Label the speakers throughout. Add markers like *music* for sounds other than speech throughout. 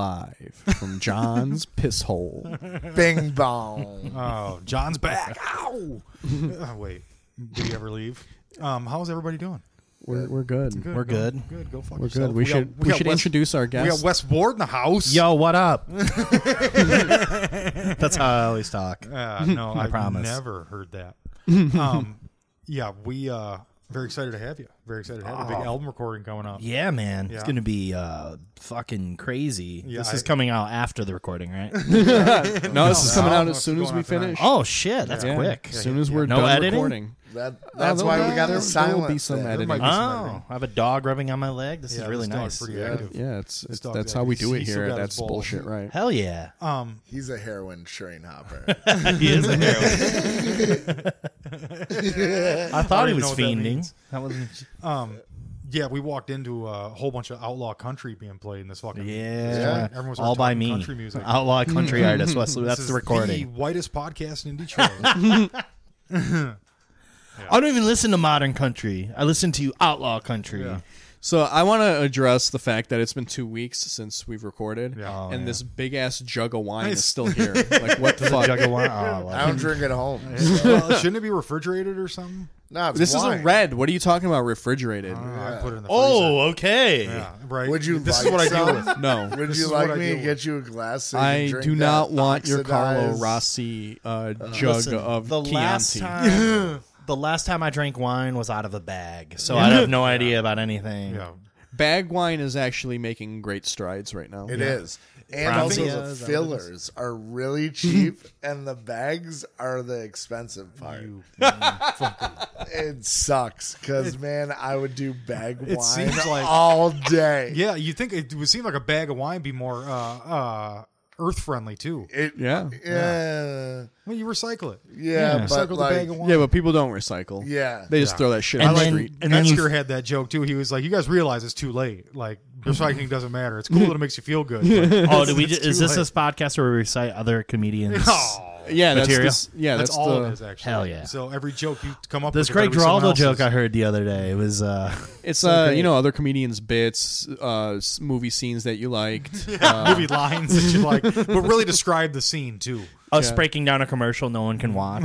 Speaker 1: live from
Speaker 2: *laughs*
Speaker 1: John's piss hole.
Speaker 3: Bing *laughs* bong.
Speaker 2: Oh, John's back. Ow. oh, wait. Did he ever leave? Um, how's everybody doing?
Speaker 1: We're, we're good.
Speaker 2: Good.
Speaker 4: We're
Speaker 2: go-
Speaker 4: good.
Speaker 2: Good. Go fuck
Speaker 1: We're
Speaker 2: yourself.
Speaker 1: good. We, should
Speaker 2: got-
Speaker 1: we,
Speaker 2: got
Speaker 1: should
Speaker 2: Wes-
Speaker 1: introduce our
Speaker 2: We got
Speaker 1: guest.
Speaker 2: Wes Ward in the house.
Speaker 4: Yo, what
Speaker 2: *laughs*
Speaker 4: up? That's how I always talk.
Speaker 2: Uh,
Speaker 4: *laughs*
Speaker 2: no, I
Speaker 4: promise.
Speaker 2: Never heard
Speaker 4: *laughs*
Speaker 2: that. um, yeah, we uh, very excited to have you. Very excited to have you.
Speaker 4: Oh.
Speaker 2: Big album recording coming up.
Speaker 4: Yeah, man. It's
Speaker 2: Yeah.
Speaker 4: going to be uh, fucking crazy.
Speaker 2: Yeah,
Speaker 4: this
Speaker 2: I-
Speaker 4: is coming out after the recording,
Speaker 2: *laughs*
Speaker 4: right?
Speaker 1: no, this is coming
Speaker 2: no,
Speaker 1: out
Speaker 2: no,
Speaker 1: as
Speaker 2: it's
Speaker 1: soon as
Speaker 2: going
Speaker 1: we
Speaker 2: out tonight.
Speaker 1: finish.
Speaker 4: oh, shit. That's
Speaker 1: Yeah,
Speaker 4: quick.
Speaker 1: As soon as we're
Speaker 4: No
Speaker 1: done
Speaker 4: editing?
Speaker 1: recording. Oh,
Speaker 3: That, that's
Speaker 1: there'll
Speaker 3: why
Speaker 1: be-
Speaker 3: we got
Speaker 1: there-
Speaker 3: it
Speaker 1: there
Speaker 3: silent.
Speaker 1: will be some
Speaker 3: there.
Speaker 1: editing.
Speaker 3: might be some
Speaker 4: Oh, I have a dog rubbing on my leg. This
Speaker 2: Yeah,
Speaker 4: is really
Speaker 2: this dog's
Speaker 4: nice.
Speaker 2: pretty active.
Speaker 1: Yeah, it's, it's
Speaker 2: dog's
Speaker 1: that's
Speaker 2: got-
Speaker 1: how we
Speaker 2: he's-
Speaker 1: do it
Speaker 2: he's still
Speaker 1: here.
Speaker 2: got his
Speaker 1: That's
Speaker 2: balls.
Speaker 1: bullshit,
Speaker 2: *laughs*
Speaker 1: right?
Speaker 4: Hell yeah.
Speaker 2: Um,
Speaker 3: He's a heroin train hopper.
Speaker 4: he is a hero. I thought
Speaker 2: I
Speaker 4: he
Speaker 2: don't even know
Speaker 4: was
Speaker 2: what that
Speaker 4: fiending.
Speaker 2: means.
Speaker 4: That, wasn't.
Speaker 2: um, yeah, we walked into a whole bunch of outlaw country being played in this fucking.
Speaker 4: Yeah.
Speaker 2: Yeah. Everyone was
Speaker 4: All by
Speaker 2: talking
Speaker 4: me.
Speaker 2: country music.
Speaker 4: *laughs*
Speaker 2: *laughs*
Speaker 4: Outlaw country artist, Wesley.
Speaker 2: This
Speaker 4: That's
Speaker 2: is
Speaker 4: the recording.
Speaker 2: The whitest podcast in
Speaker 4: *laughs*
Speaker 2: Detroit.
Speaker 4: I don't even listen to modern country. I listen to outlaw country.
Speaker 2: Yeah.
Speaker 1: So I want to address the fact that it's been two weeks since we've recorded,
Speaker 2: Yeah. Oh,
Speaker 1: and this big ass jug of wine
Speaker 2: *laughs* Nice.
Speaker 1: is still here. like
Speaker 2: *laughs*
Speaker 1: what the fuck?
Speaker 4: Jug of wine.
Speaker 3: *laughs*
Speaker 4: Oh, well.
Speaker 3: *laughs* I don't drink at home.
Speaker 2: well, Uh, shouldn't it be refrigerated or something? Uh,
Speaker 3: No, it's
Speaker 1: This
Speaker 3: wine.
Speaker 1: isn't red. What are you talking about? Refrigerated?
Speaker 2: I put it in the freezer.
Speaker 4: Oh, okay.
Speaker 2: yeah, right.
Speaker 3: Would you
Speaker 2: This
Speaker 3: like
Speaker 2: is what I
Speaker 3: some?
Speaker 2: deal with.
Speaker 1: no.
Speaker 3: Would
Speaker 2: This
Speaker 3: you
Speaker 2: is what
Speaker 3: like
Speaker 2: I
Speaker 3: me
Speaker 2: deal
Speaker 3: to
Speaker 2: with.
Speaker 3: get you a glass? So you can
Speaker 1: I
Speaker 3: drink
Speaker 1: do
Speaker 3: that
Speaker 1: not want your Carlo
Speaker 3: oxidized-
Speaker 1: Rossi uh, jug
Speaker 4: Listen,
Speaker 1: of
Speaker 4: the
Speaker 1: Chianti.
Speaker 4: last time. The last time I drank wine was out of a bag, so I have no idea about anything.
Speaker 2: Yeah.
Speaker 1: Bag wine is actually making great strides right now.
Speaker 3: It is, and
Speaker 4: Franzia, is that
Speaker 3: also
Speaker 4: what it
Speaker 3: the
Speaker 4: is?
Speaker 3: fillers are really cheap, and the bags are the expensive part.
Speaker 2: You-
Speaker 3: It sucks because man, I would do bag wine
Speaker 2: seems like-
Speaker 3: all day.
Speaker 2: *laughs* Yeah, you think it would seem like a bag of wine be more uh, uh, earth friendly too?
Speaker 3: It,
Speaker 1: Yeah.
Speaker 3: yeah,
Speaker 2: Well, you recycle it. You
Speaker 3: yeah, but
Speaker 2: recycle the bag
Speaker 3: like,
Speaker 2: of wine.
Speaker 1: Yeah, but people don't recycle.
Speaker 3: yeah,
Speaker 1: They just throw that shit
Speaker 4: And
Speaker 1: on the
Speaker 4: then-
Speaker 1: street.
Speaker 4: and then
Speaker 2: Metzger
Speaker 4: you-
Speaker 2: had that joke too. He was like, "You guys realize it's too late.
Speaker 4: *laughs*
Speaker 2: Like recycling doesn't matter. It's cool that it makes you feel good." but *laughs*
Speaker 4: Oh, do we?
Speaker 2: it's
Speaker 4: ju-
Speaker 2: too
Speaker 4: is this
Speaker 2: late. Oh.
Speaker 4: this podcast where we recite
Speaker 2: *laughs*
Speaker 4: other comedians?
Speaker 2: Aw,
Speaker 1: Yeah, that's
Speaker 4: Material.
Speaker 1: this- yeah,
Speaker 2: that's,
Speaker 1: that's,
Speaker 2: all
Speaker 1: the,
Speaker 2: it is actually.
Speaker 4: Hell yeah.
Speaker 2: So every joke you come up
Speaker 4: This
Speaker 2: with,
Speaker 4: Greg
Speaker 2: is gotta be someone
Speaker 4: Giraldo joke I
Speaker 2: else's.
Speaker 4: heard the other day was uh,
Speaker 1: It's uh, you know, other comedians' bits, uh, s- movie scenes that you liked.
Speaker 4: *laughs*
Speaker 2: movie lines that you like, but really describe the scene too.
Speaker 4: us breaking down a commercial no one can watch. *laughs*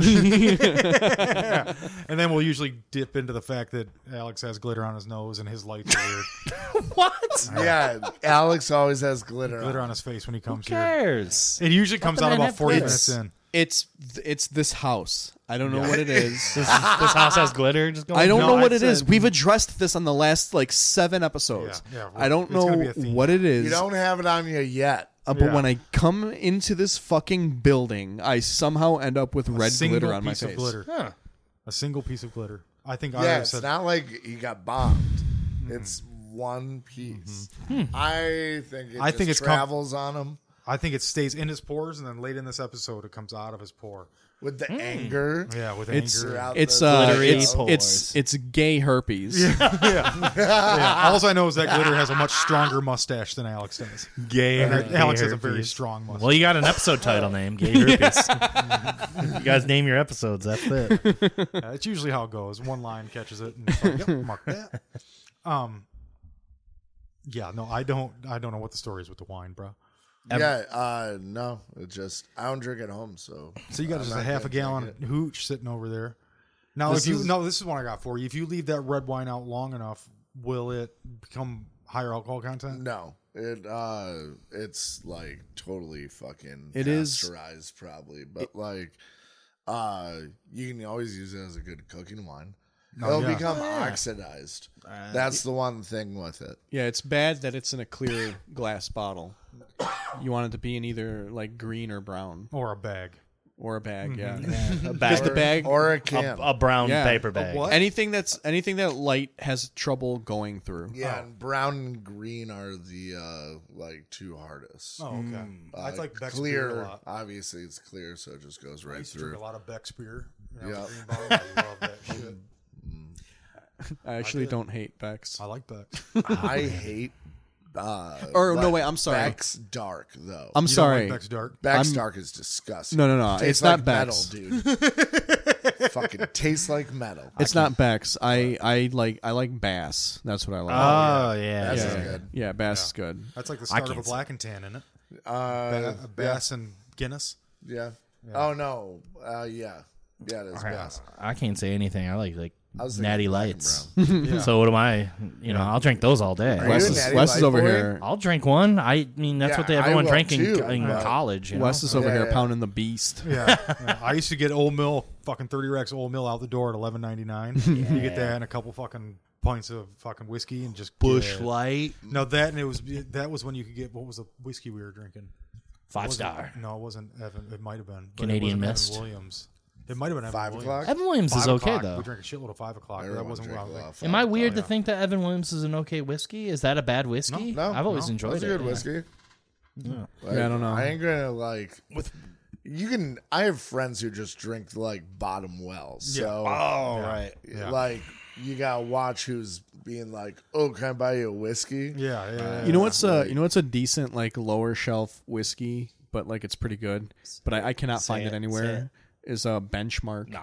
Speaker 2: And then we'll usually dip into the fact that Alex has glitter on his nose and his lights are
Speaker 4: *laughs*
Speaker 2: weird.
Speaker 4: what?
Speaker 3: yeah. Alex always has glitter.
Speaker 2: glitter
Speaker 3: on.
Speaker 2: on his face when he comes here. *laughs*
Speaker 4: Cares.
Speaker 2: It usually comes
Speaker 4: the
Speaker 2: out
Speaker 4: man
Speaker 2: about
Speaker 4: have
Speaker 2: 40
Speaker 4: glitter?
Speaker 2: minutes in.
Speaker 1: It's th- it's this house. I don't know what it is.
Speaker 4: This, this house has glitter. Just going.
Speaker 1: I don't
Speaker 2: No,
Speaker 1: know what
Speaker 2: I
Speaker 1: it is.
Speaker 2: said-
Speaker 1: We've addressed this on the last like seven episodes.
Speaker 2: Yeah, yeah,
Speaker 1: I don't
Speaker 2: it's gonna
Speaker 1: know
Speaker 2: be a theme.
Speaker 1: what it is.
Speaker 3: You don't have it on you yet.
Speaker 1: uh, but
Speaker 2: yeah.
Speaker 1: when I come into this fucking building, I somehow end up with red
Speaker 2: single
Speaker 1: glitter on my
Speaker 2: piece
Speaker 1: face.
Speaker 2: Of glitter. A single piece of glitter. I think I
Speaker 3: Yeah,
Speaker 2: have
Speaker 3: it's
Speaker 2: said Mm-hmm.
Speaker 3: not like you got bombed. It's one piece. I think it
Speaker 2: Hmm. I
Speaker 3: just
Speaker 2: think it's com-
Speaker 3: travels on him
Speaker 2: I think it stays in his pores and then late in this episode it comes out of his pore.
Speaker 3: with
Speaker 2: Hmm.
Speaker 3: the anger.
Speaker 2: Yeah, with
Speaker 1: It's
Speaker 2: anger.
Speaker 3: Throughout
Speaker 1: it's
Speaker 3: the
Speaker 1: uh
Speaker 4: glittery
Speaker 1: it's,
Speaker 4: pores.
Speaker 1: it's it's gay herpes.
Speaker 2: yeah. All I know is that glitter has a much stronger mustache than Alex does.
Speaker 4: Gay.
Speaker 2: And Alex has a very strong mustache.
Speaker 4: Well, you got an episode title name, Gay Herpes. you guys name your episodes. That's it.
Speaker 2: Yeah, that's usually how it goes. One line catches it and it's like, yep,
Speaker 1: *laughs*
Speaker 2: mark that. Um Yeah, no, I don't I don't know what the story is with the wine, bro.
Speaker 3: Yeah, uh, no, it just I don't drink at home, so
Speaker 2: So you got
Speaker 3: I'm
Speaker 2: just a
Speaker 3: not
Speaker 2: half a
Speaker 3: gonna
Speaker 2: gallon
Speaker 3: drink it.
Speaker 2: hooch sitting over there. Now,
Speaker 3: This
Speaker 2: if you
Speaker 3: is-
Speaker 2: no, this is what I got for you. If you leave that red wine out long enough, will it become higher alcohol content?
Speaker 3: No, it uh, it's like totally fucking
Speaker 1: It is-
Speaker 3: pasteurized probably, but like uh, you can always use it as a good cooking wine. It'll
Speaker 2: Oh, yeah.
Speaker 3: become oxidized.
Speaker 1: Uh,
Speaker 3: That's the one thing with it.
Speaker 1: Yeah, it's bad that it's in a clear glass bottle. You want it to be in either like green or brown
Speaker 2: Or a bag?
Speaker 1: or a bag. Yeah.
Speaker 2: Mm-hmm.
Speaker 4: A bag.
Speaker 1: the bag-
Speaker 3: or a
Speaker 4: a,
Speaker 3: can.
Speaker 4: a brown
Speaker 1: Yeah.
Speaker 4: paper
Speaker 1: A
Speaker 2: *laughs*
Speaker 4: bag.
Speaker 2: what?
Speaker 1: Anything that's anything that light has trouble going through.
Speaker 3: Yeah, and brown and green are the uh like two hardest.
Speaker 2: Oh, okay.
Speaker 3: Uh,
Speaker 2: I like Beck's
Speaker 3: clear.
Speaker 2: beer a lot.
Speaker 3: Obviously, it's clear, so it just goes
Speaker 2: I
Speaker 3: right
Speaker 2: used to drink
Speaker 3: through.
Speaker 2: a lot of Beck's beer. when I
Speaker 3: Yeah.
Speaker 2: was a green bottle. I love
Speaker 3: *laughs*
Speaker 2: that shit.
Speaker 1: I actually don't hate Bex.
Speaker 2: I like
Speaker 4: *laughs*
Speaker 2: Beck's.
Speaker 3: I hate. Uh,
Speaker 1: Or no,
Speaker 3: but
Speaker 1: wait, I'm sorry.
Speaker 3: Beck's dark though.
Speaker 1: I'm
Speaker 2: You don't
Speaker 1: sorry.
Speaker 2: like Beck's dark.
Speaker 3: Beck's
Speaker 1: I'm-
Speaker 3: dark is disgusting.
Speaker 1: No, no, no,
Speaker 3: Tastes
Speaker 1: it's not
Speaker 3: like metal,
Speaker 1: Beck's. *laughs*
Speaker 3: dude. fucking tastes like metal.
Speaker 1: It's not Beck's. I I like I like Bass. That's what I like.
Speaker 2: Ah,
Speaker 4: Oh yeah,
Speaker 3: Bass
Speaker 1: yeah,
Speaker 3: is
Speaker 1: yeah.
Speaker 3: good.
Speaker 1: Yeah, Bass is good.
Speaker 2: That's like the
Speaker 4: I
Speaker 2: start of a
Speaker 4: can't say-
Speaker 2: black and tan, isn't it?
Speaker 3: Uh,
Speaker 2: a bass and Guinness.
Speaker 3: yeah. Oh no. Uh, yeah. Yeah, it is Bass.
Speaker 4: I can't say anything. I like like
Speaker 3: was thinking
Speaker 4: natty
Speaker 3: black and
Speaker 4: lights. *laughs* So what am I? You know, I'll drink those all day.
Speaker 3: you
Speaker 1: Wes
Speaker 3: a
Speaker 1: is,
Speaker 3: natty
Speaker 1: Wes is
Speaker 3: light
Speaker 1: over
Speaker 3: boy?
Speaker 1: here.
Speaker 4: I'll drink one. I mean, that's
Speaker 3: Yeah,
Speaker 4: what they,
Speaker 3: I
Speaker 4: everyone
Speaker 3: will
Speaker 4: drank in,
Speaker 3: too,
Speaker 4: in
Speaker 3: but-
Speaker 4: college. You know?
Speaker 1: Wes is over
Speaker 3: Yeah,
Speaker 1: here
Speaker 3: yeah.
Speaker 1: pounding the beast.
Speaker 2: Yeah. *laughs* yeah. I used to get Old Mill, fucking 30 Rex Old Mill out the door at
Speaker 4: *laughs*
Speaker 2: 11.99. You get that and a couple fucking pints of fucking whiskey and just
Speaker 4: Bush
Speaker 2: get-
Speaker 4: Light,
Speaker 2: No, that and it was that was when you could get what was the whiskey we were drinking?
Speaker 4: five
Speaker 2: Wasn't-
Speaker 4: star.
Speaker 2: No, it wasn't Evan. It might have been but it wasn't
Speaker 4: Canadian
Speaker 2: Evan
Speaker 4: Mist.
Speaker 2: Williams. It might have been Evan
Speaker 3: Five
Speaker 2: Williams.
Speaker 3: o'clock?
Speaker 4: Evan Williams
Speaker 2: Five
Speaker 4: is okay
Speaker 2: o'clock. We
Speaker 4: though.
Speaker 2: drank a shitload of five o'clock. But that
Speaker 3: Everyone
Speaker 2: wasn't what
Speaker 3: drank
Speaker 2: I
Speaker 3: a
Speaker 2: was
Speaker 3: lot
Speaker 2: like.
Speaker 3: of
Speaker 4: Am I
Speaker 3: fucking
Speaker 4: weird to
Speaker 3: coffee.
Speaker 4: think that Evan Williams is an okay whiskey? Is that a bad whiskey?
Speaker 3: No, no,
Speaker 4: I've always
Speaker 2: no.
Speaker 4: enjoyed
Speaker 3: That's a
Speaker 4: it.
Speaker 3: good
Speaker 4: yeah.
Speaker 3: whiskey. Like,
Speaker 1: Yeah, I don't know.
Speaker 3: I ain't gonna like with. You can. I have friends who just drink like bottom wells. So
Speaker 4: Oh right.
Speaker 2: Yeah.
Speaker 3: like you gotta watch who's being like, oh, can I buy you a whiskey?
Speaker 2: Yeah, yeah, yeah.
Speaker 1: You know what's a you know what's a decent like lower shelf whiskey, but like it's pretty good. But I, I cannot find
Speaker 4: it,
Speaker 1: it,
Speaker 4: say
Speaker 1: anywhere. Is a benchmark.
Speaker 4: No,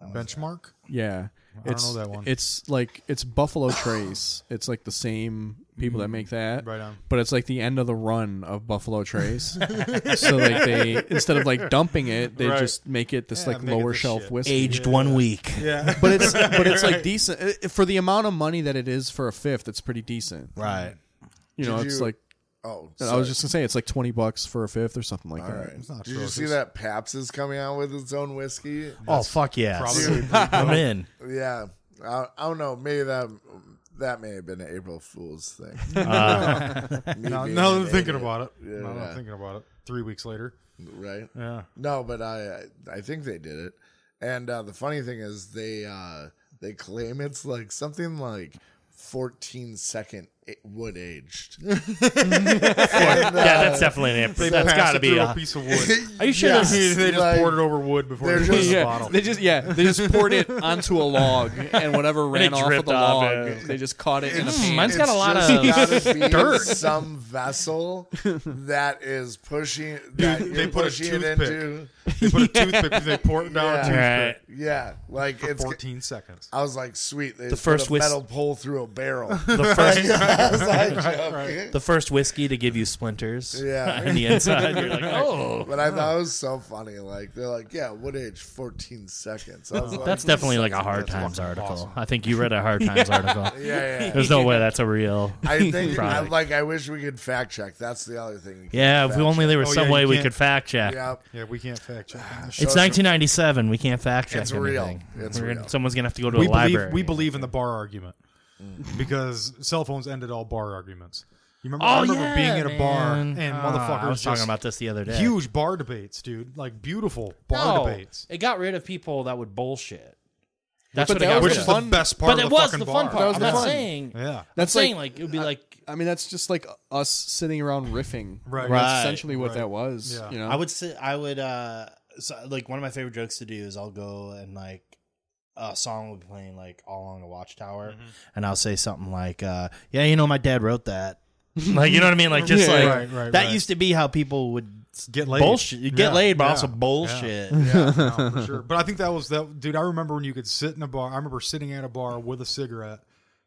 Speaker 4: no.
Speaker 2: benchmark.
Speaker 1: Yeah,
Speaker 2: I don't
Speaker 1: it's,
Speaker 2: know that one.
Speaker 1: It's like it's Buffalo Trace. It's like the same people that make that.
Speaker 2: Mm-hmm. Right on.
Speaker 1: But it's like the end of the run of Buffalo
Speaker 2: *laughs*
Speaker 1: Trace. so like they instead of like dumping it, they
Speaker 2: Right.
Speaker 1: just make it this
Speaker 2: Yeah,
Speaker 1: like
Speaker 2: make it
Speaker 1: lower
Speaker 2: this
Speaker 1: shelf
Speaker 2: shit.
Speaker 1: whiskey.
Speaker 4: Aged one week.
Speaker 2: Yeah,
Speaker 1: But *laughs* it's but it's like decent Uh, for the amount of money that it is for a fifth. It's pretty decent.
Speaker 4: Right.
Speaker 1: You know,
Speaker 3: Did
Speaker 1: it's
Speaker 3: you-
Speaker 1: like
Speaker 3: Oh,
Speaker 1: I was
Speaker 3: sorry.
Speaker 1: just gonna say it's like twenty bucks for a fifth or something like
Speaker 3: All
Speaker 1: that.
Speaker 3: right.
Speaker 2: It's not
Speaker 3: Did you
Speaker 2: atrocious.
Speaker 3: see that Paps is coming out with its own whiskey?
Speaker 4: Oh fuck yes.
Speaker 2: probably.
Speaker 4: *laughs* I'm in.
Speaker 3: Yeah, I, I don't know. Maybe that that may have been an April Fool's
Speaker 4: *laughs*
Speaker 3: thing.
Speaker 4: Uh.
Speaker 3: *laughs* Me
Speaker 2: *laughs* No,
Speaker 3: being
Speaker 2: now that
Speaker 3: an
Speaker 2: I'm thinking
Speaker 3: idiot,
Speaker 2: about it.
Speaker 3: Yeah.
Speaker 2: now that I'm thinking about it. Three weeks later.
Speaker 3: right?
Speaker 2: Yeah.
Speaker 3: No, but I I think they did it. And uh, the funny thing is they uh, they claim it's like something like 14 second a- wood aged.
Speaker 4: Yeah, that's definitely an
Speaker 2: They
Speaker 4: imprint. That's
Speaker 2: passed
Speaker 4: got
Speaker 2: it
Speaker 4: to be.
Speaker 2: through
Speaker 4: A,
Speaker 2: a piece
Speaker 3: *laughs*
Speaker 2: of wood.
Speaker 4: are you sure?
Speaker 3: Yeah.
Speaker 4: that's-
Speaker 2: they just
Speaker 3: Like,
Speaker 2: poured it over wood before
Speaker 3: they're
Speaker 2: they put it in
Speaker 3: just-
Speaker 2: the
Speaker 1: Yeah,
Speaker 2: *laughs* bottle.
Speaker 1: they just yeah they just poured it onto a log, and whatever ran
Speaker 4: it
Speaker 1: off of
Speaker 4: dripped
Speaker 1: the
Speaker 4: off,
Speaker 1: log,
Speaker 4: yeah.
Speaker 1: they just caught it in a
Speaker 4: Mm,
Speaker 1: pan.
Speaker 4: *laughs* mine's got a lot
Speaker 3: just
Speaker 4: of
Speaker 3: gotta be
Speaker 4: *laughs* dirt.
Speaker 3: Some vessel that is
Speaker 2: *laughs*
Speaker 3: pushing. That they
Speaker 2: Dude, they
Speaker 3: put
Speaker 2: put a
Speaker 3: pushing it
Speaker 2: toothpick.
Speaker 3: into.
Speaker 2: They put a toothpick. They pour it down. a
Speaker 3: Yeah.
Speaker 2: toothpick
Speaker 4: Right.
Speaker 3: Yeah, like
Speaker 2: For
Speaker 3: it's.
Speaker 2: 14 seconds.
Speaker 3: I was like, sweet. They the
Speaker 4: first
Speaker 3: first
Speaker 4: whis-
Speaker 3: metal pole through a barrel. *laughs*
Speaker 2: *laughs*
Speaker 4: the first,
Speaker 3: I was like, okay.
Speaker 4: the first whiskey to give you splinters.
Speaker 3: Yeah.
Speaker 4: *laughs* on the inside. You're like, *laughs* oh,
Speaker 3: But I thought it was so funny. Like they're like, yeah, what age? Fourteen seconds. I was like,
Speaker 4: Oh, that's definitely like a Hard
Speaker 2: That's
Speaker 4: Times
Speaker 2: fucking
Speaker 4: article.
Speaker 2: awesome.
Speaker 4: I think you read a *laughs* Hard Times
Speaker 2: *laughs*
Speaker 4: article.
Speaker 3: yeah,
Speaker 4: *laughs*
Speaker 3: yeah.
Speaker 4: There's no way that's a real.
Speaker 3: I think I,
Speaker 4: Product.
Speaker 3: like I wish we could fact check. That's the other thing.
Speaker 4: Yeah, if
Speaker 3: Fact
Speaker 4: only there was
Speaker 2: Oh,
Speaker 4: some
Speaker 2: yeah,
Speaker 4: way
Speaker 2: you
Speaker 4: we
Speaker 2: can't-
Speaker 4: could fact check.
Speaker 3: check. Yeah.
Speaker 2: Yeah, we can't fact check.
Speaker 4: *sighs* It's 1997. We can't fact check
Speaker 3: It's real.
Speaker 4: anything.
Speaker 3: It's
Speaker 4: We're
Speaker 3: real.
Speaker 4: Gonna, someone's gonna have to go to
Speaker 2: we
Speaker 4: a
Speaker 2: believe
Speaker 4: library.
Speaker 2: we believe in the bar argument Mm. because cell phones ended all bar arguments. You remember? I
Speaker 4: Oh
Speaker 2: remember
Speaker 4: yeah,
Speaker 2: being at a bar
Speaker 4: man.
Speaker 2: and
Speaker 4: Ah,
Speaker 2: motherfuckers
Speaker 4: I was talking
Speaker 2: just
Speaker 4: about this the other day.
Speaker 2: huge bar debates, dude. Like beautiful bar
Speaker 4: no,
Speaker 2: debates.
Speaker 4: It got rid of people that would bullshit. That's
Speaker 1: But
Speaker 4: what
Speaker 1: that
Speaker 4: it
Speaker 1: was
Speaker 4: got rid
Speaker 2: Which
Speaker 1: the
Speaker 4: of.
Speaker 2: is
Speaker 1: fun-
Speaker 2: the best part
Speaker 4: but
Speaker 2: of
Speaker 4: it
Speaker 2: the
Speaker 4: was
Speaker 2: fucking
Speaker 4: the fun
Speaker 2: bar.
Speaker 4: part.
Speaker 1: was
Speaker 4: I'm
Speaker 1: the
Speaker 4: not
Speaker 1: fun.
Speaker 4: saying.
Speaker 2: Yeah.
Speaker 1: That's
Speaker 4: That's
Speaker 1: like-
Speaker 4: saying like it would be like
Speaker 1: I mean, that's just like us sitting around riffing.
Speaker 2: Right.
Speaker 1: That's
Speaker 4: Right,
Speaker 1: essentially what
Speaker 2: right.
Speaker 1: that was.
Speaker 2: Yeah.
Speaker 1: You know,
Speaker 5: I would sit. I would. uh so, Like one of my favorite jokes to do is I'll go and like a song will be playing like all along the watchtower,
Speaker 4: Mm-hmm.
Speaker 5: and I'll say something like, uh "Yeah, you know, my dad wrote that." like you know what I mean? Like just
Speaker 1: Yeah,
Speaker 5: like
Speaker 2: right, right,
Speaker 5: that
Speaker 2: right.
Speaker 5: used to be how people would s-
Speaker 2: Get laid.
Speaker 5: Bullshit. You Get
Speaker 2: Yeah,
Speaker 5: laid, but
Speaker 2: yeah,
Speaker 5: also
Speaker 2: yeah.
Speaker 5: bullshit.
Speaker 2: Yeah, no,
Speaker 4: *laughs*
Speaker 2: for sure. But I think that was that dude. I remember when you could sit in a bar. I remember sitting at a bar with a cigarette,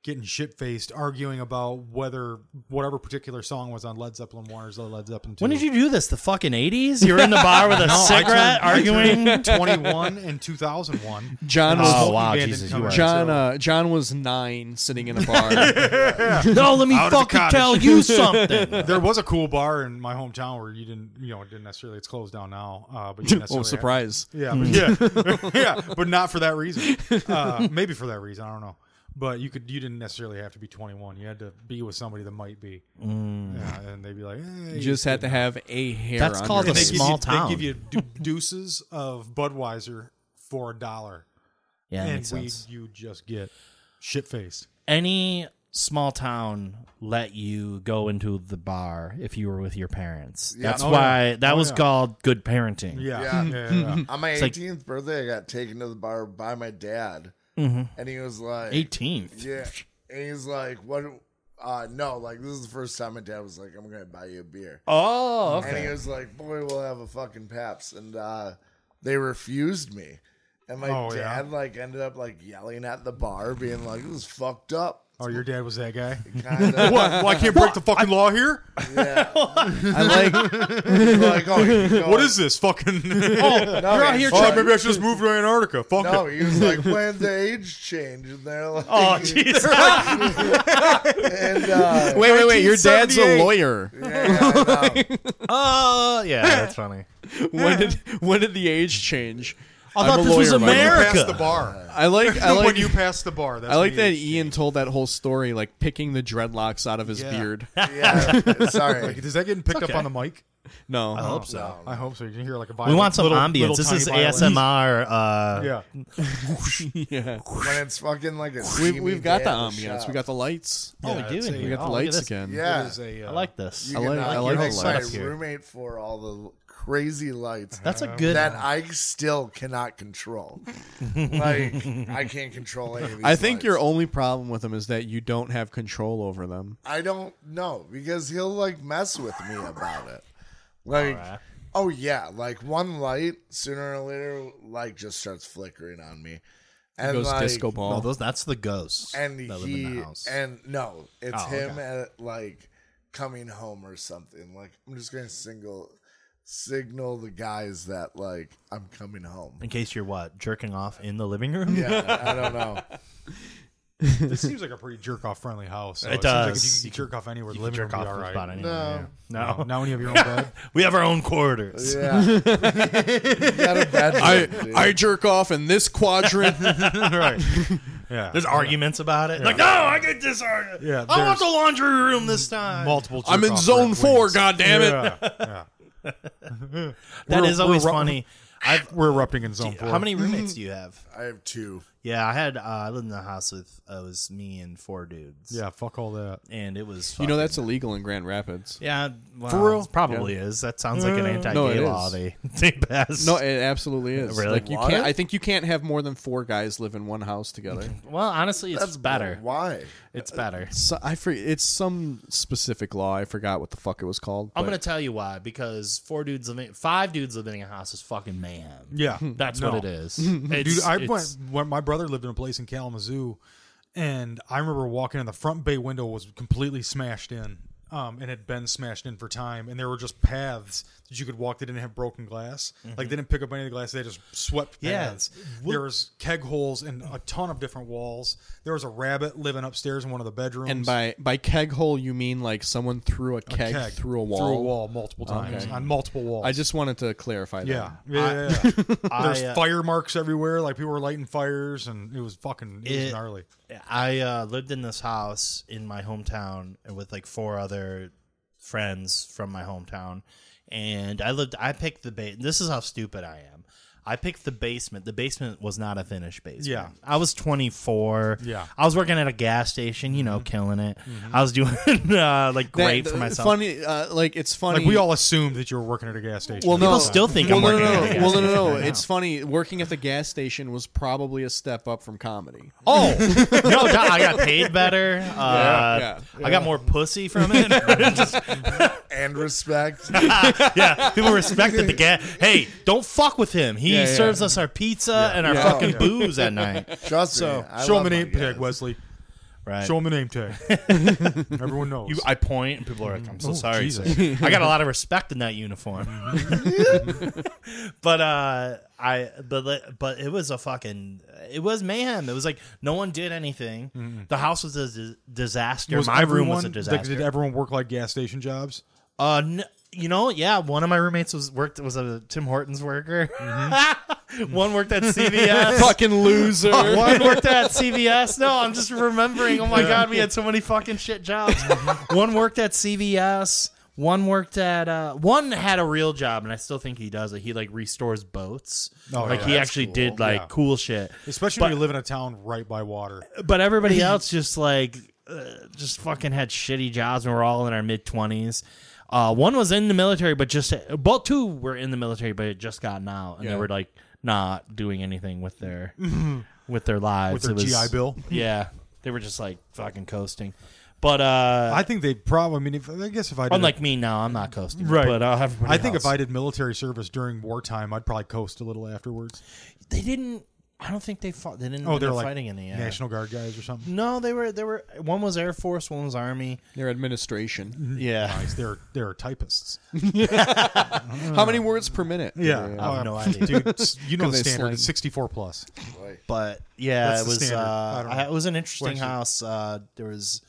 Speaker 2: getting shit faced, arguing about whether whatever particular song was on Led Zeppelin one or is it Led Zeppelin two.
Speaker 4: when did you do this? The fucking 80s? You were in the bar with a cigarette arguing.
Speaker 2: *laughs* Twenty one and two thousand one.
Speaker 1: John was
Speaker 4: Oh,
Speaker 2: Smoking
Speaker 4: wow,
Speaker 2: ban didn't
Speaker 4: Jesus, you
Speaker 2: come
Speaker 4: are-
Speaker 2: out
Speaker 1: John.
Speaker 2: till-
Speaker 1: Uh, John was nine, sitting in a *laughs* bar.
Speaker 4: no, let me
Speaker 2: Out of the
Speaker 4: fucking
Speaker 2: cottage.
Speaker 4: tell you
Speaker 2: *laughs*
Speaker 4: something.
Speaker 2: there was a cool bar in my hometown where you didn't, you know, it didn't necessarily. It's closed down now, uh,
Speaker 4: *laughs*
Speaker 2: but you necessarily
Speaker 1: oh, surprise!
Speaker 2: Yeah,
Speaker 4: Hmm.
Speaker 2: but yeah, *laughs* yeah, but not for that reason. Uh, maybe for that reason, I don't know. But you could, you didn't necessarily have to be 21. You had to be with somebody that might be,
Speaker 4: Mm.
Speaker 2: yeah, and they'd be like, hey,
Speaker 1: You just had to have a hair.
Speaker 4: That's
Speaker 1: on
Speaker 4: called
Speaker 1: your
Speaker 4: a
Speaker 2: they
Speaker 1: face.
Speaker 2: give
Speaker 4: small
Speaker 2: you,
Speaker 4: town.
Speaker 2: They give you
Speaker 4: *laughs*
Speaker 2: du- deuces of Budweiser for a dollar,
Speaker 4: Yeah, that
Speaker 2: and
Speaker 4: makes
Speaker 2: we,
Speaker 4: sense.
Speaker 2: you just get shit faced.
Speaker 4: Any small town let you go into the bar if you were with your parents. That's
Speaker 2: Oh,
Speaker 4: why
Speaker 2: yeah.
Speaker 4: that
Speaker 2: Oh,
Speaker 4: was
Speaker 2: yeah.
Speaker 4: called good parenting.
Speaker 2: Yeah,
Speaker 3: Yeah.
Speaker 2: yeah, yeah, yeah.
Speaker 3: *laughs* On my
Speaker 4: like-
Speaker 3: 18th birthday, I got taken to the bar by my dad,
Speaker 4: Mm-hmm.
Speaker 3: and he was like,
Speaker 4: 18th.
Speaker 3: yeah, and he's like, what? Uh, no, like this is the first time my dad was like, I'm gonna buy you a beer.
Speaker 4: Oh, okay.
Speaker 3: And he was like, "Boy, we'll have a fucking Paps," and uh, they refused me. And my
Speaker 2: Oh, yeah.
Speaker 3: dad like ended up like yelling at the bar, being like, "It was fucked
Speaker 2: *laughs*
Speaker 3: up."
Speaker 2: Oh, your dad was that guy.
Speaker 3: Kind of
Speaker 2: what? Well, I can't break the fucking law here.
Speaker 1: I like
Speaker 3: like, oh, you go-
Speaker 2: What is this fucking? oh,
Speaker 3: No,
Speaker 4: You're out
Speaker 3: he-
Speaker 4: here
Speaker 2: oh,
Speaker 4: trying-
Speaker 2: maybe I should just move to Antarctica. Fuck
Speaker 3: No,
Speaker 2: it.
Speaker 3: he was like, "When's the age change?" And they're like,
Speaker 4: *laughs* Oh, jeez.
Speaker 3: and, uh,
Speaker 4: wait, wait, wait. Your dad's a
Speaker 2: 1978.
Speaker 4: lawyer.
Speaker 3: yeah,
Speaker 2: *laughs*
Speaker 3: I know.
Speaker 4: Oh, yeah, that's funny.
Speaker 1: *laughs* when did when did the age change?
Speaker 4: I thought this was America.
Speaker 2: Pass the bar.
Speaker 1: I
Speaker 2: *laughs*
Speaker 1: like I
Speaker 2: when
Speaker 1: like
Speaker 2: you pass the bar, that's
Speaker 1: I like
Speaker 2: when
Speaker 1: that
Speaker 2: you-
Speaker 1: Ian told that whole story like picking the dreadlocks out of his
Speaker 2: Yeah.
Speaker 1: beard.
Speaker 3: *laughs* yeah.
Speaker 2: Like,
Speaker 3: Sorry,
Speaker 2: does that getting picked
Speaker 4: okay.
Speaker 2: up on the mic?
Speaker 1: No,
Speaker 4: I hope so.
Speaker 2: I hope so. You can hear like a
Speaker 4: We
Speaker 2: violin.
Speaker 4: want some
Speaker 2: little,
Speaker 4: ambience.
Speaker 2: little
Speaker 4: this
Speaker 2: tiny
Speaker 4: is
Speaker 2: violin.
Speaker 4: ASMR. Uh,
Speaker 2: Yeah.
Speaker 1: *laughs* yeah.
Speaker 3: when it's fucking like a
Speaker 1: We've,
Speaker 3: steamy
Speaker 1: we've got
Speaker 3: day
Speaker 1: the
Speaker 3: at
Speaker 1: ambiance.
Speaker 3: shop.
Speaker 1: We got the lights.
Speaker 4: Oh,
Speaker 2: Yeah,
Speaker 4: we
Speaker 2: it's
Speaker 4: do.
Speaker 2: a-
Speaker 1: We got the
Speaker 4: oh, look at
Speaker 1: lights
Speaker 4: this.
Speaker 1: again.
Speaker 3: yeah.
Speaker 2: It is a, uh,
Speaker 4: I like this.
Speaker 3: You
Speaker 1: I
Speaker 3: can,
Speaker 1: like-
Speaker 3: uh,
Speaker 1: I
Speaker 3: you
Speaker 1: like
Speaker 3: can
Speaker 1: the
Speaker 3: thank
Speaker 1: lights
Speaker 3: my
Speaker 4: here.
Speaker 3: roommate for all the l- crazy lights
Speaker 4: That's a good.
Speaker 3: that I still cannot control. like I can't control any of these.
Speaker 1: I think your
Speaker 3: lights.
Speaker 1: only problem with them is that you don't have control over them.
Speaker 3: I don't know because he'll like mess with me about it. Like, oh yeah, like one light sooner or later, like just starts flickering on me, and
Speaker 1: Goes
Speaker 3: like,
Speaker 1: disco
Speaker 4: no,
Speaker 1: ball.
Speaker 4: Oh, those, that's the ghosts
Speaker 3: and
Speaker 4: that
Speaker 3: he
Speaker 4: live in the house.
Speaker 3: and no, it's
Speaker 4: Oh,
Speaker 3: him
Speaker 4: okay.
Speaker 3: at like coming home or something. Like I'm just gonna single signal the guys that like I'm coming home.
Speaker 4: in case you're what jerking off in the living room.
Speaker 3: Yeah, I don't
Speaker 4: *laughs*
Speaker 3: know.
Speaker 2: This seems like a pretty jerk off friendly house. so
Speaker 4: It
Speaker 2: Seems like
Speaker 4: does.
Speaker 2: if you,
Speaker 4: You
Speaker 2: can jerk off anywhere,
Speaker 4: You
Speaker 2: the
Speaker 4: can
Speaker 2: living room
Speaker 4: jerk
Speaker 2: would
Speaker 4: off
Speaker 2: be all
Speaker 4: just
Speaker 2: right.
Speaker 4: about anywhere.
Speaker 3: No.
Speaker 4: yeah. No,
Speaker 2: Now when you have your own
Speaker 4: *laughs*
Speaker 2: bed,
Speaker 4: we have our own quarters.
Speaker 3: Yeah, you got a bedroom,
Speaker 1: I
Speaker 3: dude.
Speaker 1: I jerk off in this quadrant.
Speaker 4: *laughs*
Speaker 2: right? Yeah.
Speaker 4: There's arguments about it. Like, no, I get this. Argument.
Speaker 2: Yeah,
Speaker 4: I
Speaker 2: there's-
Speaker 4: want the laundry room this time.
Speaker 2: multiple.
Speaker 1: I'm in
Speaker 2: jerk-off
Speaker 1: zone
Speaker 2: wings.
Speaker 1: four. God damn it!
Speaker 2: Yeah, yeah.
Speaker 4: That
Speaker 2: We're-
Speaker 4: is always
Speaker 2: we're- *laughs*
Speaker 4: funny. I've,
Speaker 2: We're erupting in zone four.
Speaker 4: how many roommates do you have?
Speaker 3: I have two.
Speaker 4: Yeah, I had. Uh, I lived in a house with. Uh, it was me and four dudes.
Speaker 2: Yeah, fuck all that.
Speaker 4: and it was.
Speaker 1: You know
Speaker 4: fucking-
Speaker 1: that's illegal in Grand Rapids.
Speaker 4: Yeah, well,
Speaker 1: For real?
Speaker 4: it Probably is. That sounds like
Speaker 2: Uh,
Speaker 4: an anti-gay
Speaker 1: No, it
Speaker 4: law
Speaker 1: is.
Speaker 4: they *laughs* they passed.
Speaker 1: No, it absolutely is.
Speaker 4: Uh, Really?
Speaker 1: Like you
Speaker 3: What?
Speaker 1: can't. I think you can't have more than four guys live in one house together.
Speaker 4: well, honestly, it's better.
Speaker 3: Why?
Speaker 4: It's better.
Speaker 1: So, I for, it's some specific law. I forgot what the fuck it was called.
Speaker 4: I'm
Speaker 1: but-
Speaker 4: gonna tell you why. Because four dudes living, five dudes living in a house is fucking man.
Speaker 2: Yeah,
Speaker 4: That's
Speaker 2: No.
Speaker 4: what it is. It's-
Speaker 2: *laughs* Dude, I
Speaker 4: it's-
Speaker 2: went when my brother lived in a place in Kalamazoo, and I remember walking in the front bay window was completely smashed in, um, and had been smashed in for time, and there were just paths that you could walk that didn't have broken glass. Like they didn't pick up any of the glass; they just swept
Speaker 4: Yeah.
Speaker 2: paths. There was keg holes in a ton of different walls. There was a rabbit living upstairs in one of the bedrooms.
Speaker 1: And by by keg hole, you mean like someone threw a keg,
Speaker 2: keg
Speaker 1: through a wall?
Speaker 2: through a wall multiple times
Speaker 1: Okay.
Speaker 2: on multiple walls.
Speaker 1: I just wanted to clarify that.
Speaker 2: yeah, yeah. yeah, yeah. There's
Speaker 4: I, uh,
Speaker 2: fire marks everywhere. Like people were lighting fires, and it was fucking it,
Speaker 4: It-
Speaker 2: was gnarly.
Speaker 4: I uh, lived in this house in my hometown with like four other friends from my hometown, and I lived. I picked the base. This is how stupid I am. I picked the basement. The basement was not a finished basement.
Speaker 2: Yeah.
Speaker 4: I was 24.
Speaker 2: Yeah. Mm-hmm.
Speaker 4: I was working at a gas station, you know, killing it. I was doing *laughs* uh, like
Speaker 1: That-
Speaker 4: great for
Speaker 1: the-
Speaker 4: myself.
Speaker 1: Funny, uh, like it's funny.
Speaker 2: Like we all assumed that you were working at a gas station.
Speaker 1: Well, no.
Speaker 4: People still think
Speaker 1: Well,
Speaker 4: I'm
Speaker 1: no, no,
Speaker 4: working
Speaker 1: no.
Speaker 4: at a gas
Speaker 1: well, no, no,
Speaker 4: station
Speaker 1: no.
Speaker 4: *laughs* right now.
Speaker 1: it's funny. Working at the gas station was probably a step up from
Speaker 4: *laughs*
Speaker 1: comedy.
Speaker 4: Oh
Speaker 1: *laughs*
Speaker 4: no! duh, I got
Speaker 2: *laughs*
Speaker 4: paid better. Uh,
Speaker 1: yeah,
Speaker 4: I got more pussy from it.
Speaker 1: *laughs*
Speaker 4: Just-
Speaker 3: And
Speaker 4: *laughs*
Speaker 3: respect.
Speaker 4: yeah, *laughs* people respected the guy. Hey, don't fuck with him.
Speaker 1: Yeah,
Speaker 4: He
Speaker 1: yeah.
Speaker 4: serves us our pizza and our
Speaker 1: Yeah.
Speaker 4: fucking
Speaker 3: Yeah.
Speaker 4: booze at *laughs* night.
Speaker 3: Trust me. I
Speaker 2: Show
Speaker 3: love my
Speaker 2: him the name tag,
Speaker 3: guys.
Speaker 2: Wesley.
Speaker 4: Right.
Speaker 2: Show him the name tag.
Speaker 4: *laughs*
Speaker 2: Everyone knows.
Speaker 4: You, I point and people are like, "I'm so
Speaker 2: Oh,
Speaker 4: sorry."
Speaker 2: Jesus.
Speaker 4: *laughs* sir." I got a lot of respect in that uniform. *laughs* but uh, I but li- but it was a fucking it was mayhem. It was like no one did anything. The house was a dis- disaster. My room was a
Speaker 2: everyone-
Speaker 4: disaster.
Speaker 2: Like, did everyone work like gas station jobs?
Speaker 4: Uh, n- you know, yeah. One of my roommates was worked was a Tim Hortons worker. *laughs* one worked at CVS.
Speaker 1: Fucking loser.
Speaker 4: *laughs* One worked at CVS. No, I'm just remembering. Oh my god, we had so many fucking shit jobs. one worked at CVS. One worked at uh, one had a real job, and I still think he does it. He like restores boats.
Speaker 2: Oh,
Speaker 4: like
Speaker 2: yeah,
Speaker 4: he
Speaker 2: that's
Speaker 4: actually
Speaker 2: cool.
Speaker 4: did like
Speaker 2: Yeah.
Speaker 4: cool shit.
Speaker 2: Especially when you live in a town right by water. *laughs*
Speaker 4: But everybody else just like uh, just fucking had shitty jobs, and we're all in our mid twenties. Uh, one was in the military, but just both two were in the military, but had just gotten out, and
Speaker 1: Yeah.
Speaker 4: they were like not doing anything
Speaker 2: *laughs*
Speaker 4: with their with their lives.
Speaker 2: With their
Speaker 4: It was-
Speaker 2: GI Bill.
Speaker 4: yeah, they were just like fucking coasting. But uh,
Speaker 2: I think they probably. I mean, if, I guess if I did,
Speaker 4: unlike me now, I'm not coasting.
Speaker 2: Right.
Speaker 4: But uh, everybody
Speaker 2: I think if
Speaker 4: else.
Speaker 2: I did military service during wartime, I'd probably coast a little afterwards.
Speaker 4: they didn't I don't think they fought. They didn't.
Speaker 2: Oh, they're
Speaker 4: they're
Speaker 2: like
Speaker 4: fighting in the uh, air.
Speaker 2: National Guard guys or something.
Speaker 4: No, they were. They were. One was Air Force. One was Army.
Speaker 1: Their administration.
Speaker 2: Hmm.
Speaker 4: Yeah.
Speaker 2: Guys, They're they're typists.
Speaker 4: Uh.
Speaker 1: How many words per minute?
Speaker 2: Yeah,
Speaker 4: I
Speaker 2: *laughs*
Speaker 4: have no idea.
Speaker 2: Uh, dude. s- You know the
Speaker 1: Because they
Speaker 2: standard
Speaker 1: slang.
Speaker 2: is sixty four
Speaker 4: *laughs*
Speaker 2: plus.
Speaker 4: but yeah,
Speaker 2: That's
Speaker 4: it
Speaker 2: the
Speaker 4: was.
Speaker 2: standard. I
Speaker 4: Uh,
Speaker 2: don't know.
Speaker 4: I it was an interesting
Speaker 2: Where's your-
Speaker 4: house. Uh, there was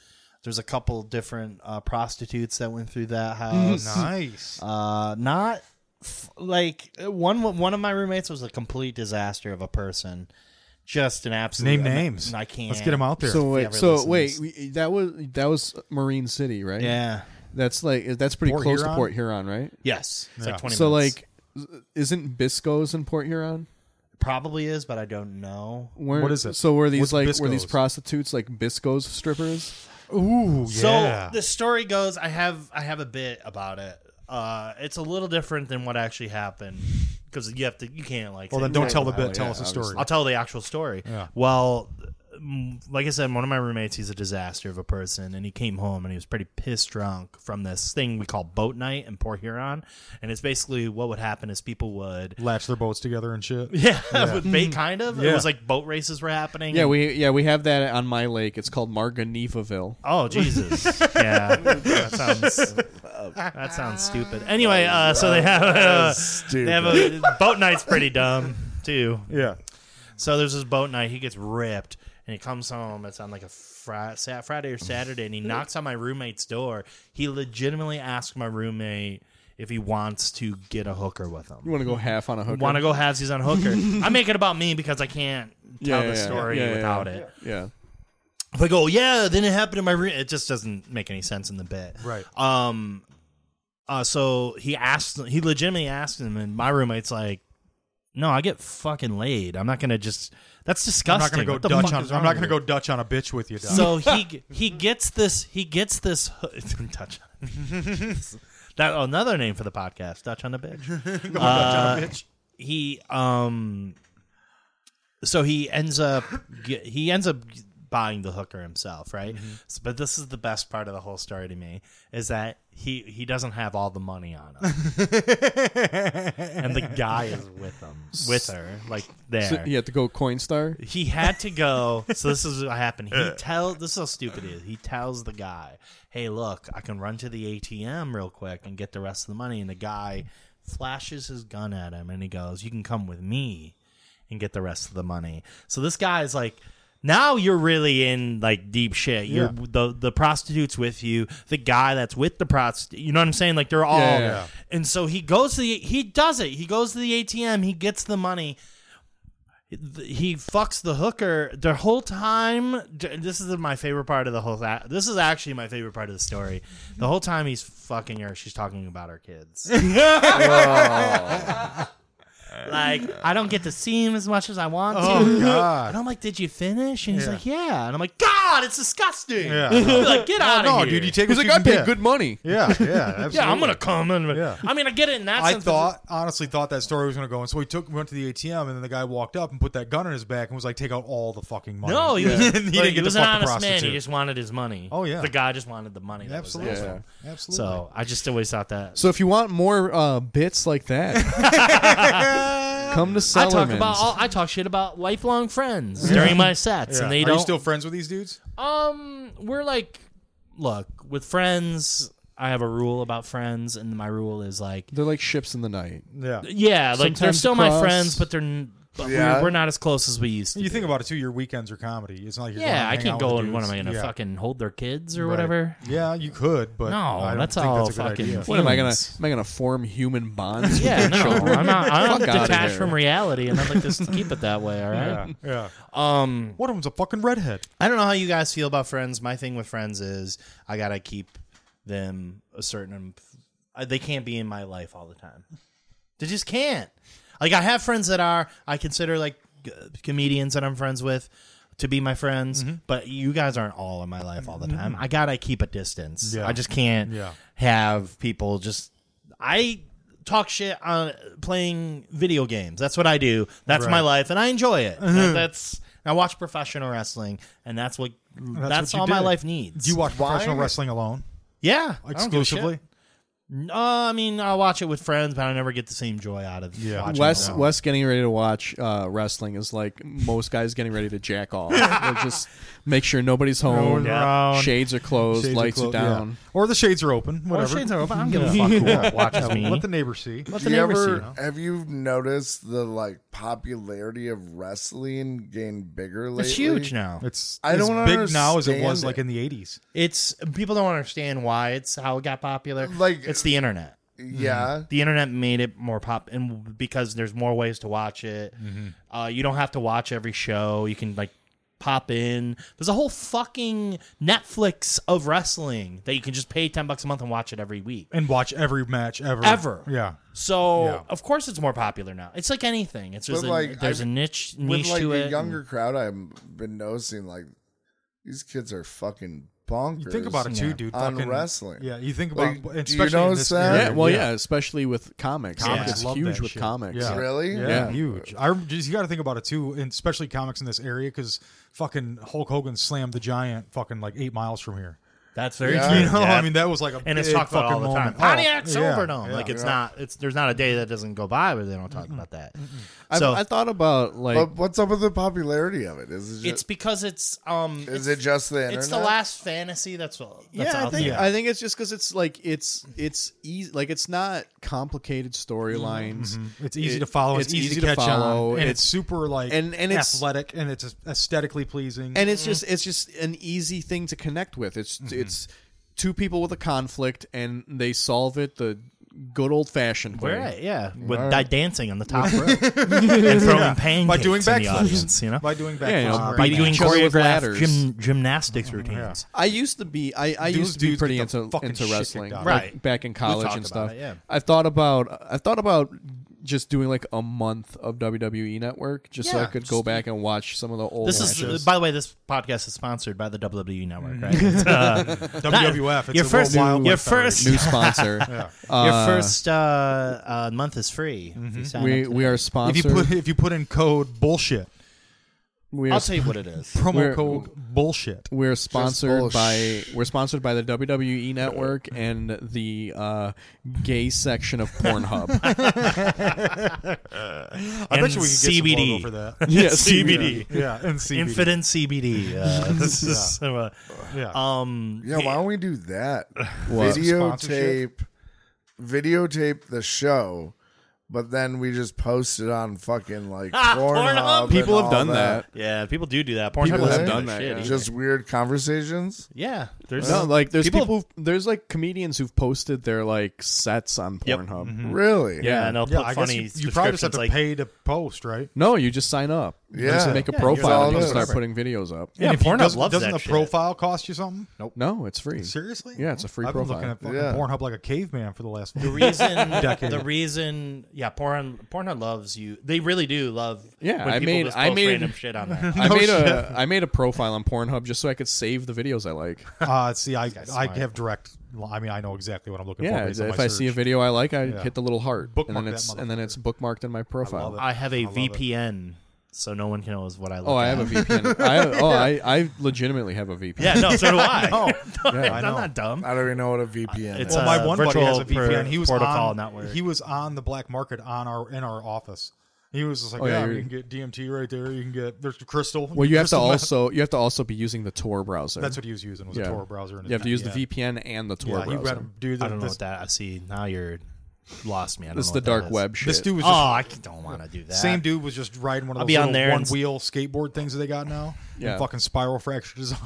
Speaker 4: there's a couple different uh, prostitutes that went through
Speaker 2: *laughs*
Speaker 4: that house.
Speaker 2: Nice.
Speaker 4: Uh, not f- like one one of my roommates was a complete disaster of a person. Just an absolute
Speaker 2: Name
Speaker 4: I mean,
Speaker 2: names.
Speaker 4: I can't.
Speaker 2: Let's get them out there.
Speaker 1: So
Speaker 4: he
Speaker 1: wait,
Speaker 4: ever
Speaker 1: so
Speaker 4: listens.
Speaker 1: wait, we, that was that was Marine City, right?
Speaker 4: Yeah.
Speaker 1: that's like that's pretty
Speaker 2: Port
Speaker 1: close
Speaker 2: Huron?
Speaker 1: to Port Huron, right?
Speaker 4: Yes. It's
Speaker 2: Yeah.
Speaker 4: like twenty.
Speaker 1: So
Speaker 4: minutes.
Speaker 1: like, isn't Biscoes in Port Huron?
Speaker 4: probably is, but I don't know.
Speaker 1: Where,
Speaker 2: What is it?
Speaker 1: So were these
Speaker 2: What's
Speaker 1: like were these
Speaker 2: Biscoes?
Speaker 1: prostitutes like Biscoes strippers?
Speaker 2: Ooh, yeah.
Speaker 4: So the story goes, I have I have a bit about it. Uh, it's a little different than what actually happened because you have to you can't like.
Speaker 2: well,
Speaker 4: say-
Speaker 2: then don't tell the
Speaker 1: Oh,
Speaker 2: bit. Tell
Speaker 1: yeah,
Speaker 2: us the
Speaker 1: obviously.
Speaker 2: story.
Speaker 4: I'll tell the actual story.
Speaker 2: Yeah.
Speaker 4: Well, mm, like I said, one of my roommates, he's a disaster of a person, and he came home and he was pretty pissed drunk from this thing we call boat night in Port Huron, and it's basically what would happen is people would. *laughs*
Speaker 2: Latch their boats together and shit.
Speaker 4: Yeah, *laughs* would ba- kind of. It
Speaker 2: Yeah.
Speaker 4: was like boat races were happening.
Speaker 1: Yeah, we yeah we have that on my lake. It's called Marganifaville.
Speaker 4: Oh Jesus! yeah, that sounds that sounds stupid. Anyway, uh, so they have uh,
Speaker 3: Stupid.
Speaker 4: they have a boat night's pretty dumb too.
Speaker 2: Yeah.
Speaker 4: So there's this boat night. He gets ripped, and he comes home. It's on like a Friday, Friday or Saturday, and he knocks on my roommate's door. He legitimately asks my roommate if he wants to get a hooker with him.
Speaker 1: You want to go half on a hooker?
Speaker 4: Want to go halvesies
Speaker 1: *laughs*
Speaker 4: on hooker? I make it about me because I can't
Speaker 1: Yeah,
Speaker 4: tell
Speaker 1: yeah,
Speaker 4: the
Speaker 1: yeah.
Speaker 4: story
Speaker 1: Yeah, yeah,
Speaker 4: without
Speaker 1: yeah.
Speaker 4: it.
Speaker 1: Yeah.
Speaker 4: If I go, yeah, then it happened in my room. It just doesn't make any sense in the bit.
Speaker 2: Right.
Speaker 4: Um. Uh. So he asked. He legitimately asked him, and my roommate's like, "No, I get fucking laid. I'm not gonna just. That's
Speaker 2: *laughs* I'm not
Speaker 4: disgusting.
Speaker 2: gonna go
Speaker 4: What the
Speaker 2: Dutch
Speaker 4: fuck
Speaker 2: on.
Speaker 4: is
Speaker 2: I'm
Speaker 4: wrong
Speaker 2: not
Speaker 4: with
Speaker 2: gonna
Speaker 4: you?"
Speaker 2: go Dutch on a bitch with you. Doc.
Speaker 4: So he he gets this. He gets this. *laughs* hoo- Dutch. that another name for the podcast. Dutch on
Speaker 2: *laughs*
Speaker 4: the bitch Uh,
Speaker 2: Come on, Dutch on a bitch.
Speaker 4: he um so he ends up ge- he ends up buying the hooker himself right
Speaker 2: Mm-hmm.
Speaker 4: S- but this is the best part of the whole story to me is that he he doesn't have all the money on
Speaker 2: *laughs*
Speaker 4: him and the guy is with him with her like there
Speaker 1: So you had to go Coinstar.
Speaker 4: he had to go. So this is
Speaker 1: *laughs*
Speaker 4: what happened. He tell this is how stupid it is. He tells the guy, "Hey, look, I can run to the ATM real quick and get the rest of the money." And the guy flashes his gun at him, and he goes, "You can come with me and get the rest of the money." So this guy is like. Now you're really in like deep shit. You're
Speaker 2: Yeah.
Speaker 4: the the prostitutes with you, the guy that's with the prostitute. You know what I'm saying? Like they're all
Speaker 1: Yeah, yeah, yeah.
Speaker 4: and so he goes to the he does it. He goes to the ATM. He gets the money. He fucks the hooker the whole time. This is my favorite part of the whole. This is actually my favorite part of the story. The whole time he's fucking her, she's talking about
Speaker 2: *laughs*
Speaker 4: her kids. like I don't get to see him as much as I want to.
Speaker 2: Oh *laughs* God.
Speaker 4: And I'm like, did you finish? And he's
Speaker 2: Yeah.
Speaker 4: like, yeah. And I'm like, God, it's disgusting.
Speaker 2: Yeah. Oh, *laughs*
Speaker 4: like, get out of
Speaker 2: no,
Speaker 4: here.
Speaker 2: dude, you take
Speaker 1: He's
Speaker 2: what
Speaker 1: like,
Speaker 2: you
Speaker 1: I
Speaker 2: can
Speaker 1: paid
Speaker 2: get.
Speaker 1: good money.
Speaker 2: *laughs* Yeah, yeah, absolutely.
Speaker 4: yeah, I'm gonna come. And,
Speaker 2: Yeah.
Speaker 4: I mean, I get it in that
Speaker 2: I
Speaker 4: sense.
Speaker 2: thought, honestly, thought that story was gonna go, and so we took, we went to the ATM, and then the guy walked up and put that gun in his back and was like, "Take out all the fucking money." *laughs*
Speaker 4: No, he, was,
Speaker 2: he
Speaker 4: like,
Speaker 2: didn't
Speaker 4: he
Speaker 2: get
Speaker 4: was
Speaker 2: to fuck
Speaker 4: an
Speaker 2: the
Speaker 4: honest man. He
Speaker 2: prostitute.
Speaker 4: just wanted his money.
Speaker 2: Oh, yeah.
Speaker 4: the guy just wanted the money. That
Speaker 2: absolutely,
Speaker 4: Was there.
Speaker 1: Yeah.
Speaker 2: absolutely.
Speaker 4: So I just always thought that.
Speaker 1: So if you want more uh, bits like
Speaker 4: *laughs*
Speaker 1: that, come to
Speaker 4: I talk
Speaker 1: Sellerman's.
Speaker 4: about all, I talk shit about lifelong friends during my sets,
Speaker 2: Yeah.
Speaker 4: and they
Speaker 2: are
Speaker 4: don't.
Speaker 2: you still friends with these dudes?
Speaker 4: um, we're like, look with friends. I have a rule about friends, and my rule is like,
Speaker 1: They're like ships in the night.
Speaker 2: Yeah.
Speaker 4: yeah, like they're
Speaker 1: Sometimes
Speaker 4: still my
Speaker 1: cross.
Speaker 4: friends, but they're n- but
Speaker 3: Yeah.
Speaker 4: we're, we're not as close as we used to.
Speaker 2: You think
Speaker 4: be.
Speaker 2: about it too. Your weekends are comedy. It's not like you're going
Speaker 4: yeah,
Speaker 2: to
Speaker 4: I
Speaker 2: hang
Speaker 4: can't
Speaker 2: out with
Speaker 4: go
Speaker 2: the
Speaker 4: and what am
Speaker 2: dudes.
Speaker 4: I gonna
Speaker 2: Yeah.
Speaker 4: fucking hold their kids or
Speaker 2: Right. *laughs*
Speaker 4: whatever?
Speaker 2: Yeah, you could, but
Speaker 4: No,
Speaker 2: I don't
Speaker 4: that's
Speaker 2: think
Speaker 4: all
Speaker 2: that's a good
Speaker 4: fucking
Speaker 2: idea.
Speaker 4: fu-
Speaker 1: What am I gonna?
Speaker 4: Humans.
Speaker 1: Am I gonna form human
Speaker 2: *laughs*
Speaker 1: bonds?
Speaker 4: Yeah,
Speaker 1: with
Speaker 4: no,
Speaker 1: children?
Speaker 4: I'm not.
Speaker 1: *laughs*
Speaker 4: I'm
Speaker 1: Fuck outta
Speaker 4: detached
Speaker 1: here.
Speaker 4: from reality, and I'd like this to keep it that way. All
Speaker 2: Yeah,
Speaker 4: right.
Speaker 2: *laughs* yeah.
Speaker 4: Um,
Speaker 2: One of them's a fucking redhead.
Speaker 4: I don't know how you guys feel about friends. My thing with friends is I gotta keep them a certain. uh, They can't be in my life all the time. They just can't. Like I have friends that are. I consider like g- comedians that I'm friends with to be my friends, but you guys aren't all in my life all the time. I gotta keep a distance.
Speaker 2: Yeah.
Speaker 4: I just can't
Speaker 2: Yeah.
Speaker 4: have people just. I talk shit on playing video games. That's what I do. That's
Speaker 2: Right.
Speaker 4: my life, and I enjoy
Speaker 2: *laughs*
Speaker 4: it. That- that's I watch professional wrestling, and that's what that's,
Speaker 2: what you
Speaker 4: all my
Speaker 2: did.
Speaker 4: life needs.
Speaker 2: Do you watch professional
Speaker 3: Why?
Speaker 2: wrestling alone
Speaker 4: yeah, I don't give a shit.
Speaker 2: exclusively?
Speaker 4: No, I mean I'll watch it with friends, but I never get the same joy out of
Speaker 2: Yeah.
Speaker 4: watching
Speaker 1: Wes
Speaker 4: it.
Speaker 1: Wes getting ready to watch uh, wrestling is like most guys getting ready to jack
Speaker 2: *laughs*
Speaker 1: off. They just make sure nobody's home.
Speaker 2: Yeah. around.
Speaker 1: Shades are closed,
Speaker 2: Shades are
Speaker 1: lights are,
Speaker 2: clo- yeah.
Speaker 1: down.
Speaker 2: Or the shades are open. Whatever.
Speaker 4: shades are open. I don't give a fuck who watches me.
Speaker 2: Let the neighbors see.
Speaker 4: Let
Speaker 3: Do
Speaker 4: the
Speaker 3: you
Speaker 4: neighbors see.
Speaker 3: ever, have you noticed the like popularity of wrestling gain bigger lately?
Speaker 4: It's huge now.
Speaker 2: It's
Speaker 3: I
Speaker 2: as
Speaker 3: don't
Speaker 2: big now as it
Speaker 3: understand
Speaker 2: was
Speaker 3: it.
Speaker 2: like in the eighties.
Speaker 4: It's people don't understand why it's how it got popular.
Speaker 3: Like-
Speaker 4: it's the internet.
Speaker 3: Yeah.
Speaker 4: The internet made it more pop, and because there's more ways to watch it,
Speaker 2: Mm-hmm.
Speaker 4: uh, you don't have to watch every show. You can like pop in. There's a whole fucking Netflix of wrestling that you can just pay ten bucks a month and watch it every week.
Speaker 2: And watch every match ever.
Speaker 4: Ever.
Speaker 2: Yeah.
Speaker 4: So
Speaker 2: Yeah.
Speaker 4: of course it's more popular now. It's like anything. It's just
Speaker 3: But,
Speaker 4: a-
Speaker 3: like,
Speaker 4: there's
Speaker 3: I've-
Speaker 4: a niche
Speaker 3: With
Speaker 4: niche
Speaker 3: like
Speaker 4: to
Speaker 3: the
Speaker 4: it.
Speaker 3: younger crowd, I've been noticing like these kids are fucking bonkers.
Speaker 2: You think about it too,
Speaker 4: Yeah.
Speaker 2: dude.
Speaker 3: On
Speaker 2: fucking-
Speaker 3: wrestling.
Speaker 2: Yeah, you think
Speaker 3: Like,
Speaker 2: about
Speaker 3: do you
Speaker 2: especially in
Speaker 3: notice
Speaker 2: this
Speaker 3: that?
Speaker 2: era.
Speaker 1: Yeah, well, yeah, especially with comics.
Speaker 4: Comics
Speaker 1: it's
Speaker 2: love
Speaker 1: huge
Speaker 2: that
Speaker 1: with
Speaker 2: shit.
Speaker 1: comics.
Speaker 2: Yeah.
Speaker 3: Really?
Speaker 2: Yeah,
Speaker 1: Yeah.
Speaker 2: huge. I rem- just you got to think about it too, and especially comics in this area because fucking Hulk Hogan slammed the giant fucking like eight miles from here.
Speaker 4: That's very
Speaker 1: Uh,
Speaker 3: Yeah.
Speaker 2: *laughs*
Speaker 4: true.
Speaker 2: You know,
Speaker 4: Yeah.
Speaker 2: I mean that was like a
Speaker 4: and it's
Speaker 2: big
Speaker 4: talked about
Speaker 2: fucking
Speaker 4: all the
Speaker 2: moment.
Speaker 4: time. Pontiac
Speaker 2: oh, yeah,
Speaker 4: Silverdome,
Speaker 2: yeah.
Speaker 4: like it's not, it's there's not a day that doesn't go by where they don't talk about that.
Speaker 1: I,
Speaker 4: So
Speaker 1: I thought about like
Speaker 3: But what's up with the popularity of it? Is it
Speaker 4: it's
Speaker 3: just,
Speaker 4: because it's um,
Speaker 3: is
Speaker 4: it's,
Speaker 3: it just the internet?
Speaker 4: it's the last fantasy that's all. That's
Speaker 1: yeah, I
Speaker 4: out
Speaker 1: think
Speaker 4: there.
Speaker 1: I think it's just because it's like it's it's easy, like it's not complicated storylines.
Speaker 2: Mm-hmm. It's easy
Speaker 1: It-
Speaker 2: to follow. It's, easy, to catch
Speaker 1: follow,
Speaker 2: on, and it's,
Speaker 1: it's-
Speaker 2: super like
Speaker 1: and- and it's-
Speaker 2: athletic, and it's aesthetically pleasing.
Speaker 1: and it's just it's just an easy thing to connect with. It's
Speaker 4: Mm-hmm.
Speaker 1: it's two people with a conflict and they solve it the good old fashioned way.
Speaker 4: Right, yeah, with that dancing on
Speaker 2: *laughs*
Speaker 4: the top row and throwing pancakes
Speaker 2: by doing
Speaker 4: in the
Speaker 2: backflips,
Speaker 4: audience, you know, Uh,
Speaker 2: by doing backflips,
Speaker 1: Yeah, you know,
Speaker 2: on
Speaker 4: by
Speaker 2: the
Speaker 1: beating
Speaker 4: doing
Speaker 1: each other with
Speaker 4: choreographed
Speaker 1: ladders.
Speaker 4: gym, gymnastics routines.
Speaker 1: I used to be I, I
Speaker 2: Dudes-
Speaker 1: used to be
Speaker 2: dudes
Speaker 1: pretty
Speaker 2: get the
Speaker 1: into
Speaker 2: fucking
Speaker 1: into
Speaker 2: shit kicked
Speaker 1: wrestling
Speaker 2: out of
Speaker 1: like,
Speaker 4: them. Right.
Speaker 1: back in college
Speaker 4: talked
Speaker 1: and
Speaker 4: about
Speaker 1: stuff.
Speaker 4: it, yeah.
Speaker 1: I thought about I thought about just doing like a month of WWE Network just so I
Speaker 4: Yeah,
Speaker 1: could go back and watch some of the old
Speaker 4: This
Speaker 1: matches.
Speaker 4: is, by the way, this podcast is sponsored by the WWE Network, right?
Speaker 2: Mm-hmm.
Speaker 4: It's, uh,
Speaker 2: *laughs* WWF. It's
Speaker 4: your
Speaker 2: a
Speaker 4: first,
Speaker 2: worldwide
Speaker 4: your
Speaker 2: website.
Speaker 4: first,
Speaker 1: new
Speaker 4: *laughs*
Speaker 1: sponsor.
Speaker 4: your
Speaker 1: Uh,
Speaker 4: first uh, uh, month is free. if you
Speaker 2: mm-hmm.
Speaker 4: sign up
Speaker 1: we
Speaker 4: today.
Speaker 1: we are
Speaker 2: If you
Speaker 1: sponsored.
Speaker 2: put if you put in code bullshit,
Speaker 1: we
Speaker 4: I'll
Speaker 1: are,
Speaker 4: tell you what it is.
Speaker 2: promo
Speaker 1: We're-
Speaker 2: code bullshit.
Speaker 1: we're sponsored
Speaker 3: bullsh-
Speaker 1: by we're sponsored by the WWE Network and the uh, gay section of Pornhub.
Speaker 2: *laughs* I bet you we could get some
Speaker 4: CBD.
Speaker 2: logo
Speaker 4: *laughs*
Speaker 1: *laughs*
Speaker 2: for that.
Speaker 1: yeah,
Speaker 4: CBD.
Speaker 2: yeah, and CBD.
Speaker 4: Infinite CBD.
Speaker 2: *laughs*
Speaker 4: Uh, this is uh,
Speaker 2: Yeah.
Speaker 4: um
Speaker 3: yeah, why don't we do that?
Speaker 1: What?
Speaker 3: Videotape videotape the show, but then we just post it on fucking like
Speaker 4: Pornhub.
Speaker 3: Pornhub. and
Speaker 1: People have
Speaker 3: all
Speaker 1: done that.
Speaker 4: yeah, people do do that. Pornhub
Speaker 3: People
Speaker 4: doesn't
Speaker 3: have
Speaker 4: do
Speaker 1: done that, yeah.
Speaker 4: either.
Speaker 3: Just weird conversations.
Speaker 4: yeah, there's
Speaker 1: No, like there's
Speaker 4: People-
Speaker 1: people, who've, there's like comedians who've posted their like sets on
Speaker 4: Yep.
Speaker 1: Pornhub.
Speaker 3: Mm-hmm. Really?
Speaker 4: yeah, and they'll
Speaker 2: yeah,
Speaker 4: put
Speaker 2: I guess
Speaker 4: funny
Speaker 2: you, you probably just have
Speaker 4: descriptions
Speaker 2: to
Speaker 4: like
Speaker 2: pay to post, right?
Speaker 1: No, you just sign up.
Speaker 3: Yeah.
Speaker 1: Just make a
Speaker 3: Yeah,
Speaker 1: profile
Speaker 3: all
Speaker 1: and
Speaker 3: it
Speaker 1: you
Speaker 3: is.
Speaker 1: start putting videos up.
Speaker 4: Yeah,
Speaker 2: And if you-
Speaker 4: Pornhub
Speaker 2: doesn't,
Speaker 4: loves
Speaker 2: doesn't
Speaker 4: that
Speaker 2: the
Speaker 4: shit.
Speaker 2: profile cost you something? Nope.
Speaker 1: No, it's free.
Speaker 2: Seriously?
Speaker 1: Yeah, it's a free
Speaker 2: I've
Speaker 1: profile.
Speaker 2: been looking at fucking
Speaker 3: Yeah.
Speaker 2: Pornhub like a caveman for the last
Speaker 4: the
Speaker 2: fucking
Speaker 4: reason
Speaker 2: Decade.
Speaker 4: the reason yeah porn Pornhub loves you. They really do love
Speaker 1: Yeah,
Speaker 4: when
Speaker 1: I
Speaker 4: people
Speaker 1: made-
Speaker 4: just
Speaker 1: I
Speaker 4: post
Speaker 1: made-
Speaker 4: random shit on there.
Speaker 1: I made a I made a profile on Pornhub just so I could save the videos I like.
Speaker 2: *laughs* Uh, see, I I have direct. I mean, I know exactly what I'm looking for.
Speaker 1: Yeah,
Speaker 2: based on
Speaker 1: if
Speaker 2: my
Speaker 1: I see a
Speaker 2: search.
Speaker 1: video I like, I hit the little heart,
Speaker 2: Bookmark
Speaker 1: and
Speaker 2: that
Speaker 1: then it's and
Speaker 2: motherfucker.
Speaker 1: then it's bookmarked in my profile.
Speaker 2: it.
Speaker 4: I have a
Speaker 2: love it.
Speaker 4: VPN, so no one can knows what I look.
Speaker 1: Oh, I
Speaker 4: at.
Speaker 1: have a VPN. I have, oh, I, I legitimately have a VPN.
Speaker 4: *laughs* yeah, no, so do I. *laughs*
Speaker 2: No, I
Speaker 4: I'm
Speaker 2: know.
Speaker 4: not dumb.
Speaker 3: I don't even know what a VPN
Speaker 4: It's
Speaker 3: is.
Speaker 2: well,
Speaker 4: a
Speaker 2: my
Speaker 1: uh,
Speaker 2: one buddy has a
Speaker 4: virtual
Speaker 2: VPN. He was
Speaker 4: protocol
Speaker 2: on
Speaker 4: network.
Speaker 2: He was on the black market on our in our office. He was just like,
Speaker 1: Oh, yeah,
Speaker 2: yeah,
Speaker 1: you're-
Speaker 2: you can get DMT right there. You can get there's crystal.
Speaker 1: Well, you have to
Speaker 2: crystal meth."
Speaker 1: also you have to also be using the Tor browser.
Speaker 2: That's what he was using was
Speaker 1: Yeah.
Speaker 2: a Tor browser. And
Speaker 1: you have to use the
Speaker 2: VPN.
Speaker 1: VPN and the Tor
Speaker 2: Yeah, he
Speaker 1: browser.
Speaker 2: read him, dude.
Speaker 4: I don't know
Speaker 2: this,
Speaker 4: what that. I see now you're lost me. I don't
Speaker 1: It's
Speaker 4: know
Speaker 1: the
Speaker 4: what that
Speaker 1: dark
Speaker 4: is.
Speaker 1: web shit.
Speaker 2: This dude was
Speaker 4: Oh,
Speaker 2: just
Speaker 4: I don't want to do that.
Speaker 2: Same dude was just riding one of
Speaker 4: I'll
Speaker 2: those
Speaker 4: be on
Speaker 2: little
Speaker 4: there
Speaker 2: one
Speaker 4: and-
Speaker 2: wheel skateboard things that they got now.
Speaker 1: Yeah.
Speaker 2: And fucking spiral fractured his *laughs* arm.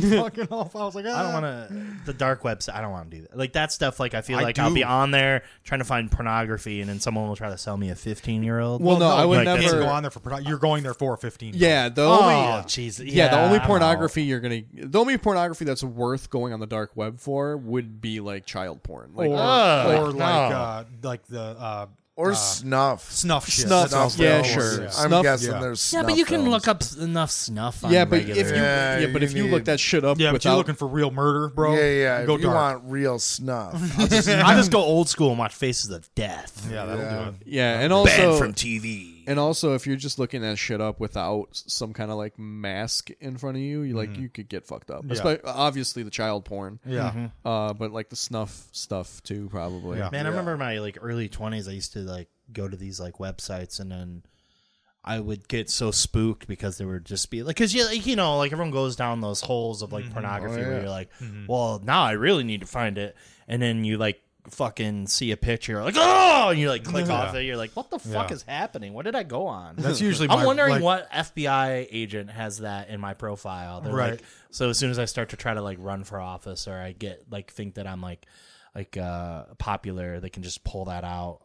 Speaker 2: fucking off. I was like,
Speaker 4: I don't
Speaker 2: "Ah."
Speaker 4: want to the dark web. I don't want to do that. Like that stuff. Like I feel
Speaker 2: I
Speaker 4: like I'll
Speaker 2: do.
Speaker 4: be on there trying to find pornography, and then someone will try to sell me a fifteen year old.
Speaker 1: Well, no, I would
Speaker 2: you
Speaker 4: like,
Speaker 2: can't
Speaker 1: never-
Speaker 2: go on there for produ- You're going there for a 15.
Speaker 1: yeah, the
Speaker 4: *laughs* Oh,
Speaker 1: only
Speaker 4: jeez.
Speaker 1: yeah, the only
Speaker 4: I don't
Speaker 1: pornography you're gonna the only pornography that's worth going on the dark web for would be like child porn. Like,
Speaker 2: Or,
Speaker 4: Ugh,
Speaker 2: or like,
Speaker 4: no.
Speaker 2: uh, like the uh,
Speaker 3: or snuff.
Speaker 2: snuff shit.
Speaker 1: Snuff,
Speaker 2: That's
Speaker 3: Snuff
Speaker 2: all
Speaker 1: yeah,
Speaker 3: films.
Speaker 2: it was.
Speaker 1: sure.
Speaker 2: Yeah.
Speaker 3: I'm
Speaker 1: Snuff-
Speaker 3: guessing
Speaker 2: yeah.
Speaker 3: there's
Speaker 4: know. Yeah,
Speaker 3: snuff
Speaker 4: but you can
Speaker 3: films.
Speaker 4: look up s- enough snuff. On
Speaker 1: yeah, but
Speaker 4: regular.
Speaker 1: if you
Speaker 4: *laughs*
Speaker 3: Yeah,
Speaker 1: yeah, but
Speaker 3: you
Speaker 1: if you
Speaker 3: need-
Speaker 1: look that shit up
Speaker 2: Yeah, but
Speaker 1: without
Speaker 2: you're looking for real murder, bro.
Speaker 3: Yeah, yeah.
Speaker 2: Go
Speaker 3: if you
Speaker 2: dark.
Speaker 3: want real
Speaker 2: *laughs*
Speaker 3: snuff,
Speaker 1: *laughs*
Speaker 4: I just go old school and watch Faces of Death.
Speaker 2: yeah, that'll do it.
Speaker 1: yeah, and also
Speaker 4: TV.
Speaker 1: And also, if you're just looking at shit up without s- some kind of like mask in front of you, you
Speaker 4: Mm-hmm.
Speaker 1: like you could get fucked up. Espe- obviously, the child porn,
Speaker 2: Yeah.
Speaker 4: Mm-hmm.
Speaker 1: uh, but like the snuff stuff too, probably.
Speaker 2: Yeah.
Speaker 4: Man, I remember my like early twenties. I used to like go to these like websites, and then I would get so spooked because there would just be like, because you like, you know, like everyone goes down those holes of like pornography where you're like, well, now I really need to find it, and then you like fucking see a picture, like oh, and you like click off it. You're like, what the fuck
Speaker 2: Yeah.
Speaker 4: is happening? What did I go on?
Speaker 2: That's usually
Speaker 4: I'm
Speaker 2: my-
Speaker 4: wondering
Speaker 2: like-
Speaker 4: what FBI agent has that in my profile. They're
Speaker 2: Right.
Speaker 4: like, so as soon as I start to try to like run for office or I get like think that I'm like like uh popular, they can just pull that out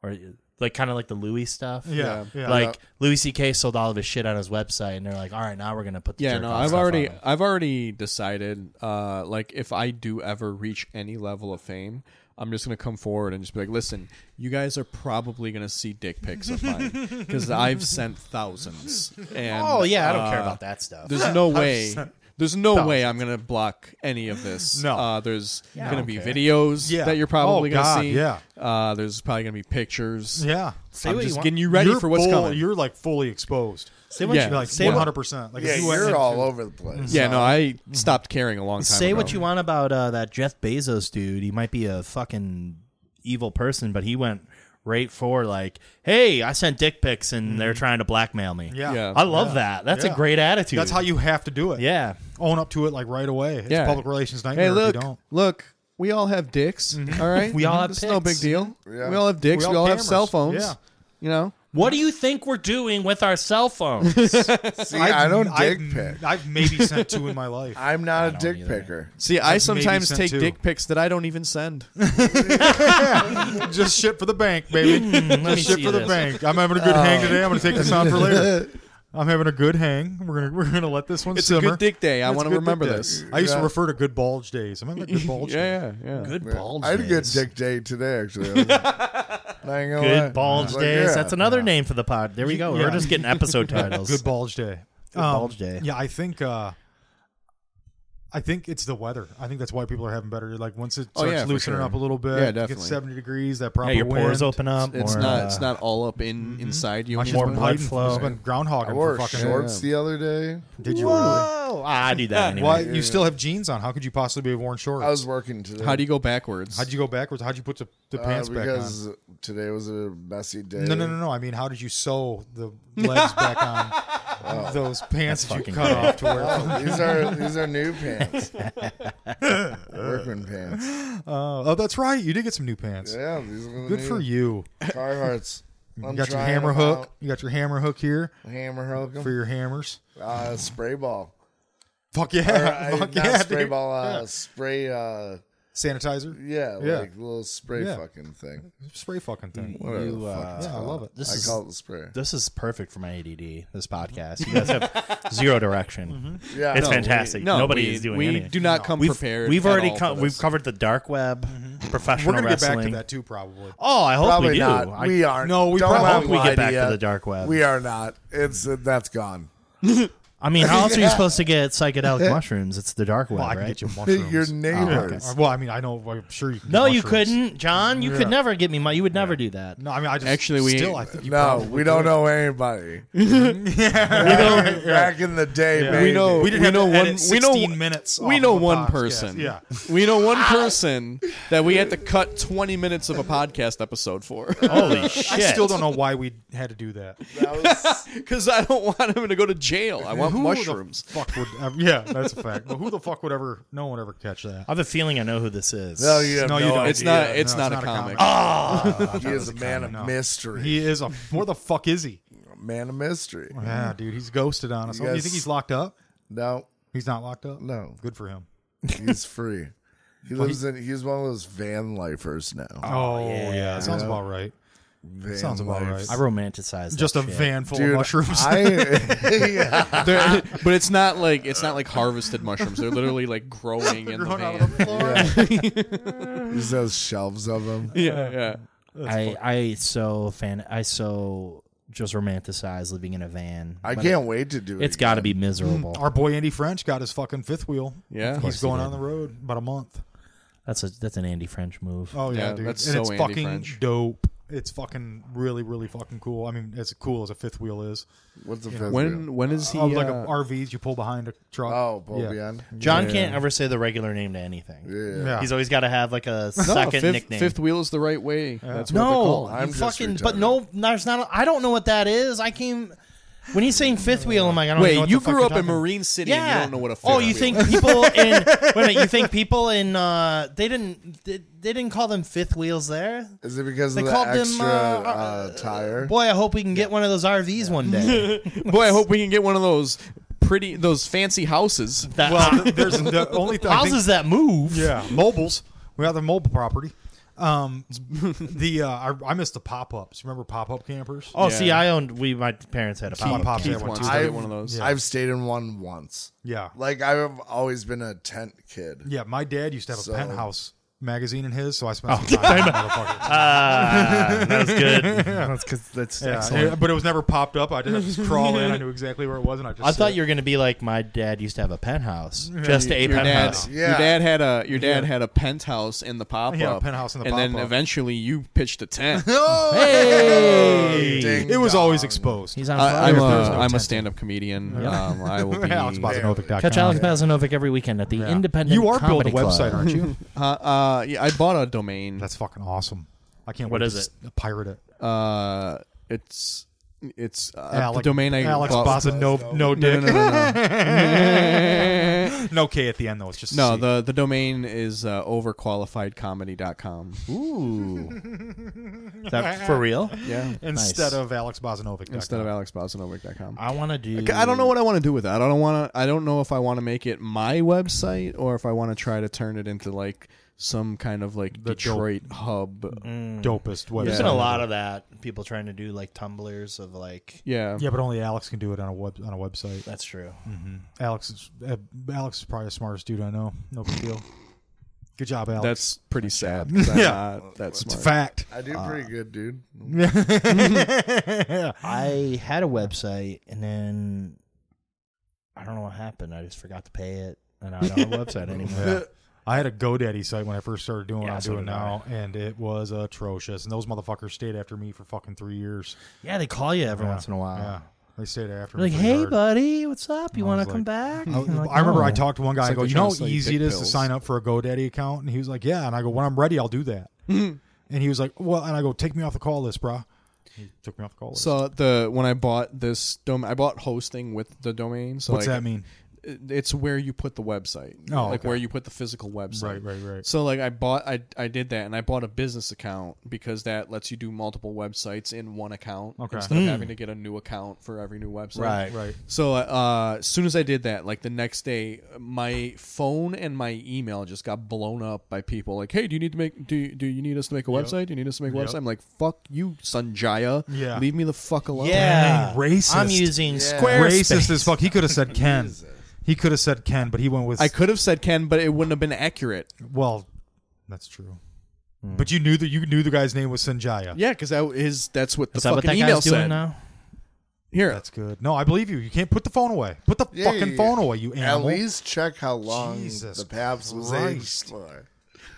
Speaker 4: or like kind of like the Louis stuff.
Speaker 2: Yeah. Yeah.
Speaker 4: like Louis C.K. sold all of his shit on his website, and they're like, "All right, now we're gonna put the
Speaker 1: Yeah,
Speaker 4: jerk
Speaker 1: no,
Speaker 4: off
Speaker 1: I've
Speaker 4: stuff
Speaker 1: already
Speaker 4: on it."
Speaker 1: I've already decided uh like if I do ever reach any level of fame, I'm just going to come forward and just be like, "Listen, you guys are probably going to see dick pics of
Speaker 4: *laughs*
Speaker 1: mine cuz I've sent thousands." And
Speaker 4: oh yeah, I don't care
Speaker 1: uh,
Speaker 4: about that
Speaker 2: *laughs*
Speaker 4: stuff.
Speaker 1: There's no way there's no way I'm going to block any of this.
Speaker 2: No.
Speaker 1: Uh, there's
Speaker 4: I
Speaker 1: going to
Speaker 4: don't
Speaker 1: be
Speaker 4: care.
Speaker 1: videos
Speaker 2: Yeah.
Speaker 1: that you're probably
Speaker 2: Oh,
Speaker 1: going to
Speaker 2: God,
Speaker 1: see.
Speaker 2: yeah.
Speaker 1: Uh, there's probably going to be pictures.
Speaker 2: yeah.
Speaker 4: what
Speaker 1: I'm
Speaker 4: you
Speaker 1: just
Speaker 4: want.
Speaker 1: getting you ready
Speaker 2: You're
Speaker 1: for what's
Speaker 2: full-
Speaker 1: coming.
Speaker 2: You're like fully exposed.
Speaker 4: Say what
Speaker 1: yeah.
Speaker 2: You're,
Speaker 4: you
Speaker 2: like
Speaker 4: say what-
Speaker 2: 100. percent Like if
Speaker 3: Yeah,
Speaker 2: you went
Speaker 3: you're
Speaker 2: into-
Speaker 3: all over the place.
Speaker 1: yeah, no, I
Speaker 2: Mm-hmm.
Speaker 1: stopped caring a long time
Speaker 4: Say
Speaker 1: ago.
Speaker 4: what you want about uh, that Jeff Bezos dude. He might be a fucking evil person, but he went right for like, "Hey, I sent dick pics and they're trying to blackmail me."
Speaker 2: Yeah.
Speaker 1: Yeah.
Speaker 4: I love that. That's
Speaker 2: Yeah.
Speaker 4: a great attitude.
Speaker 2: That's how you have to do it.
Speaker 4: Yeah.
Speaker 2: Own up to it like right away. It's
Speaker 1: Yeah.
Speaker 2: public relations nightmare
Speaker 1: Hey,
Speaker 2: if you
Speaker 1: look,
Speaker 2: don't. Mm-hmm.
Speaker 1: look. We all have dicks. all
Speaker 2: *laughs*
Speaker 1: right,
Speaker 4: We all have
Speaker 1: It's no big
Speaker 4: pics.
Speaker 1: deal.
Speaker 3: Yeah.
Speaker 1: We all have dicks.
Speaker 2: We
Speaker 1: We
Speaker 2: all
Speaker 1: all, have
Speaker 2: cameras.
Speaker 1: cell phones.
Speaker 2: Yeah.
Speaker 1: You know,
Speaker 4: What do you think we're doing with our cell phones? Hmm,
Speaker 3: See, I don't
Speaker 2: I've-
Speaker 3: dick pick.
Speaker 2: I've maybe sent two in my
Speaker 1: *laughs*
Speaker 2: life.
Speaker 3: I'm not a dick picker.
Speaker 1: see, I
Speaker 2: maybe
Speaker 1: sometimes
Speaker 2: sent
Speaker 1: take
Speaker 2: two.
Speaker 1: dick pics that I don't even
Speaker 2: *laughs*
Speaker 1: send.
Speaker 2: *laughs* Just shit for the bank, baby.
Speaker 4: let me
Speaker 2: Just shit
Speaker 4: see
Speaker 2: for the
Speaker 4: this.
Speaker 2: bank. I'm having a good hang today. I'm going to take this on for later.
Speaker 1: *laughs*
Speaker 2: I'm having a good hang. We're gonna we're gonna let this one
Speaker 1: It's a
Speaker 2: simmer.
Speaker 1: good dick day. I
Speaker 2: It's a
Speaker 1: want to
Speaker 2: good
Speaker 1: remember
Speaker 2: dick day.
Speaker 1: this.
Speaker 2: I used to
Speaker 3: Yeah.
Speaker 2: refer to good bulge days. I'm having a
Speaker 1: *laughs*
Speaker 2: good bulge. day.
Speaker 1: Yeah, yeah, yeah.
Speaker 4: Good bulge.
Speaker 3: I had a good
Speaker 4: days.
Speaker 3: dick day today,
Speaker 2: *laughs*
Speaker 3: actually. I ain't gonna lie.
Speaker 4: Good bulge
Speaker 3: It's like,
Speaker 4: days.
Speaker 3: yeah.
Speaker 4: That's another name for the pod. There we go.
Speaker 2: Yeah.
Speaker 4: We're just getting episode titles.
Speaker 2: Good bulge day. Good
Speaker 4: bulge day.
Speaker 2: Yeah, I think uh I think it's the weather. I think that's why people are having better. Like once it starts
Speaker 1: Oh, yeah, for
Speaker 2: loosening
Speaker 1: sure.
Speaker 2: up a little bit,
Speaker 1: Yeah,
Speaker 2: it gets
Speaker 1: definitely.
Speaker 2: 70 degrees. That proper
Speaker 4: yeah, your
Speaker 2: wind.
Speaker 4: pores open up.
Speaker 1: It's
Speaker 4: more,
Speaker 1: not.
Speaker 4: uh,
Speaker 1: it's not all up in
Speaker 2: mm-hmm.
Speaker 1: inside you.
Speaker 2: My shit's
Speaker 1: anymore.
Speaker 2: been
Speaker 4: blood
Speaker 2: hiding-
Speaker 4: flow.
Speaker 2: It's been groundhogging
Speaker 3: I
Speaker 2: for
Speaker 3: wore
Speaker 2: fucking
Speaker 3: shorts the other day.
Speaker 2: Did you really?
Speaker 4: Whoa! Ah, I do that anyway.
Speaker 2: Why you still have jeans on? How could you possibly have worn shorts?
Speaker 3: I
Speaker 1: Oh.
Speaker 3: was working today.
Speaker 1: How do you go backwards?
Speaker 2: How'd you go backwards? How'd you put the, the
Speaker 3: Uh,
Speaker 2: pants back on?
Speaker 3: because today was a messy day.
Speaker 2: No, no, no, no. I mean, how did you sew the legs back on
Speaker 1: *laughs*
Speaker 2: those pants that you
Speaker 4: fucking
Speaker 2: cut
Speaker 4: great.
Speaker 2: off to wear?
Speaker 4: *laughs*
Speaker 3: these are these are new
Speaker 2: *laughs*
Speaker 3: pants. Workman pants.
Speaker 2: Oh, oh, that's right. You did get some new pants.
Speaker 3: Yeah, these are the
Speaker 2: Good
Speaker 3: new
Speaker 2: for you.
Speaker 3: Carhartts.
Speaker 2: You
Speaker 3: I'm
Speaker 2: got your
Speaker 3: trying
Speaker 2: hammer
Speaker 3: them
Speaker 2: hook.
Speaker 3: out.
Speaker 2: You got your hammer hook here
Speaker 3: Hammer hook. 'em.
Speaker 2: for your hammers.
Speaker 3: Uh, spray ball.
Speaker 2: *laughs* Fuck
Speaker 3: *laughs* Or,
Speaker 2: yeah.
Speaker 3: uh,
Speaker 2: Fuck
Speaker 3: not
Speaker 2: yeah,
Speaker 3: spray
Speaker 2: dude.
Speaker 3: ball. Uh, Spray. Uh,
Speaker 2: Sanitizer.
Speaker 3: yeah,
Speaker 2: Yeah.
Speaker 3: like little spray
Speaker 2: Yeah.
Speaker 3: fucking thing.
Speaker 2: Spray fucking thing.
Speaker 3: Whatever
Speaker 4: You,
Speaker 3: the fuck
Speaker 4: uh,
Speaker 3: it's
Speaker 2: Yeah, Mm, I
Speaker 3: called.
Speaker 2: love it.
Speaker 4: This
Speaker 3: I
Speaker 4: is
Speaker 3: call it the spray.
Speaker 4: this is perfect for my ADD. This
Speaker 2: Mm-hmm.
Speaker 4: podcast, you guys
Speaker 2: *laughs*
Speaker 4: have zero direction.
Speaker 3: Yeah,
Speaker 4: It's
Speaker 3: no,
Speaker 4: fantastic.
Speaker 1: No,
Speaker 4: Nobody
Speaker 1: we,
Speaker 4: is doing
Speaker 1: We
Speaker 4: anything.
Speaker 1: do not come
Speaker 4: we've,
Speaker 1: prepared.
Speaker 4: We've
Speaker 1: at
Speaker 4: already
Speaker 1: all
Speaker 4: co-
Speaker 1: for
Speaker 4: we've
Speaker 1: this.
Speaker 4: covered the dark web,
Speaker 2: Mm-hmm.
Speaker 4: professional
Speaker 2: We're gonna get
Speaker 4: wrestling.
Speaker 2: back to that too, probably.
Speaker 4: Oh, I hope
Speaker 3: Probably
Speaker 4: we do.
Speaker 3: not.
Speaker 4: I
Speaker 3: we are.
Speaker 2: No, we
Speaker 3: Don't
Speaker 2: probably-
Speaker 3: let
Speaker 2: hope
Speaker 3: me
Speaker 4: we get
Speaker 3: lie
Speaker 4: back to
Speaker 3: ya.
Speaker 4: the dark web.
Speaker 3: We are not. It's uh, that's gone.
Speaker 4: I mean, how else are you supposed to get psychedelic mushrooms? It's the dark web,
Speaker 2: Well, I can
Speaker 4: right?
Speaker 2: *laughs* get you mushrooms.
Speaker 3: Your neighbors.
Speaker 2: Or- Well, I mean, I know. I'm sure you. Can
Speaker 4: no,
Speaker 2: get
Speaker 4: you
Speaker 2: mushrooms.
Speaker 4: couldn't, John. You could never get me. Mu- you would never do that.
Speaker 2: No, I mean, I just
Speaker 1: Actually, we-
Speaker 2: still. I think you
Speaker 3: No,
Speaker 2: probably
Speaker 3: we don't
Speaker 2: could.
Speaker 3: know *laughs* anybody. back, *laughs* back in the day,
Speaker 2: Yeah.
Speaker 3: maybe.
Speaker 1: We know.
Speaker 2: We didn't
Speaker 1: we
Speaker 2: have
Speaker 1: know
Speaker 2: to edit
Speaker 1: one. We know
Speaker 2: 16 minutes
Speaker 1: We
Speaker 2: off
Speaker 1: know
Speaker 2: of a
Speaker 1: one
Speaker 2: podcast.
Speaker 1: person.
Speaker 2: Yeah. Ah.
Speaker 1: We know one person that we
Speaker 2: *laughs*
Speaker 1: had to cut 20 minutes of a podcast episode for. *laughs*
Speaker 4: Holy
Speaker 2: I
Speaker 4: shit!
Speaker 2: still don't know why we had to do that.
Speaker 1: Because I don't want him to go to jail. I want
Speaker 2: Who
Speaker 1: mushrooms.
Speaker 2: The fuck would? ever- yeah, that's a fact. But who the fuck would ever? No one would ever catch that.
Speaker 4: I have a feeling I know who this is.
Speaker 3: *laughs* No, you have
Speaker 2: No,
Speaker 3: no,
Speaker 2: you don't.
Speaker 1: It's not.
Speaker 2: Yeah,
Speaker 1: It's
Speaker 2: no,
Speaker 1: not
Speaker 2: it's
Speaker 1: a
Speaker 2: not a
Speaker 1: comic.
Speaker 3: He is a man of
Speaker 2: no.
Speaker 3: mystery.
Speaker 2: He is a. Where the fuck is *laughs* he?
Speaker 3: man of mystery.
Speaker 2: Yeah, dude, he's ghosted on us. Oh, you
Speaker 3: guys-
Speaker 2: think he's locked up?
Speaker 3: No,
Speaker 2: He's not locked up.
Speaker 3: No.
Speaker 2: good for him.
Speaker 3: he's free. He lives in. He's one of those van lifers now.
Speaker 2: Oh yeah, that sounds about right.
Speaker 3: van
Speaker 2: sounds about
Speaker 3: lifers.
Speaker 4: I
Speaker 2: right.
Speaker 4: romanticize that
Speaker 2: Just a
Speaker 4: shit.
Speaker 2: van full
Speaker 3: Dude,
Speaker 2: of
Speaker 3: *laughs*
Speaker 2: mushrooms.
Speaker 3: I, yeah.
Speaker 2: *laughs*
Speaker 1: They're- but it's not like it's not like harvested mushrooms. They're literally like
Speaker 2: *laughs*
Speaker 1: growing in the
Speaker 2: Growing out
Speaker 1: van.
Speaker 2: of the floor.
Speaker 3: He has shelves of them.
Speaker 1: yeah, yeah.
Speaker 4: I, I so fan I so just romanticize living in a van.
Speaker 3: I
Speaker 4: But
Speaker 3: can't wait to do it.
Speaker 4: It's got to be
Speaker 2: *laughs*
Speaker 4: miserable.
Speaker 1: Mm.
Speaker 2: Our boy Andy French got his fucking fifth wheel.
Speaker 1: Yeah. Of course
Speaker 2: he's
Speaker 4: he
Speaker 2: going
Speaker 4: did.
Speaker 2: on the road about a month.
Speaker 4: That's a that's an Andy French move.
Speaker 2: Oh yeah,
Speaker 4: Uh,
Speaker 1: Yeah,
Speaker 2: dude,
Speaker 1: that's
Speaker 2: and
Speaker 1: so
Speaker 2: it's
Speaker 1: Andy
Speaker 2: fucking
Speaker 1: French.
Speaker 2: dope. It's fucking really, really fucking cool. I mean, as cool as a fifth wheel is.
Speaker 3: What's the fifth wheel?
Speaker 1: When when is he?
Speaker 2: Oh, like
Speaker 1: uh,
Speaker 2: a RVs you pull behind a truck.
Speaker 3: Oh, Bob
Speaker 2: yeah.
Speaker 3: Beyond?
Speaker 4: John can't ever say the regular name to anything.
Speaker 3: Yeah.
Speaker 2: Yeah.
Speaker 4: He's always got to have like a
Speaker 1: no,
Speaker 4: second
Speaker 1: fifth,
Speaker 4: nickname.
Speaker 1: Fifth wheel is the right way. That's what they
Speaker 4: no,
Speaker 1: call it.
Speaker 3: I'm
Speaker 4: I'm
Speaker 3: just
Speaker 4: fucking. But
Speaker 3: retarded.
Speaker 4: no, there's not. I I don't know what that is. I came when he's saying fifth wheel. I'm like, I don't know
Speaker 1: Wait,
Speaker 4: what
Speaker 1: you
Speaker 4: the fuck
Speaker 1: grew
Speaker 4: you're
Speaker 1: up in
Speaker 4: talking about.
Speaker 1: Marine City
Speaker 4: Yeah.
Speaker 1: and you don't know what a fifth
Speaker 4: Oh, you
Speaker 1: wheel *laughs*
Speaker 4: think people in wait a minute, you think people in uh they didn't they, they didn't call them fifth wheels there?
Speaker 3: Is it because
Speaker 4: They
Speaker 3: of the
Speaker 4: called them,
Speaker 3: extra
Speaker 4: uh,
Speaker 3: uh,
Speaker 4: uh,
Speaker 3: tire?
Speaker 4: Boy, I hope we can get one of those RVs one day.
Speaker 1: is. Boy, I hope we can get one of those pretty, those fancy houses.
Speaker 4: That, *laughs*
Speaker 2: Well, th- there's the only th- I think-
Speaker 4: houses that move.
Speaker 2: Yeah, mobiles. We have the mobile property. Um, the uh, I, I missed the pop ups. Remember pop up campers?
Speaker 4: Oh, see,
Speaker 1: Yeah.
Speaker 4: I owned. We my parents had a
Speaker 2: my
Speaker 4: pop
Speaker 2: pops
Speaker 1: Keith
Speaker 2: had one
Speaker 1: wants
Speaker 2: too.
Speaker 1: to get one of those.
Speaker 2: Yeah.
Speaker 3: I've stayed in one once.
Speaker 2: yeah,
Speaker 3: Like I've always been a tent kid.
Speaker 2: yeah. My dad used to have a
Speaker 3: So-
Speaker 2: penthouse magazine in his, so I spent some time with that motherfucker.
Speaker 4: *laughs* that was good. that's because that's
Speaker 2: Yeah,
Speaker 4: excellent.
Speaker 3: *laughs*
Speaker 2: yeah, but it was never popped up. I did have to just crawl in. I knew exactly where it was, and I just.
Speaker 4: I thought you were gonna be like my dad used to have a penthouse, just a
Speaker 1: your dad,
Speaker 4: penthouse.
Speaker 3: Yeah.
Speaker 1: your dad had a your dad had a penthouse in the pop up.
Speaker 2: He had a penthouse in the
Speaker 1: and then
Speaker 2: pop-up.
Speaker 1: eventually you pitched a
Speaker 2: *laughs*
Speaker 1: tent.
Speaker 3: Oh! Hey,
Speaker 2: It was always exposed. *laughs*
Speaker 4: He's on
Speaker 1: I,
Speaker 4: fire.
Speaker 1: I'm
Speaker 2: There's no
Speaker 1: a I'm a
Speaker 2: tent.
Speaker 1: stand up comedian. Um, I
Speaker 2: *laughs*
Speaker 1: will be.
Speaker 2: Alex Bozanovic.com.
Speaker 5: Catch Alex Bazanovic every weekend at the
Speaker 2: Yeah.
Speaker 5: Independent.
Speaker 2: You are
Speaker 5: Comedy
Speaker 2: building a website,
Speaker 5: Club.
Speaker 2: aren't you?
Speaker 1: uh, uh, yeah, I bought a domain.
Speaker 2: That's fucking awesome. I can't.
Speaker 4: What
Speaker 2: wait
Speaker 4: is
Speaker 2: to s- pirate it?
Speaker 1: Uh, it's it's uh, the
Speaker 2: Alex-
Speaker 1: domain I
Speaker 2: Alex
Speaker 1: bought.
Speaker 2: Bossa, no, no
Speaker 1: no,
Speaker 2: dick,
Speaker 1: no, no, no, no.
Speaker 2: *laughs* no K at the end though. It's just a *laughs*
Speaker 1: No,
Speaker 2: C.
Speaker 1: the the domain is uh, overqualifiedcomedy.com.
Speaker 4: Ooh, is that for real?
Speaker 1: Yeah,
Speaker 2: instead
Speaker 4: Nice.
Speaker 2: of Alex Bozanovic.
Speaker 1: instead of alexbosanovic.com.
Speaker 4: I want to do.
Speaker 1: I don't know what I want to do with that. I don't want to. I don't know if I want to make it my website or if I want to try to turn it into like some kind of like
Speaker 2: The Mm-hmm. dope.
Speaker 1: Detroit hub.
Speaker 2: dopest website.
Speaker 1: There's
Speaker 4: Mm. There's been a lot of that. People trying to do like tumblers of like.
Speaker 1: Yeah.
Speaker 2: Yeah, but only Alex can do it on a web on a website.
Speaker 4: That's true.
Speaker 2: Alex is uh, Alex is probably the smartest dude I know. No big deal. Good job, Alex.
Speaker 1: That's pretty sad. 'cause I'm
Speaker 2: Yeah.
Speaker 1: not that
Speaker 2: it's a
Speaker 1: smart.
Speaker 2: fact.
Speaker 3: I do pretty good, dude.
Speaker 1: Mm-hmm.
Speaker 4: I had a website and then I don't know what happened. I just forgot to pay it, and I don't have a *laughs* website
Speaker 3: *laughs*
Speaker 4: anymore.
Speaker 2: Yeah. *laughs* I had a GoDaddy site when I first started doing what
Speaker 4: Yeah,
Speaker 2: I'm
Speaker 4: so
Speaker 2: doing
Speaker 4: did I.
Speaker 2: now, and it was atrocious. And those motherfuckers stayed after me for fucking three years.
Speaker 4: Yeah, they call you every
Speaker 2: Yeah.
Speaker 4: once in a while.
Speaker 2: Yeah, they stayed after
Speaker 4: They're like,
Speaker 2: me. pretty
Speaker 4: hey,
Speaker 2: hard.
Speaker 4: buddy, what's up? You
Speaker 2: I
Speaker 4: want
Speaker 2: was
Speaker 4: to come
Speaker 2: like-
Speaker 4: back?
Speaker 2: I,
Speaker 4: And I'm like,
Speaker 2: I remember I
Speaker 4: "No."
Speaker 2: talked to one guy. I
Speaker 1: like
Speaker 2: go,
Speaker 1: they're
Speaker 2: you
Speaker 1: trying
Speaker 2: know
Speaker 1: to
Speaker 2: how
Speaker 1: sell you
Speaker 2: easy it
Speaker 1: dick
Speaker 2: is to
Speaker 1: pills."
Speaker 2: sign up for a GoDaddy account, and he was like, yeah. And I go, when I'm ready, I'll do *laughs* that. And he was like, well, and I go, take me off the call list, brah. He took me off the call list.
Speaker 1: So the when I bought this domain, I bought hosting with the domain. So
Speaker 2: What's
Speaker 1: like,
Speaker 2: that mean?
Speaker 1: it- It's where you put the website.
Speaker 2: Oh,
Speaker 1: like
Speaker 2: okay.
Speaker 1: where you put the physical website.
Speaker 2: Right, right, right.
Speaker 1: So like I bought I I did that and I bought a business account because that lets you do multiple websites in one account
Speaker 2: Okay. Hmm.
Speaker 1: instead of having to get a new account for every new website.
Speaker 4: Right.
Speaker 2: Right.
Speaker 1: So uh, as soon as I did that, like the next day, my phone and my email just got blown up by people. Like, hey, do you need to make do you, do you need us to make a website? Do you need us to make a website? I'm like, fuck you, Sanjaya.
Speaker 2: Yeah.
Speaker 1: Leave me the fuck alone.
Speaker 4: Yeah,
Speaker 2: Dang, racist.
Speaker 4: I'm using Squarespace.
Speaker 2: Racist as fuck. He could have said Ken. He could have said Ken, but he went with
Speaker 1: I could have said Ken, but it wouldn't have been accurate.
Speaker 2: well. That's true. But you knew that you knew the guy's name was Sanjaya.
Speaker 1: Yeah, because that is that's what the
Speaker 4: Is that
Speaker 1: fucking
Speaker 4: what that
Speaker 1: email
Speaker 4: guy's
Speaker 1: said.
Speaker 4: doing now?
Speaker 1: Here,
Speaker 2: That's good. No, I believe you. You can't put the phone away. Put the
Speaker 3: Yeah,
Speaker 2: fucking
Speaker 3: yeah,
Speaker 2: phone
Speaker 3: yeah.
Speaker 2: away, you
Speaker 3: At
Speaker 2: animal.
Speaker 3: least check how long
Speaker 2: Jesus
Speaker 3: the Pabst was
Speaker 2: Christ.
Speaker 3: aged for.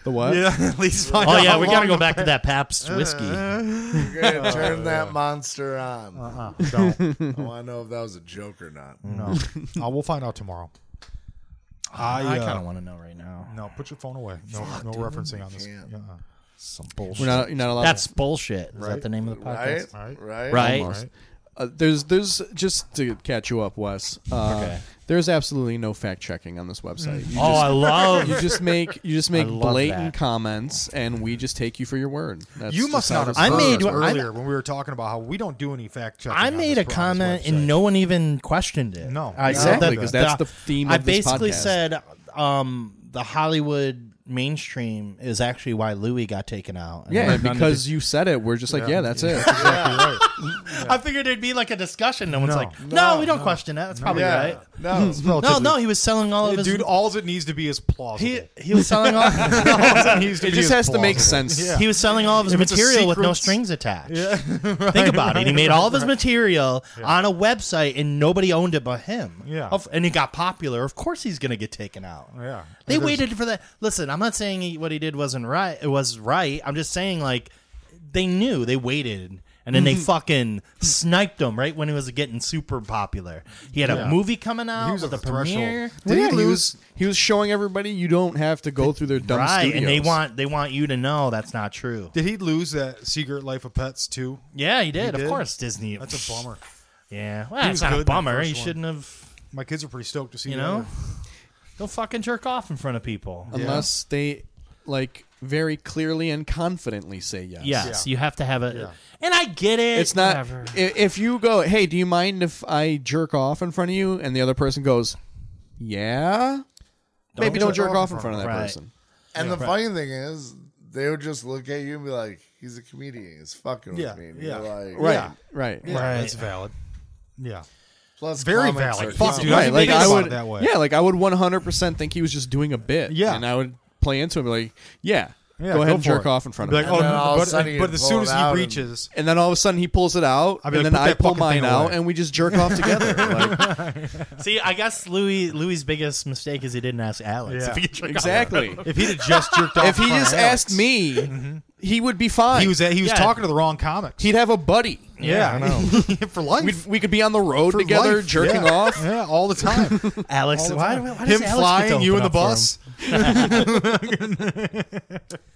Speaker 1: the what?
Speaker 2: *laughs* yeah, at least find
Speaker 4: Oh
Speaker 2: out
Speaker 4: yeah,
Speaker 2: how
Speaker 4: we gotta
Speaker 2: long
Speaker 4: go
Speaker 2: the-
Speaker 4: back to that Pabst *laughs* whiskey.
Speaker 3: You're gonna turn that monster on.
Speaker 2: Uh, don't.
Speaker 3: I want to know if that was a joke or not.
Speaker 2: No, *laughs* uh, we'll find out tomorrow. I,
Speaker 4: I kind
Speaker 2: uh,
Speaker 4: of want to know right now.
Speaker 2: no. Put your phone away. No, no referencing on this.
Speaker 3: can't.
Speaker 2: Uh-uh.
Speaker 4: Some bullshit.
Speaker 1: We're not, you're not allowed.
Speaker 4: That's bullshit. Is that the name of the
Speaker 3: Right?
Speaker 4: podcast?
Speaker 3: Right?
Speaker 4: Right.
Speaker 1: Almost. Uh, there's there's just to catch you up, Wes. Uh,
Speaker 4: Okay.
Speaker 1: There's absolutely no fact checking on this website. You
Speaker 4: Oh, I love.
Speaker 1: you just make you *laughs* just make
Speaker 4: love
Speaker 1: blatant
Speaker 4: that.
Speaker 1: comments, and we just take you for your word. That's
Speaker 2: You
Speaker 1: just
Speaker 2: must
Speaker 1: how
Speaker 2: not have.
Speaker 1: this
Speaker 4: I
Speaker 2: I
Speaker 1: works.
Speaker 4: made-
Speaker 2: made
Speaker 4: I-
Speaker 2: earlier when we were talking about how we don't do any fact checking.
Speaker 4: I
Speaker 2: on this-
Speaker 4: made a
Speaker 2: on this
Speaker 4: comment
Speaker 2: website.
Speaker 4: and no one even questioned it.
Speaker 2: No.
Speaker 4: I said
Speaker 1: Exactly,
Speaker 4: that-
Speaker 1: 'cause that's the theme
Speaker 4: I
Speaker 1: of this
Speaker 4: basically
Speaker 1: podcast.
Speaker 4: said um, the Hollywood mainstream is actually why Louis got taken out. And
Speaker 1: Yeah,
Speaker 4: had nothing to
Speaker 1: because you said it. We're just like, yeah, that's it.
Speaker 2: Exactly
Speaker 4: do- I figured it'd be like a discussion. No one's
Speaker 2: No.
Speaker 4: like, no,
Speaker 3: No,
Speaker 4: we don't question that. That's probably
Speaker 3: Yeah.
Speaker 4: right.
Speaker 2: *laughs*
Speaker 3: No.
Speaker 2: right.
Speaker 4: No, no, he was selling all of
Speaker 2: *laughs*
Speaker 4: his.
Speaker 2: dude. All it needs to be is plausible.
Speaker 4: he, he was selling
Speaker 2: *laughs*
Speaker 4: all. *laughs*
Speaker 2: All it needs
Speaker 1: *laughs*
Speaker 2: to
Speaker 1: It
Speaker 2: be
Speaker 1: just
Speaker 2: is
Speaker 1: has to make
Speaker 2: plausible.
Speaker 1: sense.
Speaker 2: *laughs* Yeah.
Speaker 4: He was selling all of his
Speaker 2: If it's a
Speaker 4: material with no
Speaker 2: secret-
Speaker 4: strings attached. *laughs*
Speaker 2: *laughs*
Speaker 4: Think about it. He made all of his material on a website and nobody owned it but him.
Speaker 2: Yeah.
Speaker 4: Of- And he got popular. Of course he's going to get taken out.
Speaker 2: Yeah.
Speaker 4: They
Speaker 2: It is-
Speaker 4: waited for that. Listen, I'm not saying he, what he did wasn't right. It was right. I'm just saying like they knew they waited and then they
Speaker 2: Mm-hmm.
Speaker 4: fucking sniped him right when he was getting super popular. He had a movie coming out
Speaker 2: was
Speaker 4: with a
Speaker 2: at the threshold.
Speaker 4: premiere,
Speaker 1: Did he lose? He was showing everybody you don't have to go through their dumb
Speaker 4: right?
Speaker 1: studios.
Speaker 4: And they want they want you to know that's not true.
Speaker 2: Did he lose that Secret Life of Pets too?
Speaker 4: Yeah, he did. of
Speaker 2: did?
Speaker 4: course, Disney.
Speaker 2: That's a bummer.
Speaker 4: Yeah, well,
Speaker 2: was
Speaker 4: it's not
Speaker 2: good
Speaker 4: a
Speaker 2: in that
Speaker 4: bummer.
Speaker 2: first
Speaker 4: He
Speaker 2: one.
Speaker 4: shouldn't have.
Speaker 2: My kids are pretty stoked to see
Speaker 4: You
Speaker 2: that.
Speaker 4: know, don't fucking jerk off in front of people.
Speaker 1: unless they like very clearly and confidently say yes.
Speaker 4: Yes, you have to have a. And I get it.
Speaker 1: It's not
Speaker 4: Whatever.
Speaker 1: i- if you go, "Hey, do you mind if I jerk off in front of you?" and the other person goes, "Yeah." Maybe don't jerk off in front of that
Speaker 4: Right.
Speaker 1: person.
Speaker 3: And the funny thing is, they would just look at you and be like, "He's a comedian. He's fucking
Speaker 2: Yeah,
Speaker 3: with me." And
Speaker 2: yeah.
Speaker 3: you're like,
Speaker 1: Right.
Speaker 2: Yeah.
Speaker 1: Right.
Speaker 2: Yeah,
Speaker 4: Right.
Speaker 2: that's valid. Yeah.
Speaker 3: Plus,
Speaker 2: Very
Speaker 3: comics
Speaker 2: valid.
Speaker 3: are
Speaker 2: Fuck,
Speaker 3: dumb.
Speaker 2: dude,
Speaker 1: right,
Speaker 2: didn't
Speaker 1: like
Speaker 2: think
Speaker 1: I
Speaker 2: about
Speaker 1: would,
Speaker 2: it that way.
Speaker 1: yeah, like I would 100% think he was just doing a bit.
Speaker 2: Yeah.
Speaker 1: and I would play into it, and be like, yeah,
Speaker 2: Yeah,
Speaker 1: go ahead
Speaker 2: go
Speaker 1: and
Speaker 2: for
Speaker 1: jerk
Speaker 2: it.
Speaker 1: off in front
Speaker 2: Be
Speaker 1: of
Speaker 2: like,
Speaker 1: me.
Speaker 2: oh,
Speaker 3: then all of a
Speaker 2: but,
Speaker 3: sudden
Speaker 2: but
Speaker 3: you
Speaker 2: as
Speaker 3: pull
Speaker 2: soon
Speaker 3: it
Speaker 2: as
Speaker 3: out
Speaker 2: he
Speaker 3: and-
Speaker 2: reaches,
Speaker 1: and then all of a sudden he pulls it out, and
Speaker 2: I'd be like,
Speaker 1: then
Speaker 2: put
Speaker 1: I
Speaker 2: that
Speaker 1: pull
Speaker 2: fucking thing
Speaker 1: mine out,
Speaker 2: away.
Speaker 1: and we just jerk
Speaker 2: *laughs*
Speaker 1: off together. Like,
Speaker 4: *laughs* See, I guess Louis Louis' biggest mistake is he didn't ask Alex.
Speaker 2: Yeah.
Speaker 4: *laughs* If he could jerk
Speaker 2: *laughs*
Speaker 4: off.
Speaker 1: exactly.
Speaker 2: if he'd have just jerked off,
Speaker 1: if he
Speaker 2: in front of
Speaker 1: just
Speaker 2: Alex,
Speaker 1: asked me, he would be fine.
Speaker 2: Mm-hmm. he was he was
Speaker 4: Yeah.
Speaker 2: talking to the wrong comics.
Speaker 1: He'd have a buddy.
Speaker 2: yeah, *laughs* for life.
Speaker 1: We'd, we could be on the road
Speaker 2: For
Speaker 1: together,
Speaker 2: life.
Speaker 1: jerking
Speaker 2: yeah.
Speaker 4: *laughs*
Speaker 1: off.
Speaker 2: Yeah, all the time.
Speaker 4: Alex,
Speaker 2: All the
Speaker 4: why,
Speaker 2: time.
Speaker 4: why does
Speaker 2: Him
Speaker 4: Alex get to
Speaker 2: flying, you
Speaker 4: open
Speaker 2: in the
Speaker 4: up for him?
Speaker 2: bus.
Speaker 4: *laughs*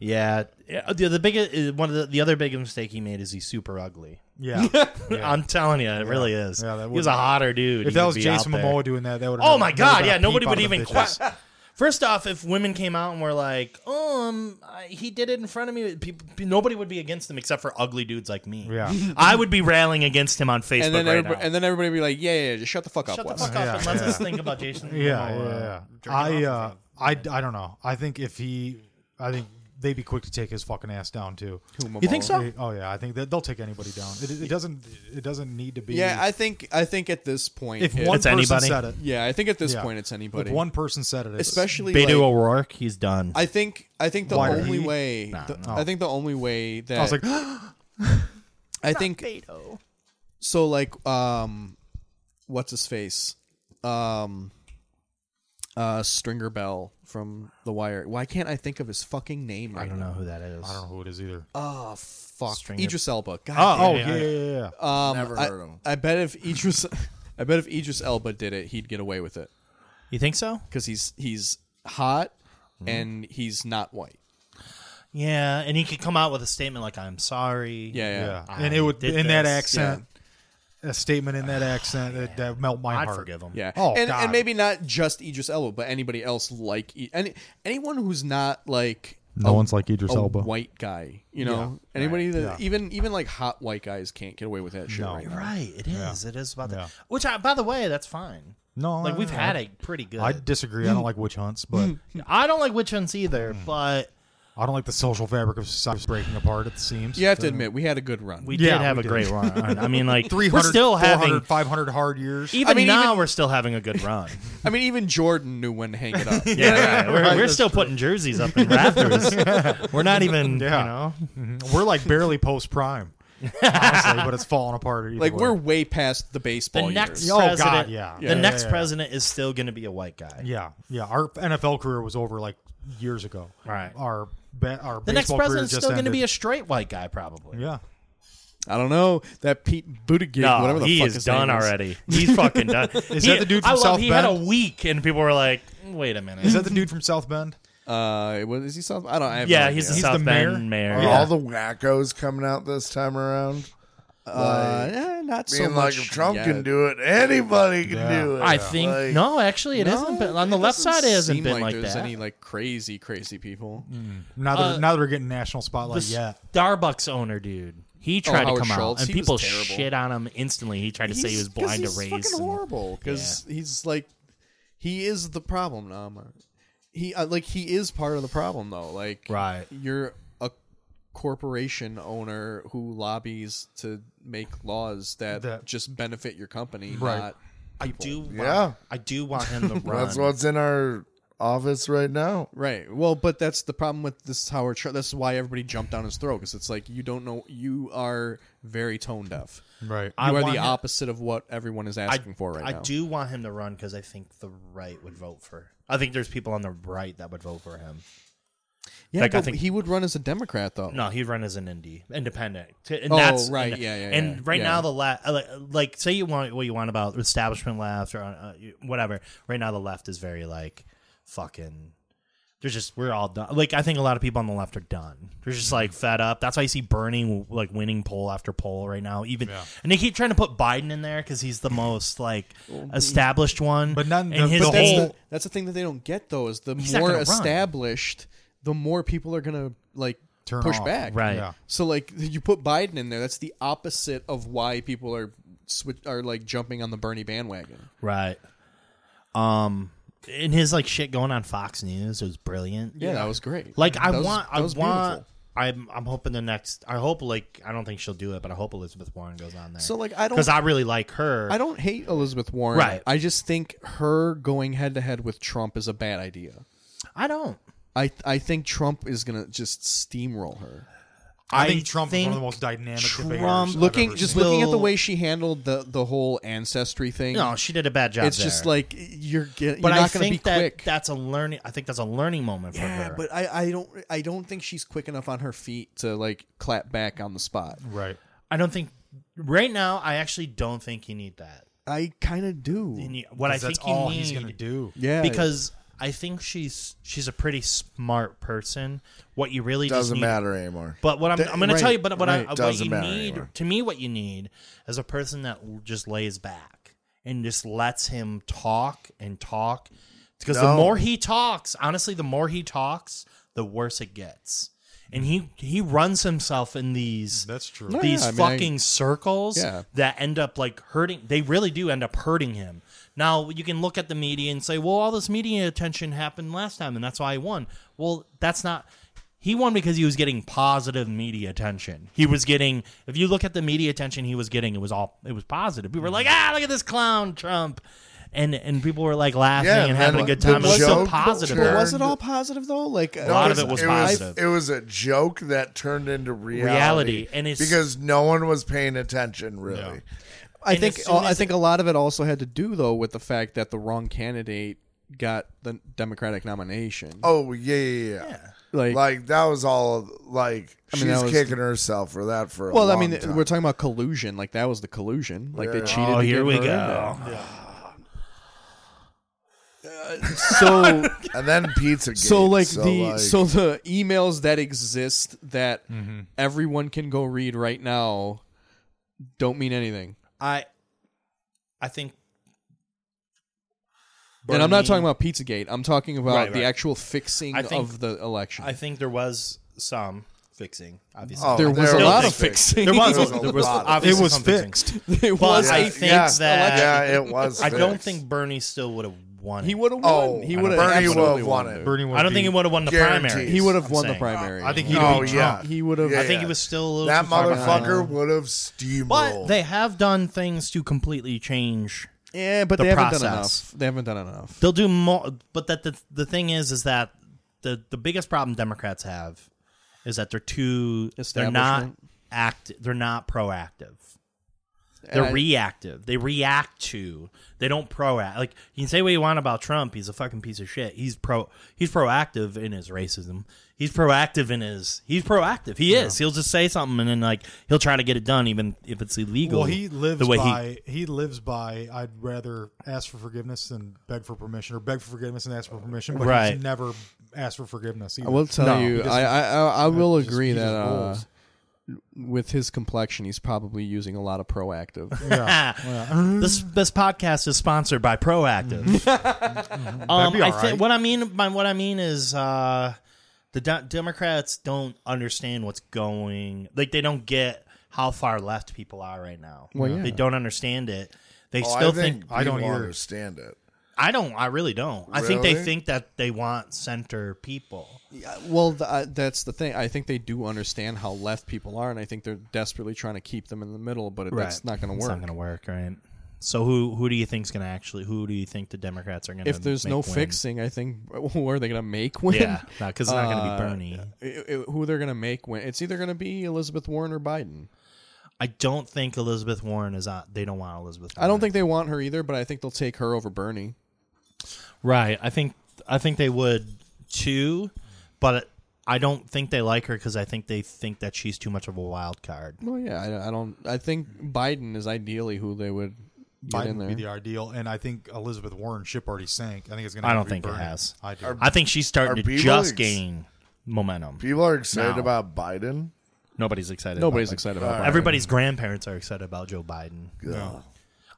Speaker 4: Yeah, yeah. The, the biggest uh, one of the, the other big mistake he made is he's super ugly.
Speaker 2: Yeah.
Speaker 4: *laughs* I'm telling you, it really is.
Speaker 2: Yeah, that
Speaker 4: he
Speaker 2: would-
Speaker 4: was a hotter dude.
Speaker 2: if
Speaker 4: He
Speaker 2: that
Speaker 4: would
Speaker 2: was
Speaker 4: be
Speaker 2: Jason
Speaker 4: out there.
Speaker 2: Momoa doing that, that would.
Speaker 4: Oh my god, yeah, nobody would even *laughs* question. First off, if women came out and were like, "Um, I, he did it in front of me," people, nobody would be against them except for ugly dudes like me.
Speaker 2: Yeah.
Speaker 4: I would be railing against him on Facebook
Speaker 1: And then,
Speaker 4: right
Speaker 1: everybody,
Speaker 4: now.
Speaker 1: and then everybody would be like, yeah, yeah, yeah, just shut the fuck up,
Speaker 4: Shut the
Speaker 1: Wes.
Speaker 4: fuck up
Speaker 2: Yeah,
Speaker 4: and let's
Speaker 2: yeah.
Speaker 4: just think about
Speaker 2: Yeah,
Speaker 4: Jason. Momoa,
Speaker 2: yeah, yeah.
Speaker 4: Oh, jerking off
Speaker 2: I,
Speaker 4: in
Speaker 2: uh,
Speaker 4: front of-
Speaker 2: I, I don't know. I think if he, I think they'd be quick to take his fucking ass down too.
Speaker 1: Who,
Speaker 4: You think
Speaker 1: Momoa?
Speaker 4: so?
Speaker 2: They- oh yeah, I think that they'll take anybody down. It, it doesn't. It doesn't need to be.
Speaker 1: Yeah, I think I think at this point,
Speaker 2: if
Speaker 1: it-
Speaker 2: one
Speaker 4: It's
Speaker 2: person
Speaker 4: anybody.
Speaker 2: said it,
Speaker 1: yeah, I think at this
Speaker 2: yeah.
Speaker 1: point it's anybody.
Speaker 2: If one person said it, it's-
Speaker 1: especially
Speaker 4: Beto
Speaker 1: like,
Speaker 4: O'Rourke, he's done.
Speaker 1: I think I think the
Speaker 2: Why are
Speaker 1: only
Speaker 2: he-
Speaker 1: way the- I think the only way that
Speaker 2: I was like, *gasps*
Speaker 1: I think so like um what's his face? Um uh Stringer Bell from The Wire. Why can't I think of his fucking name right
Speaker 4: I don't
Speaker 1: now?
Speaker 4: know who that is.
Speaker 2: I don't know who it is either.
Speaker 1: Oh fuck.
Speaker 4: Stringer-
Speaker 1: Idris Elba. God
Speaker 2: oh,
Speaker 1: damn
Speaker 2: oh
Speaker 1: it.
Speaker 2: yeah, yeah, yeah. yeah.
Speaker 1: Um,
Speaker 3: Never
Speaker 1: I,
Speaker 3: heard of him.
Speaker 1: I bet if Idris *laughs* I bet if Idris Elba did it, he'd get away with it
Speaker 4: You think so?
Speaker 1: cuz he's he's hot and he's not white.
Speaker 4: Yeah, and he could come out with a statement like, "I'm sorry."
Speaker 1: Yeah, yeah.
Speaker 2: Yeah.
Speaker 4: I
Speaker 2: and it would
Speaker 4: did
Speaker 2: in that
Speaker 4: this.
Speaker 2: accent, a statement in that accent that, that melt my
Speaker 4: I'd
Speaker 2: heart.
Speaker 4: forgive him.
Speaker 1: Yeah.
Speaker 2: Oh,
Speaker 1: and,
Speaker 2: God.
Speaker 1: and maybe not just Idris Elba, but anybody else like E- any anyone who's not like
Speaker 2: No one's like Idris
Speaker 1: a
Speaker 2: Elba.
Speaker 1: white guy, you know. Anybody that even even like hot white guys can't get away with that shit.
Speaker 2: No.
Speaker 1: Right. now.
Speaker 4: Right, it is. It is about that.
Speaker 2: Yeah.
Speaker 4: Which, I, by the way, that's fine.
Speaker 2: No,
Speaker 4: Like we've
Speaker 2: I-
Speaker 4: had it pretty good.
Speaker 2: I
Speaker 4: I,
Speaker 2: disagree. I don't like witch hunts,
Speaker 1: Hmm.
Speaker 2: but
Speaker 4: don't like witch hunts either, but
Speaker 2: I don't like the social fabric of society breaking apart at the seams.
Speaker 1: You have to admit we had a good run.
Speaker 4: we
Speaker 2: Yeah,
Speaker 4: did have
Speaker 2: we
Speaker 4: a
Speaker 2: did.
Speaker 4: great run. I mean, like
Speaker 2: 300, *laughs*
Speaker 4: we're still
Speaker 2: 400,
Speaker 4: having E-
Speaker 2: 500 hard years.
Speaker 4: even
Speaker 1: I mean,
Speaker 4: now
Speaker 1: even-
Speaker 4: we're still having a good
Speaker 2: *laughs*
Speaker 4: run.
Speaker 1: I mean, even Jordan knew when to hang it up.
Speaker 4: yeah, right. we're, we're still putting jerseys up in rafters. We're not even,
Speaker 2: *laughs* Yeah.
Speaker 4: you know,
Speaker 2: *laughs* We're like barely post
Speaker 4: *laughs*
Speaker 2: prime, honestly, but it's falling apart. either
Speaker 1: Like
Speaker 2: way.
Speaker 1: we're way past the baseball
Speaker 4: the next
Speaker 1: years.
Speaker 2: Oh, God,
Speaker 4: president.
Speaker 2: yeah.
Speaker 4: the
Speaker 2: Yeah,
Speaker 4: next
Speaker 2: yeah, yeah.
Speaker 4: president is still going to be a white guy.
Speaker 2: yeah, yeah. Our NFL career was over like years ago.
Speaker 4: Right.
Speaker 2: Our ba- our
Speaker 4: The next
Speaker 2: baseball
Speaker 4: president's
Speaker 2: career
Speaker 4: still going to be a straight white guy,
Speaker 2: *laughs*
Speaker 4: probably.
Speaker 2: yeah.
Speaker 1: I don't know that Pete Buttigieg,
Speaker 4: No,
Speaker 1: whatever the
Speaker 4: he
Speaker 1: fuck
Speaker 4: is
Speaker 1: his
Speaker 4: done
Speaker 1: name is.
Speaker 2: *laughs*
Speaker 4: already. He's fucking done. is
Speaker 2: that the dude from
Speaker 4: I love,
Speaker 2: South
Speaker 4: He had
Speaker 2: Bend?
Speaker 4: a week, and people were like, "Wait a minute."
Speaker 2: Is that the dude from South Bend?
Speaker 1: Uh, what is he? South? I don't. I have no
Speaker 4: yeah,
Speaker 1: idea.
Speaker 4: he's the
Speaker 2: He's
Speaker 4: South
Speaker 2: the mayor?
Speaker 4: Bend mayor.
Speaker 3: Are
Speaker 2: Yeah.
Speaker 3: All the wackos coming out this time around.
Speaker 1: Uh, eh, not so
Speaker 3: Being like,
Speaker 1: much.
Speaker 3: if Trump
Speaker 1: yet.
Speaker 3: can do it, anybody can
Speaker 2: Yeah.
Speaker 3: do it.
Speaker 4: I think
Speaker 3: Like,
Speaker 4: no, actually, it
Speaker 1: No,
Speaker 4: not Been, on
Speaker 1: it
Speaker 4: the left
Speaker 1: doesn't
Speaker 4: side, it hasn't
Speaker 1: seem
Speaker 4: been like,
Speaker 1: like there's
Speaker 4: that.
Speaker 1: any like crazy, crazy people.
Speaker 2: Now that
Speaker 4: Uh,
Speaker 2: now that we're getting national
Speaker 4: the
Speaker 2: spotlight, yeah.
Speaker 4: Starbucks owner dude, he tried to
Speaker 1: Oh, Howard
Speaker 4: come
Speaker 1: Schultz,
Speaker 4: out, and
Speaker 1: he was
Speaker 4: people
Speaker 1: terrible.
Speaker 4: shit on him instantly. He tried to say he was
Speaker 1: 'cause
Speaker 4: blind to
Speaker 1: he's
Speaker 4: race.
Speaker 1: Fucking
Speaker 4: and-
Speaker 1: horrible because he's like he is the problem. No, I'm not- he uh, like he is part of the problem though. Like
Speaker 4: Right.
Speaker 1: you're a corporation owner who lobbies to make laws that,
Speaker 2: That-
Speaker 1: just benefit your company,
Speaker 2: Right.
Speaker 1: not
Speaker 4: I do, want,
Speaker 3: Yeah.
Speaker 4: I do want
Speaker 1: *laughs*
Speaker 4: him to run.
Speaker 3: that's what's in our office right now.
Speaker 1: Right. Well, but that's the problem with this Howard. Schultz. That's why everybody jumped down his throat because it's like you don't know. You are very tone deaf.
Speaker 2: Right.
Speaker 1: You are
Speaker 4: want
Speaker 1: the
Speaker 4: him-
Speaker 1: opposite of what everyone is asking for right
Speaker 4: I
Speaker 1: now.
Speaker 4: do want him to run because I think the right would vote for. I think there's people on the right that would vote for him.
Speaker 1: Yeah,
Speaker 4: Like, I
Speaker 1: but
Speaker 4: think-
Speaker 1: he would run as a Democrat though.
Speaker 4: No, he'd run as an indie, independent. T- And
Speaker 1: Oh,
Speaker 4: that's,
Speaker 1: right,
Speaker 4: and-
Speaker 1: yeah, yeah,
Speaker 4: And
Speaker 1: yeah,
Speaker 4: right
Speaker 1: yeah.
Speaker 4: now, the left, like, like, say you want what you want about establishment left or uh, you- whatever. Right now, the left is very like fucking. They're just we're all done. Like I think a lot of people on the left are done. They're just like fed up. That's why you see Bernie like winning poll after poll right now. Even and they keep trying to put Biden in there because he's the most like established one.
Speaker 2: But not-
Speaker 4: and
Speaker 2: the-
Speaker 4: his
Speaker 2: but
Speaker 1: that's
Speaker 4: whole
Speaker 1: the, that's the thing that they don't get though is the
Speaker 4: He's not
Speaker 1: more
Speaker 4: gonna run.
Speaker 1: established, the more people are gonna like
Speaker 2: Turn
Speaker 1: push
Speaker 2: off.
Speaker 1: back.
Speaker 4: right.
Speaker 2: Yeah.
Speaker 1: So like you put Biden in there, that's the opposite of why people are switch are like jumping on the Bernie bandwagon.
Speaker 4: Right. Um and his like shit going on Fox News was brilliant.
Speaker 1: Yeah, that was great.
Speaker 4: Like I
Speaker 1: That was-
Speaker 4: want
Speaker 1: that was
Speaker 4: I want
Speaker 1: beautiful.
Speaker 4: I'm I'm hoping the next I hope like I don't think she'll do it, but I hope Elizabeth Warren goes on there.
Speaker 1: So like I don't
Speaker 4: because I really like her.
Speaker 1: I don't hate Elizabeth Warren.
Speaker 4: Right.
Speaker 1: I just think her going head to head with Trump is a bad idea.
Speaker 4: I don't.
Speaker 1: I I think Trump is gonna just steamroll her.
Speaker 2: I,
Speaker 4: I
Speaker 2: think Trump is one of the
Speaker 4: think
Speaker 2: most dynamic
Speaker 4: Trump-
Speaker 2: debaters. I've
Speaker 1: Um, Looking
Speaker 2: ever
Speaker 1: just
Speaker 2: seen.
Speaker 1: looking at the
Speaker 4: Will-
Speaker 1: way she handled the the whole ancestry thing.
Speaker 4: No, she did a bad job.
Speaker 1: it's just
Speaker 4: there.
Speaker 1: like you're get,
Speaker 4: but
Speaker 1: you're not
Speaker 4: I
Speaker 1: gonna
Speaker 4: think
Speaker 1: be
Speaker 4: that
Speaker 1: quick.
Speaker 4: that's a learning. I think that's a learning moment for
Speaker 1: yeah,
Speaker 4: her.
Speaker 1: but I, I don't I don't think she's quick enough on her feet to like clap back on the spot.
Speaker 2: right.
Speaker 4: I don't think right now. I actually don't think you need that.
Speaker 1: I kind of
Speaker 4: You
Speaker 1: do.
Speaker 4: need- what I
Speaker 2: 'Cause
Speaker 4: think
Speaker 2: that's
Speaker 4: you
Speaker 2: all
Speaker 4: need
Speaker 2: he's gonna do.
Speaker 1: Yeah,
Speaker 4: because I think she's she's a pretty smart person. What you really just
Speaker 3: Doesn't
Speaker 4: need
Speaker 3: matter anymore.
Speaker 4: But what I'm,
Speaker 1: Th-
Speaker 4: I'm going to tell
Speaker 1: right,
Speaker 4: you, but what,
Speaker 1: right.
Speaker 4: I, what
Speaker 3: Doesn't
Speaker 4: you
Speaker 3: matter
Speaker 4: need
Speaker 3: anymore.
Speaker 4: to me, what you need is a person that l- just lays back and just lets him talk and talk. Because the
Speaker 3: No.
Speaker 4: more he talks, honestly, the more he talks, the worse it gets. And he he runs himself in these
Speaker 2: That's true.
Speaker 1: No,
Speaker 4: these
Speaker 1: Oh, yeah, I mean, I-
Speaker 4: fucking circles
Speaker 1: Yeah.
Speaker 4: that end up like hurting. They really do end up hurting him. Now you can look at the media and say, "Well, all this media attention happened last time, and that's why he won." Well, that's not. He won because he was getting positive media attention. He was getting, if you look at the media attention he was getting, it was all it was positive. People were like, "Ah, look at this clown, Trump," and and people were like laughing
Speaker 3: Yeah,
Speaker 4: and
Speaker 3: and
Speaker 4: having
Speaker 3: then
Speaker 4: a good
Speaker 3: the
Speaker 4: time. It was so
Speaker 3: joke
Speaker 4: positive.
Speaker 1: but
Speaker 3: culture-
Speaker 1: was it all positive though? Like uh,
Speaker 4: A lot
Speaker 3: No,
Speaker 4: of it was positive.
Speaker 3: It was a joke that turned into reality,
Speaker 4: Reality, and it's-
Speaker 3: because no one was paying attention really.
Speaker 1: I
Speaker 4: And
Speaker 1: think
Speaker 4: as soon
Speaker 1: I
Speaker 4: as
Speaker 1: think a lot of it also had to do though with the fact that the wrong candidate got the Democratic nomination.
Speaker 3: Oh yeah, yeah, yeah.
Speaker 1: like,
Speaker 3: Like that was all. Like
Speaker 1: I mean,
Speaker 3: she's
Speaker 1: that was-
Speaker 3: kicking herself for that for. A
Speaker 1: well, I
Speaker 3: long
Speaker 1: mean,
Speaker 3: time.
Speaker 1: we're talking about collusion. Like that was the collusion. Like they
Speaker 3: Yeah.
Speaker 1: cheated.
Speaker 4: Oh,
Speaker 1: to
Speaker 4: here
Speaker 1: get
Speaker 4: we
Speaker 1: her in
Speaker 4: go.
Speaker 3: *laughs*
Speaker 1: there. So
Speaker 3: and then
Speaker 1: *laughs*
Speaker 3: pizza.
Speaker 1: so like the so the emails that exist that
Speaker 4: Mm-hmm.
Speaker 1: everyone can go read right now don't mean anything.
Speaker 4: I, I think.
Speaker 1: and I'm not
Speaker 4: Bernie-
Speaker 1: talking about Pizzagate. I'm talking about
Speaker 4: Right,
Speaker 1: the
Speaker 4: right.
Speaker 1: actual fixing
Speaker 4: I think-
Speaker 1: of the election.
Speaker 4: I think there was some fixing. Obviously,
Speaker 3: Oh,
Speaker 1: there was a
Speaker 3: there
Speaker 1: lot
Speaker 3: was
Speaker 1: of fixing.
Speaker 3: fixing.
Speaker 4: *laughs* there was.
Speaker 1: *laughs*
Speaker 3: There was a
Speaker 4: there was
Speaker 3: lot of
Speaker 4: obviously
Speaker 2: It was
Speaker 4: some fixing.
Speaker 2: fixed.
Speaker 1: There
Speaker 4: But
Speaker 1: was.
Speaker 4: I
Speaker 1: a-
Speaker 4: think that
Speaker 3: yeah, it was.
Speaker 4: I don't
Speaker 3: fixed.
Speaker 4: think Bernie still would have won.
Speaker 1: he
Speaker 4: it.
Speaker 1: would have won.
Speaker 3: Oh,
Speaker 1: he
Speaker 3: I
Speaker 1: would have.
Speaker 3: don't think- Bernie
Speaker 1: absolutely
Speaker 3: would've won it.
Speaker 2: Bernie would
Speaker 4: I don't think he
Speaker 2: be-
Speaker 4: would have won the
Speaker 3: Guaranteed.
Speaker 4: primary.
Speaker 1: He would have
Speaker 4: I'm
Speaker 1: won the
Speaker 4: saying.
Speaker 1: primary.
Speaker 2: I think he.
Speaker 3: Oh,
Speaker 2: would be
Speaker 3: yeah.
Speaker 2: Trump.
Speaker 1: he would have.
Speaker 3: Yeah.
Speaker 4: I think he was still a little
Speaker 3: that
Speaker 4: too far behind.
Speaker 3: motherfucker would have steamrolled.
Speaker 4: But they have done things to completely change.
Speaker 1: Yeah, but
Speaker 4: The
Speaker 1: they haven't done
Speaker 4: process.
Speaker 1: enough. They haven't done enough.
Speaker 4: They'll do more, but that the the thing is, is that the the biggest problem Democrats have is that they're too they're not
Speaker 1: Establishment.
Speaker 4: act they're not proactive. They're
Speaker 1: I-
Speaker 4: reactive. They react to. They don't proact. Like you can say what you want about Trump. He's a fucking piece of shit. He's pro. He's proactive in his racism. He's proactive in his. He's proactive. He is. He'll just say something and then like he'll try to get it done, even if it's illegal.
Speaker 2: Well, he lives
Speaker 4: the way he.
Speaker 2: by he, lives by. I'd rather ask for forgiveness than beg for permission, or beg for forgiveness and ask for permission. But
Speaker 4: Right.
Speaker 2: he's never asked for forgiveness. Either.
Speaker 1: I will tell
Speaker 4: No, he
Speaker 1: you,
Speaker 2: doesn't-
Speaker 1: I I, I, I will
Speaker 2: just-
Speaker 1: agree
Speaker 2: he just
Speaker 1: that uh,
Speaker 2: rolls.
Speaker 1: with his complexion, he's probably using a lot of proactive. *laughs*
Speaker 2: Yeah.
Speaker 4: *laughs* this this podcast is sponsored by
Speaker 2: *laughs*
Speaker 4: Proactive. um,
Speaker 2: be
Speaker 4: I
Speaker 2: all
Speaker 4: thi-
Speaker 2: right.
Speaker 4: what I mean by what I mean is uh, the de- Democrats don't understand what's going. Like they don't get how far left people are right now.
Speaker 1: Well, yeah.
Speaker 4: They don't understand it. They
Speaker 3: Oh,
Speaker 4: still
Speaker 3: I think,
Speaker 4: think
Speaker 2: I don't
Speaker 3: people
Speaker 2: either.
Speaker 3: understand it.
Speaker 4: I don't. I really don't. I think they
Speaker 3: Really?
Speaker 4: think that they want center people.
Speaker 1: well, th- I- that's the thing. I think they do understand how left people are, and I think they're desperately trying to keep them in the middle, but it that's not going to
Speaker 4: It's
Speaker 1: work.
Speaker 4: not going to work, right? So who who do you think's going to actually? Who do you think the Democrats are going to?
Speaker 1: if there's no fixing, I think *laughs* who are they going to make win? *laughs*
Speaker 4: yeah, because it's not going to
Speaker 1: Uh,
Speaker 4: be Bernie.
Speaker 1: It- it- who they're going to make win? It's either going to be Elizabeth Warren or Biden.
Speaker 4: I don't think Elizabeth Warren is on. They don't want Elizabeth. Warren.
Speaker 1: I don't think they want her either, but I think they'll take her over Bernie.
Speaker 4: Right. I think I think they would too, but I don't think they like her because I think they think that she's too much of a wild card.
Speaker 1: Well, yeah, I, I don't. I think Biden is ideally who they would get
Speaker 2: Biden
Speaker 1: in
Speaker 2: would
Speaker 1: there.
Speaker 2: be the ideal, and I think Elizabeth Warren ship already sank. I think it's gonna.
Speaker 4: I
Speaker 2: have
Speaker 4: don't
Speaker 2: to be
Speaker 4: think it
Speaker 2: burned.
Speaker 4: has.
Speaker 2: I do.
Speaker 4: I think she's starting
Speaker 3: Are
Speaker 4: to
Speaker 3: people
Speaker 4: just
Speaker 3: ex-
Speaker 4: gain momentum.
Speaker 3: People are excited
Speaker 4: No.
Speaker 3: about Biden.
Speaker 4: Nobody's excited.
Speaker 1: Nobody's
Speaker 4: about Biden.
Speaker 1: excited about Biden.
Speaker 4: Everybody's grandparents are excited about Joe Biden.
Speaker 3: No.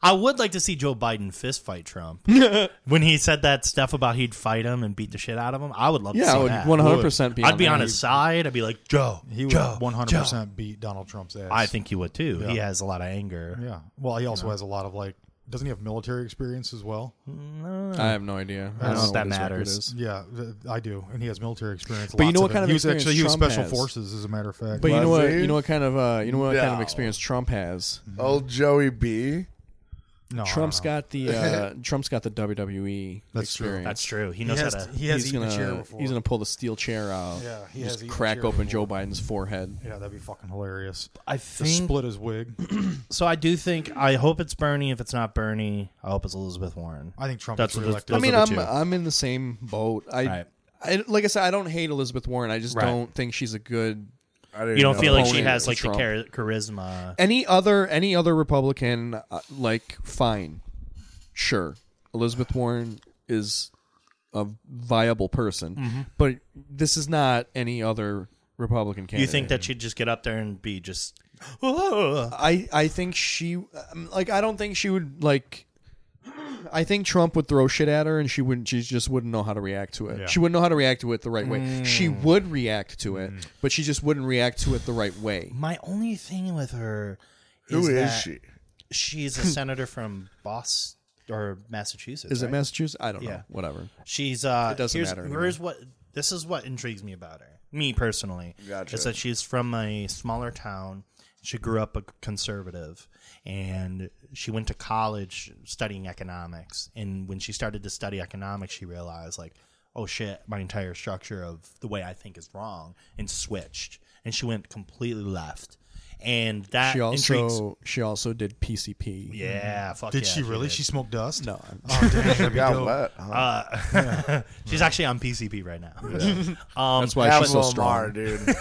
Speaker 4: I would like to see Joe Biden fist
Speaker 1: *laughs*
Speaker 4: fight Trump when he said that stuff about he'd fight him and beat the shit out of him. I would love
Speaker 1: Yeah,
Speaker 4: to
Speaker 1: I
Speaker 4: see
Speaker 1: would 100%
Speaker 4: that.
Speaker 1: be
Speaker 4: I'd
Speaker 1: on
Speaker 4: be
Speaker 1: that.
Speaker 4: on his side. I'd be like Joe.
Speaker 2: he would
Speaker 4: Joe,
Speaker 2: 100
Speaker 4: Joe."
Speaker 2: percent beat Donald Trump's ass.
Speaker 4: I think he would too. He has a lot of anger.
Speaker 2: Yeah. Well, he also has a lot of like. Doesn't he have military experience as well?
Speaker 1: I have no idea. I don't
Speaker 4: don't know
Speaker 1: know
Speaker 4: if
Speaker 1: what
Speaker 4: that
Speaker 1: his record
Speaker 4: matters.
Speaker 1: is.
Speaker 2: Yeah, th- I do, and he has military experience.
Speaker 1: But you
Speaker 2: lots
Speaker 1: know what
Speaker 2: it.
Speaker 1: kind of
Speaker 2: he was
Speaker 1: experience
Speaker 2: actually he was
Speaker 1: Trump
Speaker 2: special
Speaker 1: has?
Speaker 2: forces, as a matter of fact.
Speaker 1: But you know
Speaker 3: Was
Speaker 1: what?
Speaker 3: he?
Speaker 1: You know what kind of uh, you know what kind of
Speaker 3: No.
Speaker 1: experience Trump has.
Speaker 3: Old Joey B.
Speaker 2: no, I don't
Speaker 1: Trump's
Speaker 2: know.
Speaker 1: got the
Speaker 2: *laughs*
Speaker 1: uh, Trump's got the WWE
Speaker 2: That's true.
Speaker 1: experience.
Speaker 4: That's true. He
Speaker 2: He
Speaker 4: knows
Speaker 2: has,
Speaker 4: how to.
Speaker 2: he has
Speaker 1: he's
Speaker 2: eaten
Speaker 1: gonna
Speaker 2: a chair before.
Speaker 1: he's gonna pull the steel chair out.
Speaker 2: Yeah, he has
Speaker 1: just
Speaker 2: eaten a
Speaker 1: crack
Speaker 2: chair
Speaker 1: open Joe
Speaker 2: before.
Speaker 1: Biden's forehead.
Speaker 2: yeah, that'd be fucking hilarious.
Speaker 4: I
Speaker 2: To split his wig.
Speaker 4: so. I do think. I hope it's Bernie. If it's not Bernie, I hope it's Elizabeth Warren.
Speaker 2: I think Trump
Speaker 4: That's
Speaker 2: That's
Speaker 4: what
Speaker 2: gets reelected.
Speaker 4: the-
Speaker 1: I
Speaker 4: Those
Speaker 1: mean,
Speaker 4: are
Speaker 1: I'm
Speaker 4: the two.
Speaker 1: I'm in the same boat. I,
Speaker 4: Right.
Speaker 1: I like I said, I don't hate Elizabeth Warren. I just
Speaker 4: Right.
Speaker 1: don't think she's a good
Speaker 3: I didn't
Speaker 4: You don't
Speaker 3: know Oh,
Speaker 4: feel like
Speaker 1: Napoleon
Speaker 4: she has
Speaker 1: to
Speaker 4: like the
Speaker 1: Trump.
Speaker 4: char- charisma.
Speaker 1: any other any other Republican. Uh, like, fine, sure, Elizabeth Warren is a viable person,
Speaker 4: Mm-hmm.
Speaker 1: but this is not any other Republican
Speaker 4: You
Speaker 1: candidate.
Speaker 4: think that she'd just get up there and be *laughs* just. "Oh."
Speaker 1: I I think she um, like I don't think she would like. *clears throat* I think Trump would throw shit at her, and she wouldn't. She just wouldn't know how to react to it.
Speaker 2: Yeah.
Speaker 1: She wouldn't know how to react to it the right way. She
Speaker 4: Mm.
Speaker 1: would react to it, but she just wouldn't react to it the right way.
Speaker 4: My only thing with her.
Speaker 3: Who is
Speaker 4: that
Speaker 3: she?
Speaker 4: She's a senator from Boston or Massachusetts.
Speaker 1: Is
Speaker 4: right?
Speaker 1: it Massachusetts? I don't
Speaker 4: Yeah.
Speaker 1: know. Whatever.
Speaker 4: She's uh
Speaker 1: It doesn't
Speaker 4: here's,
Speaker 1: matter
Speaker 4: Here's what this is what intrigues me about her. Me personally.
Speaker 3: Gotcha.
Speaker 4: Is that she's from a smaller town. She grew up a conservative and she went to college studying economics. And when she started to study economics, she realized like, oh shit, my entire structure of the way I think is wrong and switched. And she went completely left. And that
Speaker 1: She
Speaker 4: intrigues
Speaker 1: also Mm-hmm. she also did PCP.
Speaker 4: Yeah, fuck
Speaker 2: Did
Speaker 4: yeah,
Speaker 2: she really?
Speaker 4: did.
Speaker 2: She, smoked dust.
Speaker 1: No, I'm-
Speaker 3: She got wet. huh?
Speaker 4: She's actually on PCP right now. *laughs* Um,
Speaker 1: that's why
Speaker 3: Have
Speaker 1: she's so
Speaker 3: Lamar,
Speaker 1: strong.
Speaker 3: *laughs* dude.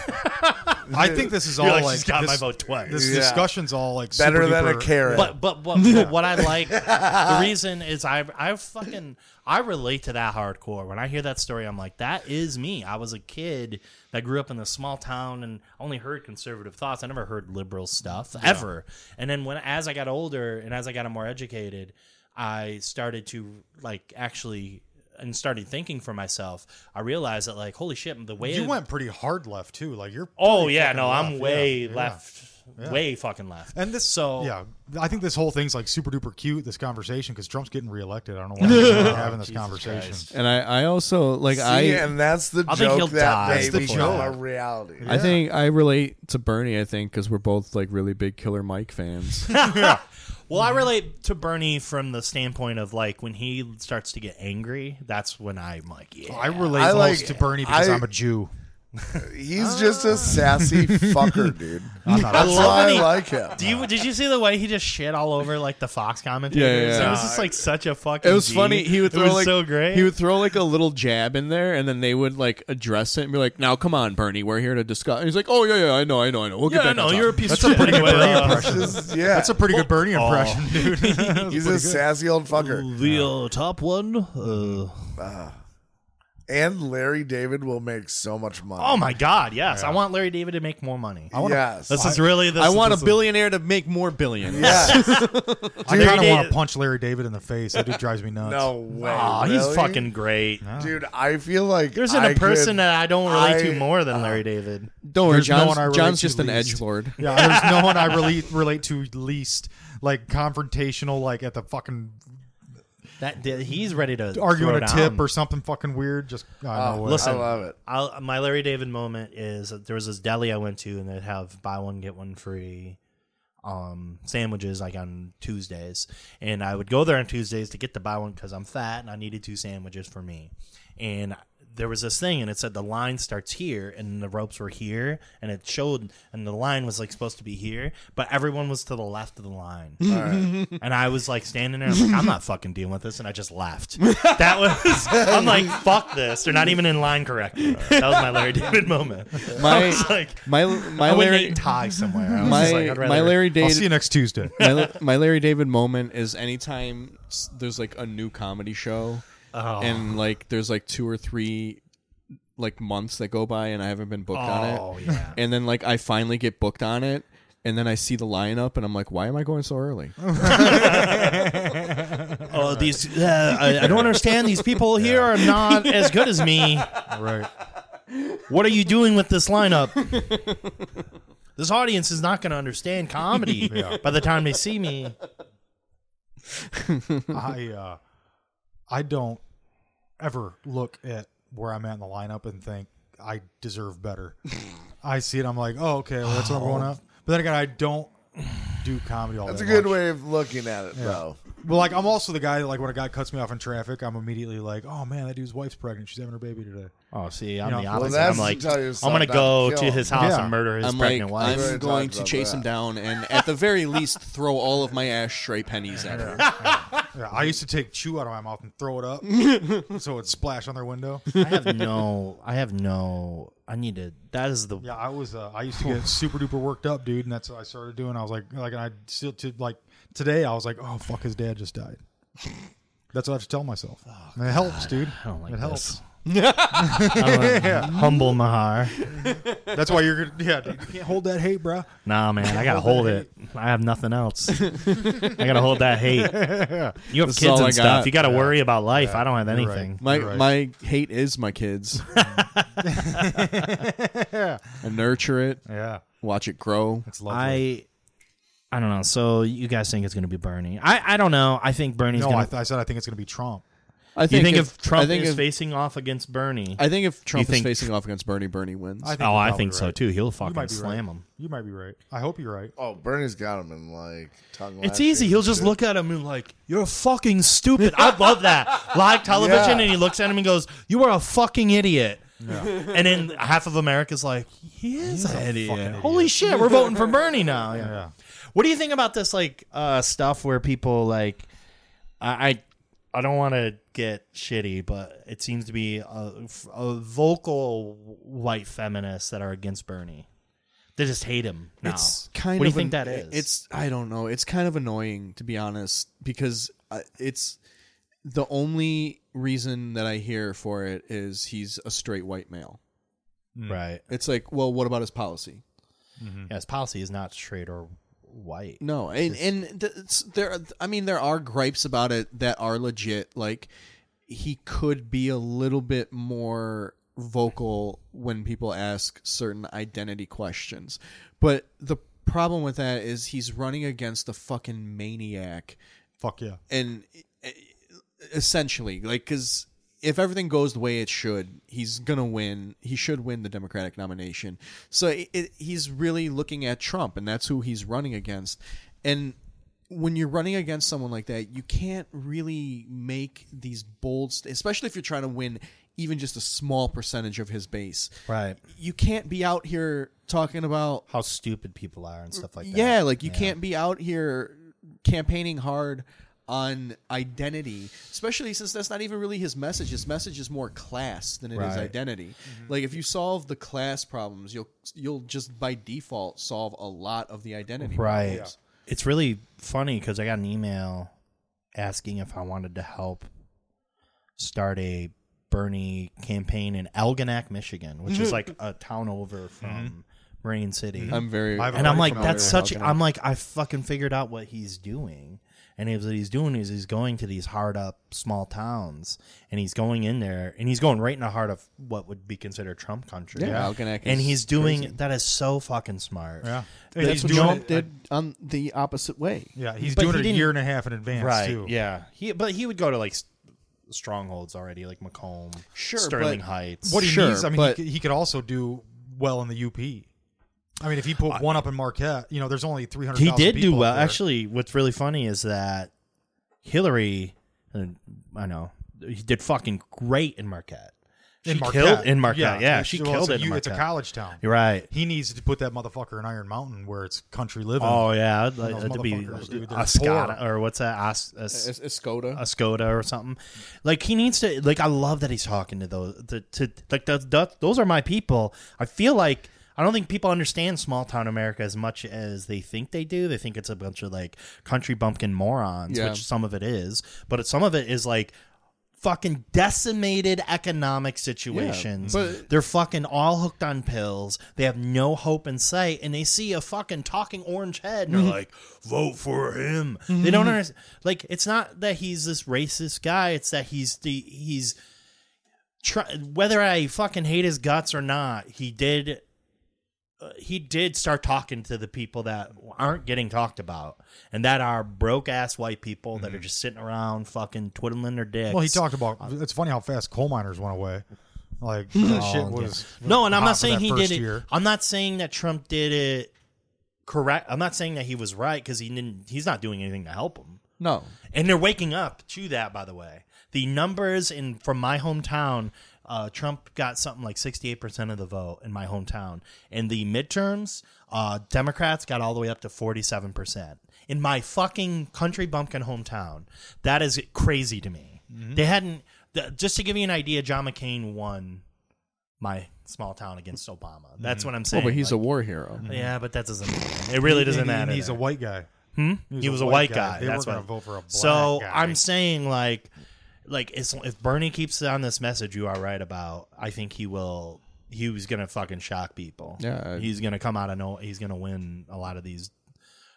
Speaker 2: I think this is all
Speaker 4: You're like,
Speaker 2: like
Speaker 4: she's got
Speaker 2: this,
Speaker 4: my vote twice.
Speaker 2: This
Speaker 3: Yeah.
Speaker 2: discussion's all like
Speaker 3: Better
Speaker 2: super
Speaker 3: than a
Speaker 2: duper-
Speaker 3: carrot.
Speaker 4: But but what but what
Speaker 2: *laughs*
Speaker 4: I like the reason is I I fucking I relate to that hardcore. When I hear that story, I'm like, that is me. I was a kid that grew up in a small town and only heard conservative thoughts. I never heard liberal stuff ever. And then when as I got older and as I got more educated, I started to like actually and started thinking for myself. I realized that like holy shit, the way
Speaker 2: You
Speaker 4: it-
Speaker 2: went pretty hard left too. Like you're.
Speaker 4: Oh
Speaker 2: pretty
Speaker 4: yeah,
Speaker 2: fucking
Speaker 4: no, I'm
Speaker 2: left.
Speaker 4: way
Speaker 2: Yeah, yeah.
Speaker 4: left, way fucking left.
Speaker 2: And this,
Speaker 4: so
Speaker 2: yeah, I think this whole thing's like super duper cute. This conversation because Trump's getting reelected. I don't know
Speaker 4: *laughs*
Speaker 2: why we're not having this conversation.
Speaker 4: Christ.
Speaker 1: And I I also like I
Speaker 3: See, and that's the
Speaker 4: I think he'll
Speaker 3: joke that
Speaker 4: die
Speaker 3: they
Speaker 2: That's the
Speaker 3: become
Speaker 2: joke.
Speaker 3: a reality.
Speaker 1: I think I relate to Bernie. I think because we're both like really big Killer Mike fans.
Speaker 4: *laughs* Well, I relate to Bernie from the standpoint of like when he starts to get angry, that's when I'm like, yeah.
Speaker 1: Oh,
Speaker 2: I relate
Speaker 3: I
Speaker 2: the
Speaker 3: like-
Speaker 2: most to Bernie because
Speaker 3: I-
Speaker 2: I, am a Jew.
Speaker 3: He's just a
Speaker 4: *laughs*
Speaker 3: sassy fucker, dude.
Speaker 2: I'm not.
Speaker 3: That's
Speaker 4: love
Speaker 3: why
Speaker 4: when
Speaker 3: I
Speaker 4: he-
Speaker 3: like him.
Speaker 4: do you did you see the way he just shit all over like the Fox commentators?
Speaker 1: Yeah, yeah,
Speaker 4: It was
Speaker 1: yeah.
Speaker 4: just like such a fucking.
Speaker 1: *laughs* It was
Speaker 4: G.
Speaker 1: funny. He would
Speaker 4: It
Speaker 1: throw
Speaker 4: was
Speaker 1: like
Speaker 4: so great.
Speaker 1: He would throw like a little jab in there, and then they would like address it and be like, "Now, come on, Bernie, we're here to discuss." And he's like, "Oh yeah, yeah, I know, I know, I know. We'll get
Speaker 4: yeah,
Speaker 1: back
Speaker 4: no,
Speaker 1: on
Speaker 4: you're a
Speaker 1: topic."
Speaker 4: piece of shit.
Speaker 2: pretty good
Speaker 4: Anyway,
Speaker 2: Bernie
Speaker 4: uh,
Speaker 2: impression.
Speaker 3: Just- yeah,
Speaker 2: That's a pretty good Bernie
Speaker 4: Oh.
Speaker 2: impression,
Speaker 4: *laughs*
Speaker 2: dude.
Speaker 3: he's a sassy old fucker.
Speaker 4: The uh, top one. Uh,
Speaker 3: And Larry David will make so much money.
Speaker 4: oh my god! Yes, I want Larry David to make more money.
Speaker 2: wanna-
Speaker 3: yes.
Speaker 4: This is really. This
Speaker 1: I want a *laughs*
Speaker 4: this is-
Speaker 1: billionaire to make more billions.
Speaker 3: *laughs* yes.
Speaker 2: I kind of
Speaker 4: David-
Speaker 2: want to punch Larry David in the face. That dude drives me nuts.
Speaker 3: No way.
Speaker 4: Aw, he's
Speaker 3: really?
Speaker 4: fucking great.
Speaker 3: Dude, I feel like
Speaker 4: There isn't a
Speaker 3: I could-
Speaker 4: person that I don't relate
Speaker 3: I-
Speaker 4: to more
Speaker 1: uh,
Speaker 4: than Larry David.
Speaker 1: Don't worry,
Speaker 2: There's no
Speaker 1: John's,
Speaker 2: one I relate
Speaker 1: John's
Speaker 2: to
Speaker 1: just an
Speaker 2: least.
Speaker 1: edge
Speaker 2: *laughs*
Speaker 1: lord.
Speaker 2: Yeah, there's no
Speaker 1: *laughs*
Speaker 2: one I relate relate to least. Like confrontational, like at the fucking
Speaker 4: That he's ready to
Speaker 2: arguing
Speaker 4: throw
Speaker 2: a
Speaker 4: down.
Speaker 2: tip or something fucking weird. Just I know it.
Speaker 4: listen.
Speaker 3: I love it.
Speaker 4: I'll, my Larry David moment is there was this deli I went to and they'd have buy one get one free um, sandwiches like on Tuesdays, and I would go there on Tuesdays to get the buy one because I'm fat and I needed two sandwiches for me, and there was this thing and it said the line starts here and the ropes were here and it showed and the line was like supposed to be here but everyone was to the left of the line *laughs* and i was like standing there i'm like i'm not fucking dealing with this and i just left that was i'm like fuck this they're not even in line correctly that was my larry david moment
Speaker 1: My-
Speaker 4: *laughs* i was like
Speaker 1: My my
Speaker 4: I went and
Speaker 1: Larry
Speaker 4: ate Thai somewhere. I was
Speaker 1: my
Speaker 4: just like, I'd rather-
Speaker 1: my Larry
Speaker 2: I'll see you
Speaker 1: David
Speaker 2: next *laughs* Tuesday.
Speaker 1: my, my Larry David moment is anytime s- there's like a new comedy show
Speaker 4: Oh.
Speaker 1: and like there's like two or three like months that go by and I haven't been booked on it.
Speaker 4: Oh yeah.
Speaker 1: and then like I finally get booked on it, and then I see the lineup, and I'm like, why am I going so early?
Speaker 4: *laughs* Oh, these. Uh, I, I don't understand. These people here are not as good as me.
Speaker 2: right.
Speaker 4: What are you doing with this lineup? This audience is not going to understand comedy by the time they see me.
Speaker 3: *laughs*
Speaker 2: I uh, I don't ever look at where I'm at in the lineup and think I
Speaker 3: *laughs*
Speaker 2: deserve better. I see it, I'm like, oh, okay, well, that's where I'm going up. But then again, I don't do comedy all
Speaker 3: That's a
Speaker 2: that
Speaker 3: good
Speaker 2: much.
Speaker 3: way of looking at it, though.
Speaker 2: But like, I'm also the guy that like when a guy cuts me off in traffic, I'm immediately like, oh man, that dude's wife's pregnant. She's having her baby today.
Speaker 4: Oh, see, I'm
Speaker 2: You know,
Speaker 4: the
Speaker 2: well,
Speaker 4: opposite.
Speaker 3: that's
Speaker 4: I'm like,
Speaker 3: to tell you
Speaker 4: I'm going to
Speaker 3: something,
Speaker 4: go
Speaker 3: I'd
Speaker 4: to
Speaker 3: kill.
Speaker 4: his house
Speaker 2: Yeah.
Speaker 4: and murder his
Speaker 1: I'm like,
Speaker 4: pregnant wife.
Speaker 1: I'm
Speaker 3: Right,
Speaker 1: going
Speaker 3: talked
Speaker 1: to
Speaker 3: about
Speaker 1: chase him
Speaker 3: that.
Speaker 1: down, and at the very least, throw all of my ashtray pennies at him.
Speaker 2: Yeah, I used to take chew out of my mouth and throw it
Speaker 3: *laughs*
Speaker 2: up so it would splash on their window.
Speaker 4: I have no. I have no. I need to. That is the.
Speaker 2: Yeah, I was. Uh, I used to get super duper worked up, dude, and that's what I started doing. I was like, like, and I still to like today. I was like, oh fuck, his dad just died. That's what I have to tell myself. and it helps, dude.
Speaker 4: *laughs* I don't like
Speaker 2: it
Speaker 4: this.
Speaker 2: helps.
Speaker 4: I'm a humble Mahar.
Speaker 2: That's why you're gonna. Yeah, dude, you can't hold that hate, bro.
Speaker 4: Nah, man, I gotta hold it. I have nothing else. I gotta hold that hate. You have
Speaker 1: This is all
Speaker 4: kids
Speaker 1: I
Speaker 4: and stuff.
Speaker 1: got.
Speaker 4: You gotta worry about life. I don't have
Speaker 2: you're right.
Speaker 4: anything.
Speaker 1: My
Speaker 2: You're right.
Speaker 1: my hate is my
Speaker 4: *laughs*
Speaker 1: kids. I nurture it,
Speaker 2: Yeah,
Speaker 1: watch it grow.
Speaker 2: it's
Speaker 4: I, I don't know. So you guys think it's gonna be Bernie? I, I don't know. I think Bernie's
Speaker 2: no,
Speaker 4: gonna.
Speaker 2: I, th- I said I think it's gonna be Trump.
Speaker 1: I
Speaker 4: you think if, Trump
Speaker 1: I think
Speaker 4: is
Speaker 1: if,
Speaker 4: facing off against Bernie?
Speaker 1: I think if Trump is
Speaker 4: think-
Speaker 1: facing off against Bernie, Bernie wins.
Speaker 2: I think
Speaker 4: oh,
Speaker 2: you're
Speaker 4: I
Speaker 2: probably
Speaker 4: think so
Speaker 2: right.
Speaker 4: too.
Speaker 2: You
Speaker 4: He'll
Speaker 2: might
Speaker 4: fucking
Speaker 2: be
Speaker 4: slam
Speaker 2: right.
Speaker 4: him.
Speaker 2: You might be right. I hope you're right.
Speaker 3: Oh, Bernie's got him in like tongue.
Speaker 4: It's easy. He'll just look at him and like, "You're fucking stupid." I love that live television,
Speaker 3: Yeah.
Speaker 4: and he looks at him and goes, "You are a fucking idiot." And then half of America's like, "He is an idiot.
Speaker 2: fucking idiot.
Speaker 4: Holy shit, we're voting for Bernie now." Yeah.
Speaker 2: Yeah,
Speaker 4: What do you think about this like uh, stuff where people like, I, I, I don't want to get shitty, but it seems to be a, a vocal white feminists that are against Bernie. They just hate him now.
Speaker 1: It's kind
Speaker 4: what
Speaker 1: of
Speaker 4: do you think
Speaker 1: an-
Speaker 4: that is?
Speaker 1: It's I don't know. It's kind of annoying to be honest because uh, it's the only reason that I hear for it is he's a straight white male.
Speaker 4: right.
Speaker 1: It's like, well, what about his policy?
Speaker 4: Yeah, his policy is not straight or white.
Speaker 1: No, and and th- it's, there, I mean, there are gripes about it that are legit. Like he could be a little bit more vocal when people ask certain identity questions, but the problem with that is he's running against a fucking maniac
Speaker 2: fuck yeah.
Speaker 1: and eh, essentially like because if everything goes the way it should he's gonna win he should win the democratic nomination so it, it, he's really looking at trump and that's who he's running against and when you're running against someone like that you can't really make these bold st- especially if you're trying to win even just a small percentage of his base
Speaker 4: Right.
Speaker 1: you can't be out here talking about
Speaker 4: How stupid people are and stuff like that.
Speaker 1: yeah, like you can't be out here campaigning hard on identity, especially since that's not even really his message. His message is more class than it is
Speaker 4: Right.
Speaker 1: identity.
Speaker 2: Mm-hmm.
Speaker 1: Like if you solve the class problems, you'll you'll just by default solve a lot of the identity.
Speaker 4: Right.
Speaker 1: problems.
Speaker 4: It's really funny because I got an email asking if I wanted to help start a Bernie campaign in Algonac, Michigan, which is like a town over from Marine City.
Speaker 1: I'm very.
Speaker 2: I've-
Speaker 4: and I'm
Speaker 2: Already
Speaker 4: like,
Speaker 2: familiar
Speaker 4: that's
Speaker 1: with
Speaker 4: such.
Speaker 1: Algonac.
Speaker 4: I'm like, I fucking figured out what he's doing. And he was- what he's doing is he's going to these hard up small towns, and he's going in there, and he's going right in the heart of what would be considered Trump country.
Speaker 1: Yeah, Algonac
Speaker 4: and
Speaker 1: is
Speaker 4: he's doing that is so fucking smart.
Speaker 2: Yeah,
Speaker 4: But
Speaker 1: that's
Speaker 2: he's
Speaker 1: what
Speaker 2: doing
Speaker 1: Trump
Speaker 2: it-
Speaker 1: did on the opposite way.
Speaker 2: Yeah, he's
Speaker 4: But
Speaker 2: doing it
Speaker 4: he
Speaker 2: a
Speaker 4: didn't-
Speaker 2: year and a half in advance
Speaker 4: right.
Speaker 2: too.
Speaker 4: Yeah, he but he would go to like s- strongholds already, like Macomb,
Speaker 1: Sure,
Speaker 4: Sterling
Speaker 1: but-
Speaker 4: Heights.
Speaker 2: what he
Speaker 1: Sure,
Speaker 2: needs. I mean,
Speaker 1: but-
Speaker 2: he, could, he could also do well in the UP. I mean, if he put one up in Marquette, you know, there's only 300.
Speaker 4: he did do well. Actually, what's really funny is that uh, Hillary, and I know, he did fucking great in Marquette. She
Speaker 2: In Marquette.
Speaker 4: killed in Marquette. Yeah, she
Speaker 2: well,
Speaker 4: killed
Speaker 2: it's a
Speaker 4: it. in
Speaker 2: u- It's a
Speaker 4: Marquette.
Speaker 2: college town.
Speaker 4: You're right.
Speaker 2: He needs to put that motherfucker in Iron Mountain where it's country living.
Speaker 4: Oh yeah, I'd like
Speaker 2: those
Speaker 4: that'd be
Speaker 2: motherfuckers, dude, they're
Speaker 4: Ascada
Speaker 2: poor.
Speaker 4: or what's that? As, as,
Speaker 1: It's, it's Skoda.
Speaker 4: a Skoda or something. Like he needs to. Like I love that he's talking to those. To, to like the, the, those are my people. I feel like I don't think people understand small town America as much as they think they do. They think it's a bunch of like country bumpkin morons,
Speaker 1: Yeah.
Speaker 4: which some of it is, but some of it is like fucking decimated economic situations.
Speaker 1: but-
Speaker 4: They're fucking all hooked on pills. They have no hope in sight, and they see a fucking talking orange head, and they're
Speaker 2: Mm-hmm.
Speaker 4: like, "Vote for him." They don't understand. Like, it's not that he's this racist guy. It's that he's the he's. Try, whether I fucking hate his guts or not, he did uh, he did start talking to the people that aren't getting talked about, and that are broke ass white people that are just sitting around fucking twiddling their dicks.
Speaker 2: Mm-hmm. Well, he talked about. It's funny how fast coal miners went away.
Speaker 4: *laughs*
Speaker 2: Like that shit was.
Speaker 4: No, and I'm
Speaker 2: hot
Speaker 4: not
Speaker 2: for
Speaker 4: saying
Speaker 2: that
Speaker 4: he
Speaker 2: first
Speaker 4: did it.
Speaker 2: year.
Speaker 4: I'm not saying that Trump did it correct. I'm not saying that he was right because he didn't. He's not doing anything to help him.
Speaker 1: no,
Speaker 4: and they're waking up to that by the way the numbers in from my hometown uh, trump got something like 68% of the vote in my hometown in the midterms uh, democrats got all the way up to 47% in my fucking country bumpkin hometown that is crazy to me
Speaker 2: Mm-hmm.
Speaker 4: they hadn't th- just to give you an idea john mccain won my small town against obama
Speaker 2: Mm-hmm.
Speaker 4: that's what i'm saying
Speaker 1: oh, but he's
Speaker 4: Like, mm-hmm.
Speaker 1: a war hero.
Speaker 4: yeah but
Speaker 2: *laughs*
Speaker 4: that doesn't it really doesn't
Speaker 2: And he-
Speaker 4: matter
Speaker 2: and he's
Speaker 4: there.
Speaker 2: a white guy.
Speaker 4: He was a white guy.
Speaker 2: They
Speaker 4: That's
Speaker 2: were
Speaker 4: what.
Speaker 2: gonna vote for a black
Speaker 4: so
Speaker 2: guy.
Speaker 4: I'm saying like, like it's, if Bernie keeps on this message you are right about, I think he will. He was gonna fucking shock people.
Speaker 1: Yeah, I-
Speaker 4: he's gonna come out of no. He's gonna win a lot of these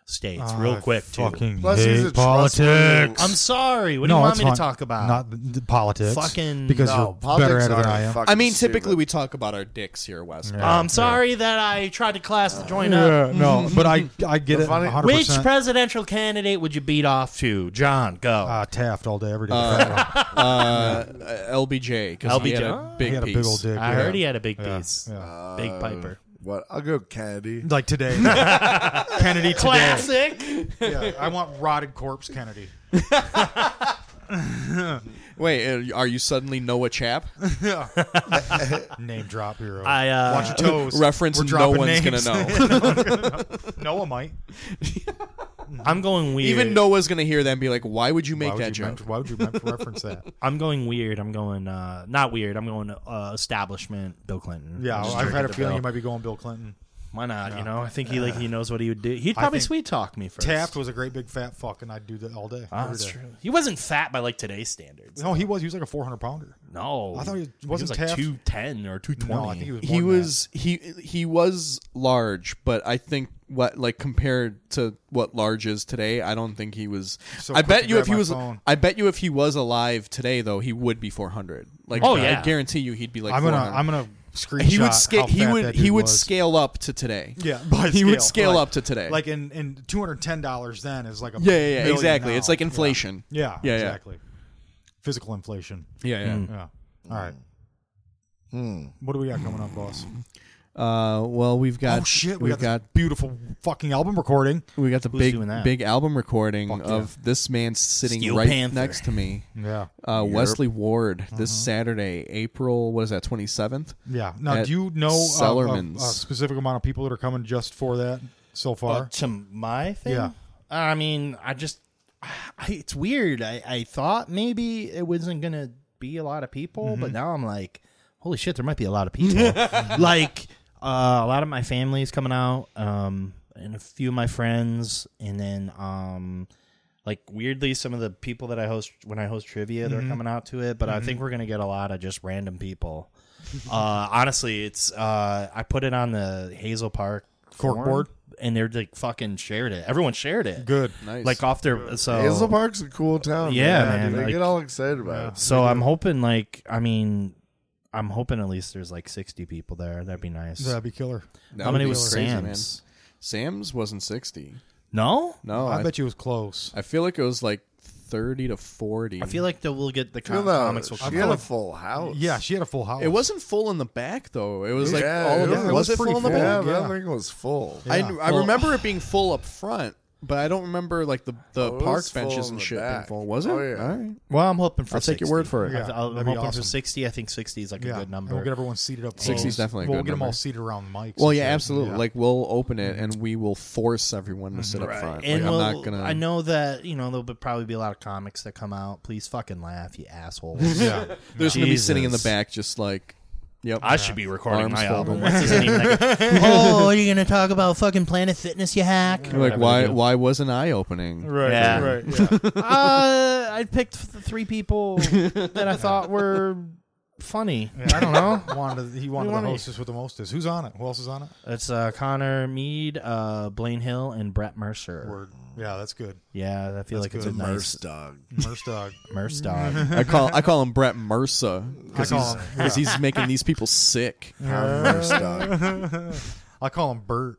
Speaker 4: states
Speaker 2: Oh,
Speaker 4: real
Speaker 2: I
Speaker 4: quick too.
Speaker 2: Fucking
Speaker 3: Plus, he's
Speaker 2: hate
Speaker 3: a
Speaker 2: politics.
Speaker 3: trustworthy-
Speaker 4: I'm sorry. What do
Speaker 2: No,
Speaker 4: you want
Speaker 2: it's
Speaker 4: me
Speaker 2: fine.
Speaker 4: to talk about?
Speaker 2: Not th- th- politics.
Speaker 4: Fucking-
Speaker 2: because
Speaker 4: No,
Speaker 2: you're better at it than
Speaker 3: aren't
Speaker 2: I am.
Speaker 3: fucking
Speaker 1: I mean,
Speaker 3: stupid.
Speaker 1: typically we talk about our dicks here, Wes.
Speaker 2: Yeah.
Speaker 4: I'm sorry that I tried to class to join up.
Speaker 2: Yeah,
Speaker 4: *laughs*
Speaker 2: no, but I I get it.
Speaker 3: funny-
Speaker 2: 100.
Speaker 4: Which
Speaker 2: percent
Speaker 4: presidential candidate would you beat off to, John? Go.
Speaker 2: uh, Taft all day every day.
Speaker 1: Uh, LBJ because he had a
Speaker 4: LBJ?
Speaker 1: big
Speaker 2: he had a
Speaker 1: piece.
Speaker 2: big old dick.
Speaker 4: I
Speaker 2: yeah.
Speaker 4: heard he had a big
Speaker 2: Yeah,
Speaker 4: piece, *laughs*
Speaker 2: yeah.
Speaker 4: big piper.
Speaker 3: What? I'll go Kennedy.
Speaker 2: Like today, *laughs* Kennedy today.
Speaker 4: Classic.
Speaker 2: *laughs* Yeah, I want rotted corpse Kennedy.
Speaker 1: Wait, uh, are you suddenly Noah Chap?
Speaker 2: Name drop hero.
Speaker 4: I uh,
Speaker 2: Watch your toes.
Speaker 1: Reference
Speaker 2: We're
Speaker 1: no
Speaker 2: dropping
Speaker 1: one's
Speaker 2: names.
Speaker 1: gonna know. *laughs*
Speaker 2: *laughs* Noah might.
Speaker 4: I'm going weird.
Speaker 1: Even Noah's gonna hear that and be like, "Why would you make
Speaker 2: Why would
Speaker 1: that
Speaker 2: you
Speaker 1: joke?"
Speaker 2: men- Why would you men- reference that?
Speaker 4: I'm going weird. I'm going uh, not weird. I'm going uh, establishment. Bill Clinton.
Speaker 2: Yeah,
Speaker 4: Just
Speaker 2: I've had a feeling
Speaker 4: drinking the
Speaker 2: you
Speaker 4: Bill.
Speaker 2: might be going Bill Clinton.
Speaker 4: Why not? You know, I think he like he knows what he would do. He'd probably
Speaker 2: think
Speaker 4: sweet talk me first.
Speaker 2: Taft was a great big fat fuck, and I'd do that all day.
Speaker 4: Ah,
Speaker 2: every
Speaker 4: that's
Speaker 2: day.
Speaker 4: true. He wasn't fat by like today's standards.
Speaker 2: No, he was. He was like a 400 pounder.
Speaker 4: No,
Speaker 2: I thought he was-
Speaker 4: he
Speaker 2: wasn't
Speaker 4: was like
Speaker 2: Taft-
Speaker 4: two ten or two twenty.
Speaker 2: No, I think he was. more
Speaker 1: he
Speaker 2: than
Speaker 1: was he he was large, but I think what like compared to what large is today, I don't think he was.
Speaker 2: So
Speaker 1: I
Speaker 2: quick to
Speaker 1: bet you
Speaker 2: grab
Speaker 1: if he
Speaker 2: my
Speaker 1: was,
Speaker 2: phone.
Speaker 1: I bet you if he was alive today, though, he would be four hundred. Like,
Speaker 4: Oh,
Speaker 1: I
Speaker 4: yeah.
Speaker 1: guarantee you, he'd be like.
Speaker 2: that. I'm gonna.
Speaker 1: 400.
Speaker 2: I'm gonna screenshot.
Speaker 1: he would
Speaker 2: how
Speaker 1: scale. He
Speaker 2: fat
Speaker 1: would
Speaker 2: that
Speaker 1: he
Speaker 2: dude
Speaker 1: would
Speaker 2: was.
Speaker 1: scale up to today. *laughs*
Speaker 2: *laughs* Yeah, by
Speaker 1: he would
Speaker 2: scale,
Speaker 1: scale
Speaker 2: like-
Speaker 1: up to today.
Speaker 2: Like in in two hundred ten dollars then is like a
Speaker 1: yeah, yeah, yeah,
Speaker 2: million
Speaker 1: exactly.
Speaker 2: now.
Speaker 1: It's like inflation.
Speaker 2: yeah,
Speaker 1: Yeah, yeah.
Speaker 2: exactly. Physical inflation.
Speaker 1: Yeah, yeah.
Speaker 4: Hmm.
Speaker 2: Yeah. All right.
Speaker 1: Hmm.
Speaker 2: What do we got coming up, boss?
Speaker 1: Uh, well, we've got
Speaker 2: Oh shit, we
Speaker 1: we've
Speaker 2: got, this
Speaker 1: got
Speaker 2: beautiful fucking album recording.
Speaker 1: we got the
Speaker 4: Who's doing
Speaker 1: big
Speaker 4: that?
Speaker 1: big album recording
Speaker 2: Fuck yeah.
Speaker 1: of this man sitting
Speaker 4: Steel
Speaker 1: right
Speaker 4: Panther. Uh-huh.
Speaker 1: next to me.
Speaker 2: Yeah.
Speaker 1: uh, Wesley Ward this Saturday, April. What is that? Twenty seventh.
Speaker 2: Yeah. Now,
Speaker 1: At
Speaker 2: do you know a- a, a,
Speaker 1: Sellerman's.
Speaker 2: specific amount of people that are coming just for that so far?
Speaker 4: Uh,
Speaker 1: Oh,
Speaker 4: to my thing?
Speaker 2: Yeah.
Speaker 4: I mean, I just, I, it's weird. I, I thought maybe it wasn't going to be a lot of people,
Speaker 2: Mm-hmm.
Speaker 4: but now I'm like, holy shit, there might be a lot
Speaker 2: *laughs*
Speaker 4: of people. like, uh, a lot of my family is coming out, um, and a few of my friends, and then, um, like weirdly, some of the people that I host when I host trivia,
Speaker 2: Mm-hmm.
Speaker 4: they're coming out to it. But I think we're gonna get a lot of just
Speaker 2: *laughs*
Speaker 4: random people. uh, honestly, it's uh, I put it on the Hazel Park
Speaker 2: Corkboard?
Speaker 4: forum, and they're like fucking shared it. Everyone shared it.
Speaker 2: Good.
Speaker 1: Nice.
Speaker 4: Like uh, off their so
Speaker 3: Hazel Park's a cool town.
Speaker 4: Yeah, man,
Speaker 3: dude. I
Speaker 4: like-
Speaker 3: get all excited about it.
Speaker 4: So I'm hoping like I mean I'm hoping at least there's like 60 people there. That'd be nice.
Speaker 2: That'd be killer.
Speaker 1: That
Speaker 4: How
Speaker 1: would
Speaker 4: many
Speaker 1: be
Speaker 4: was
Speaker 1: crazy,
Speaker 4: Sam's?
Speaker 1: Man. Sam's wasn't sixty.
Speaker 4: No?
Speaker 1: No,
Speaker 2: I,
Speaker 1: Oh, I,
Speaker 2: bet you it was close.
Speaker 1: I feel like it was like thirty to forty.
Speaker 4: I feel like that we'll get the
Speaker 3: She had
Speaker 4: com-
Speaker 3: a,
Speaker 4: comics will
Speaker 3: she
Speaker 4: come
Speaker 3: had a
Speaker 4: out.
Speaker 3: full house.
Speaker 2: yeah, she had a full house.
Speaker 1: it wasn't full in the back though. It was like
Speaker 3: Yeah,
Speaker 1: all of
Speaker 3: yeah,
Speaker 1: it.
Speaker 3: it
Speaker 1: was
Speaker 2: was
Speaker 1: it
Speaker 2: pretty
Speaker 1: full in the
Speaker 2: full.
Speaker 1: back?
Speaker 3: Yeah, that
Speaker 2: Yeah.
Speaker 3: thing was full.
Speaker 1: I,
Speaker 2: Yeah.
Speaker 1: I remember it being full up front. But I don't remember like the the
Speaker 3: Oh, it
Speaker 1: park
Speaker 3: was full
Speaker 1: benches
Speaker 3: in
Speaker 1: and
Speaker 3: the
Speaker 1: shit being
Speaker 3: back.
Speaker 1: full. Was it?
Speaker 3: Oh, yeah.
Speaker 1: All right.
Speaker 4: Well, I'm hoping for.
Speaker 1: I'll take your word for it.
Speaker 4: I-
Speaker 2: Yeah,
Speaker 4: I'll- I'm
Speaker 2: that'd be
Speaker 4: hoping
Speaker 2: awesome.
Speaker 4: for sixty. I think sixty is like
Speaker 2: yeah,
Speaker 4: a good
Speaker 2: And
Speaker 4: number.
Speaker 2: we'll get everyone seated up.
Speaker 1: 60 is
Speaker 2: close.
Speaker 1: definitely a
Speaker 2: We'll
Speaker 1: good
Speaker 2: get them all
Speaker 1: number.
Speaker 2: seated around the mics.
Speaker 1: Well,
Speaker 2: and
Speaker 1: yeah,
Speaker 2: shit.
Speaker 1: absolutely.
Speaker 2: Yeah.
Speaker 1: Like we'll open it and we will force everyone to sit up front.
Speaker 4: And
Speaker 1: like,
Speaker 4: we'll,
Speaker 1: I'm not gonna.
Speaker 4: I know that you know there'll be, probably be a lot of comics that come out. Please fucking laugh, you *laughs* assholes.
Speaker 2: yeah.
Speaker 1: There's gonna be sitting in the
Speaker 4: Jesus.
Speaker 1: back, just like, yep.
Speaker 4: I should be recording
Speaker 1: Arms
Speaker 4: my
Speaker 1: folded.
Speaker 4: album. This isn't even like a-
Speaker 1: *laughs*
Speaker 4: oh, are you gonna talk about fucking Planet Fitness, you hack?
Speaker 1: You're like, why? Why wasn't I opening?
Speaker 5: Right,
Speaker 4: Yeah.
Speaker 1: *laughs*
Speaker 5: right,
Speaker 2: *laughs*
Speaker 5: yeah.
Speaker 4: uh, I picked th- three people that I thought were funny. I don't know.
Speaker 2: wanted he wanted
Speaker 4: wanted-
Speaker 2: the hostess with the mostest. Who's on it? Who else is on it?
Speaker 4: It's uh, Connor Mead, uh, Blaine Hill, and Brett Mercer.
Speaker 2: Word. Yeah, that's good.
Speaker 4: Yeah, I feel like it's
Speaker 2: good.
Speaker 4: a nice
Speaker 3: dog.
Speaker 2: Merce dog. *laughs*
Speaker 4: Merce dog.
Speaker 1: I call I call him Brett Mursa because
Speaker 2: I call
Speaker 1: he's
Speaker 2: him-
Speaker 4: *laughs*
Speaker 1: because he's making these people sick.
Speaker 3: Merce dog.
Speaker 2: I call him Bert.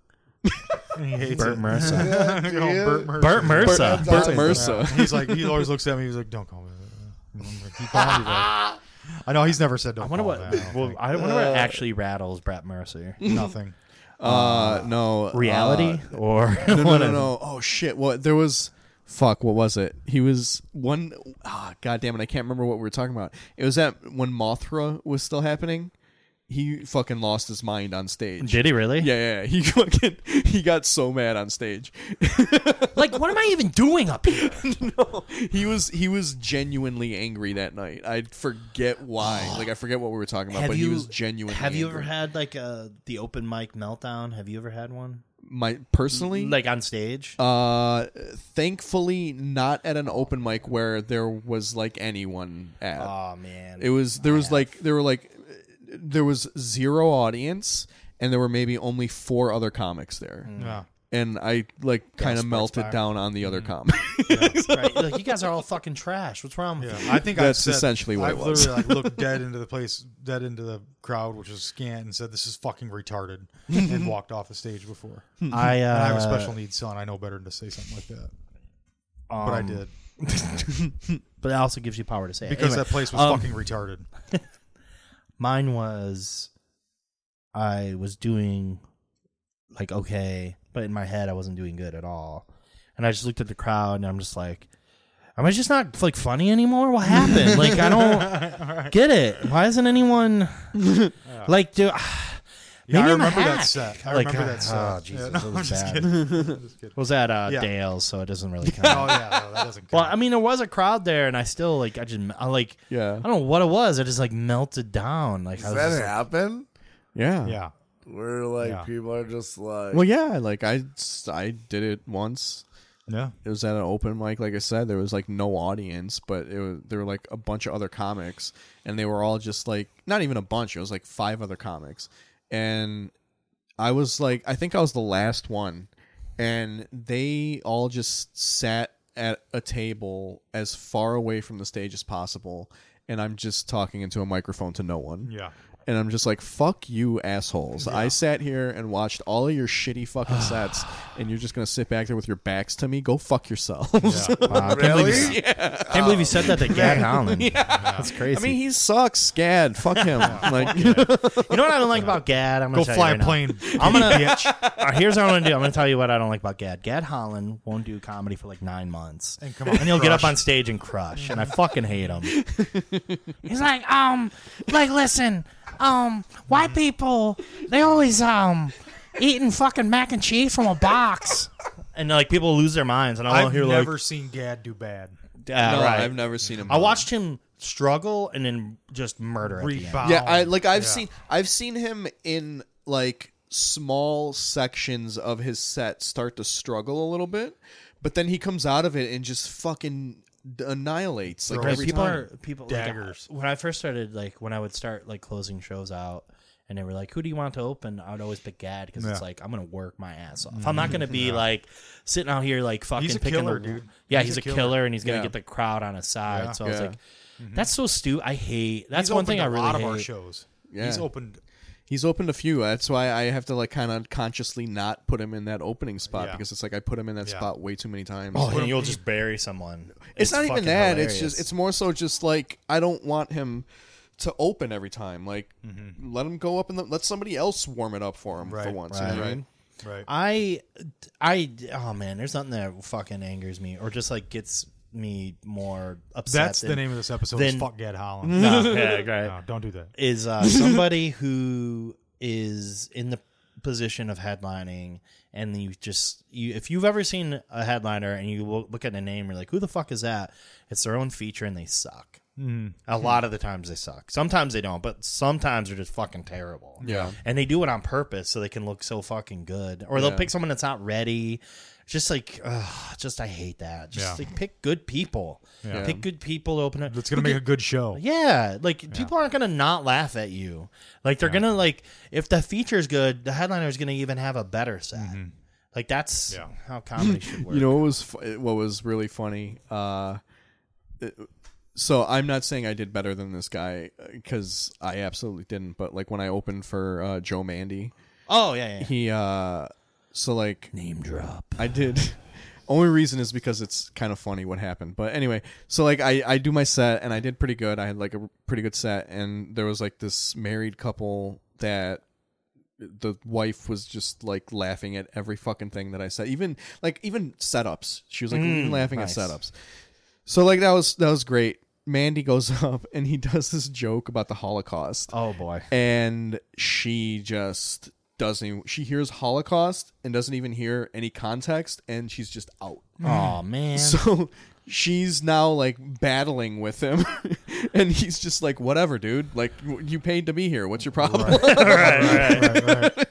Speaker 2: He hates
Speaker 4: Bert
Speaker 2: it. *laughs*
Speaker 4: Mercer.
Speaker 2: I call him oh, Bert Mercer.
Speaker 4: Bert Mercer.
Speaker 3: Bert-
Speaker 1: Bert
Speaker 3: Yeah.
Speaker 1: Mursa.
Speaker 2: He's like he always looks at me. He's like, "Don't call me." that." I'm like, "Keep calling me that."
Speaker 1: *laughs*
Speaker 2: I know he's never said. Don't
Speaker 4: I wonder
Speaker 2: call
Speaker 4: what.
Speaker 2: me that, I don't
Speaker 4: Well,
Speaker 2: think.
Speaker 4: I wonder what actually rattles Brett
Speaker 1: *laughs*
Speaker 4: Mercer.
Speaker 2: nothing.
Speaker 1: Uh, no
Speaker 4: Reality or
Speaker 1: uh,
Speaker 4: *laughs*
Speaker 1: no, no, no, no. Oh shit! What there was? Fuck! What was it? He was one. Ah, God damn it! I can't remember what we were talking about. It was that when Mothra was still happening. He fucking lost his mind on stage.
Speaker 4: Did he really?
Speaker 1: Yeah, yeah, yeah. He *laughs* fucking he got so mad on stage.
Speaker 4: *laughs*
Speaker 1: *laughs*
Speaker 4: Like, what am I even doing up here?
Speaker 1: no, he was he was genuinely angry that night. I forget
Speaker 4: *gasps*
Speaker 1: why. Like I forget what we were talking about,
Speaker 4: Have
Speaker 1: but
Speaker 4: you-
Speaker 1: he was genuinely.
Speaker 4: Have you ever
Speaker 1: angry.
Speaker 4: had like a the open mic meltdown? Have you ever had one?
Speaker 1: my personally?
Speaker 4: Like on stage?
Speaker 1: uh, thankfully, not at an open mic where there was like anyone at.
Speaker 4: oh man.
Speaker 1: it was there was like there were like there was zero audience, and there were maybe only four other comics there.
Speaker 2: Yeah.
Speaker 1: And I like kind of
Speaker 4: sports
Speaker 1: melted
Speaker 4: bar.
Speaker 1: down on the other comic. *laughs*
Speaker 4: right? Like you guys are all *laughs* fucking trash. What's wrong with
Speaker 2: Yeah,
Speaker 4: you?
Speaker 2: I think
Speaker 1: That's
Speaker 2: I've said,
Speaker 1: essentially what
Speaker 2: I've
Speaker 1: it was.
Speaker 2: literally like
Speaker 4: *laughs*
Speaker 2: looked dead into the place, dead into the crowd, which was scant, and said, "This is fucking
Speaker 4: *laughs*
Speaker 2: retarded," and walked off the stage before. And
Speaker 4: I uh,
Speaker 2: I have a special needs son. I know better than to say something like that, uh, but I
Speaker 4: um,
Speaker 2: did
Speaker 4: *laughs* But it also gives you power to say it.
Speaker 2: because
Speaker 4: Anyway,
Speaker 2: that place was
Speaker 4: um,
Speaker 2: fucking retarded.
Speaker 4: mine was I was doing like okay, but in my head I wasn't doing good at all. And I just looked at the crowd and I'm just like am I just not like funny anymore?
Speaker 2: *laughs*
Speaker 4: What happened? like I don't get it. Why isn't anyone like do *sighs*
Speaker 2: Yeah, I
Speaker 4: Maybe I'm a
Speaker 2: remember that
Speaker 4: hack.
Speaker 2: set. I
Speaker 4: Like,
Speaker 2: remember
Speaker 4: uh,
Speaker 2: that set.
Speaker 4: oh,
Speaker 2: Yeah,
Speaker 4: Jesus,
Speaker 2: *laughs* no,
Speaker 4: it was
Speaker 2: I'm just
Speaker 4: bad.
Speaker 2: kidding. I'm just kidding.
Speaker 4: was that uh
Speaker 2: Yeah.
Speaker 4: Dale's so it
Speaker 2: *laughs*
Speaker 4: doesn't really
Speaker 2: Oh
Speaker 4: count.
Speaker 2: yeah, no, that doesn't.
Speaker 4: well,
Speaker 2: count.
Speaker 4: I mean there was a crowd there and I still like I just I like
Speaker 1: yeah,
Speaker 4: I don't know what it was. I just like melted down. Like I
Speaker 3: Does
Speaker 4: was just
Speaker 3: that
Speaker 4: like,
Speaker 3: happen?
Speaker 1: yeah,
Speaker 2: yeah,
Speaker 3: Where like
Speaker 2: Yeah.
Speaker 3: people are just like,
Speaker 1: Well, yeah, like I, s- I did it once.
Speaker 2: yeah.
Speaker 1: It was at an open mic, like I said. There was like no audience, but it was there were like a bunch of other comics, and they were all just like not even a bunch. It was like five other comics, and I was like, I think I was the last one, and they all just sat at a table as far away from the stage as possible, and I'm just talking into a microphone to no one.
Speaker 4: *laughs*
Speaker 2: Yeah.
Speaker 1: and I'm just like, fuck you, assholes. I sat here and watched all of your shitty *sighs* fucking sets, and you're just gonna sit back there with your backs to me. Go fuck yourselves.
Speaker 4: wow, I can't
Speaker 1: *laughs*
Speaker 4: believe you-
Speaker 3: Really?
Speaker 4: Can't believe you said that to Gad
Speaker 2: *laughs*
Speaker 4: Holland. That's crazy.
Speaker 1: I mean, he sucks. Scad, fuck him. like,
Speaker 4: you know what I don't like about Gad? I'm
Speaker 2: Go
Speaker 4: gonna tell
Speaker 2: fly
Speaker 4: you
Speaker 2: a
Speaker 4: right now.
Speaker 2: plane.
Speaker 4: *laughs* I'm gonna. All right, here's what I'm gonna do. I'm gonna tell you what I don't like about Gad. Gad Holland won't do comedy for like nine months,
Speaker 2: And come on,
Speaker 4: he'll get up
Speaker 2: crush.
Speaker 4: on stage and crush, and I fucking hate him. *laughs* He's like, um, like listen, um, white people, they always um eating fucking mac and cheese from a box, and like people lose their minds, and *laughs* I'll
Speaker 2: I've
Speaker 4: hear
Speaker 2: never
Speaker 4: like,
Speaker 2: seen Gad do bad.
Speaker 4: yeah,
Speaker 1: no,
Speaker 4: right.
Speaker 1: I've never seen him.
Speaker 4: I watched him struggle and then just murder. At the end.
Speaker 2: Rebound.
Speaker 1: Yeah, I like. I've
Speaker 2: Yeah.
Speaker 1: seen. I've seen him in like small sections of his set start to struggle a little bit, but then he comes out of it and just fucking annihilates. Like
Speaker 2: Bro,
Speaker 1: every
Speaker 4: people
Speaker 1: time.
Speaker 4: are people like,
Speaker 2: Daggers.
Speaker 4: I- when I first started, like when I would start like closing shows out, and they were like, "Who do you want to open?" I would always pick Gad because it's
Speaker 2: Yeah. Mm-hmm.
Speaker 4: like I'm gonna work my ass off. I'm not gonna be like sitting out here like fucking
Speaker 2: a
Speaker 4: picking
Speaker 2: killer,
Speaker 4: the
Speaker 2: dude.
Speaker 4: Yeah,
Speaker 2: He's
Speaker 4: he's,
Speaker 2: a
Speaker 4: a,
Speaker 2: killer.
Speaker 4: killer. and he's gonna
Speaker 1: Yeah.
Speaker 4: get the crowd on his side.
Speaker 2: Yeah. Mm-hmm.
Speaker 4: So I was
Speaker 1: Yeah.
Speaker 4: like, "That's so stupid. I hate." That's
Speaker 2: He's
Speaker 4: one thing I
Speaker 2: opened
Speaker 4: really
Speaker 2: a lot
Speaker 4: hate.
Speaker 2: of our shows.
Speaker 1: Yeah.
Speaker 2: He's opened
Speaker 1: He's opened a few. That's why I have to like kind of consciously not put him in that opening spot
Speaker 2: Yeah.
Speaker 1: because it's like I put him in that
Speaker 2: Yeah.
Speaker 1: spot way too many times.
Speaker 4: Oh, and you'll just bury someone.
Speaker 1: it's, not even
Speaker 4: fucking
Speaker 1: that. It's
Speaker 4: hilarious.
Speaker 1: just it's more so just like I don't want him to open every time. Like let him go up and let somebody else warm it up for him for
Speaker 2: Mm-hmm. Right,
Speaker 1: once. You know what I mean?
Speaker 2: Right.
Speaker 4: I, I, oh man, there's nothing that fucking angers me or just like gets me more upset.
Speaker 2: That's the
Speaker 4: than- *laughs*
Speaker 2: name of this episode. is
Speaker 4: then-
Speaker 2: fuck Gad Holland.
Speaker 4: *laughs* No,
Speaker 2: *laughs*
Speaker 4: yeah, right.
Speaker 2: No, don't do that.
Speaker 1: *laughs*
Speaker 4: Is uh, somebody who is in the position of headlining, and you just you if you've ever seen a headliner and you lo- look at a name, you're like, who the fuck is that? It's their own feature, and they suck.
Speaker 1: Mm-hmm.
Speaker 4: A lot of the times they suck. Sometimes they don't, but sometimes they're just fucking terrible.
Speaker 1: Yeah.
Speaker 4: And they do it on purpose so they can look so fucking good. Or they'll
Speaker 1: Yeah.
Speaker 4: pick someone that's not ready. Just like, ugh, just I hate that. Just
Speaker 2: Yeah.
Speaker 4: like pick good people.
Speaker 1: Yeah.
Speaker 4: Pick good people to open up.
Speaker 2: It's gonna make a good show.
Speaker 4: Yeah, like people aren't gonna not laugh at you. Like they're gonna like if the feature's good, the headliner's gonna even have a better set. Like that's
Speaker 2: Mm-hmm. Yeah.
Speaker 4: how comedy should work.
Speaker 1: *laughs* You know what was fu- what was really funny? Uh, it- so I'm not saying I did better than this guy because I absolutely didn't. But like when I opened for uh, Joe Mandy,
Speaker 4: oh
Speaker 1: *laughs*
Speaker 4: yeah, yeah.
Speaker 1: he uh, so like
Speaker 4: Name drop.
Speaker 1: I did. *laughs* Only reason is because it's kind of funny what happened. But anyway, so like I, I do my set and I did pretty good. I had like a pretty good set and there was like this married couple that the wife was just like laughing at every fucking thing that I said. Even like even setups. She was like even laughing
Speaker 4: nice.
Speaker 1: at setups. So like that was that was great. Mandy goes *laughs* up and he does this joke about the Holocaust
Speaker 4: Oh *laughs* boy.
Speaker 1: and she just doesn't she hears holocaust and doesn't even hear any context and she's just out
Speaker 4: Oh man.
Speaker 1: so *laughs* she's now like battling with him *laughs* and he's just like whatever dude like w- you paid to be here what's your problem
Speaker 2: Right, right.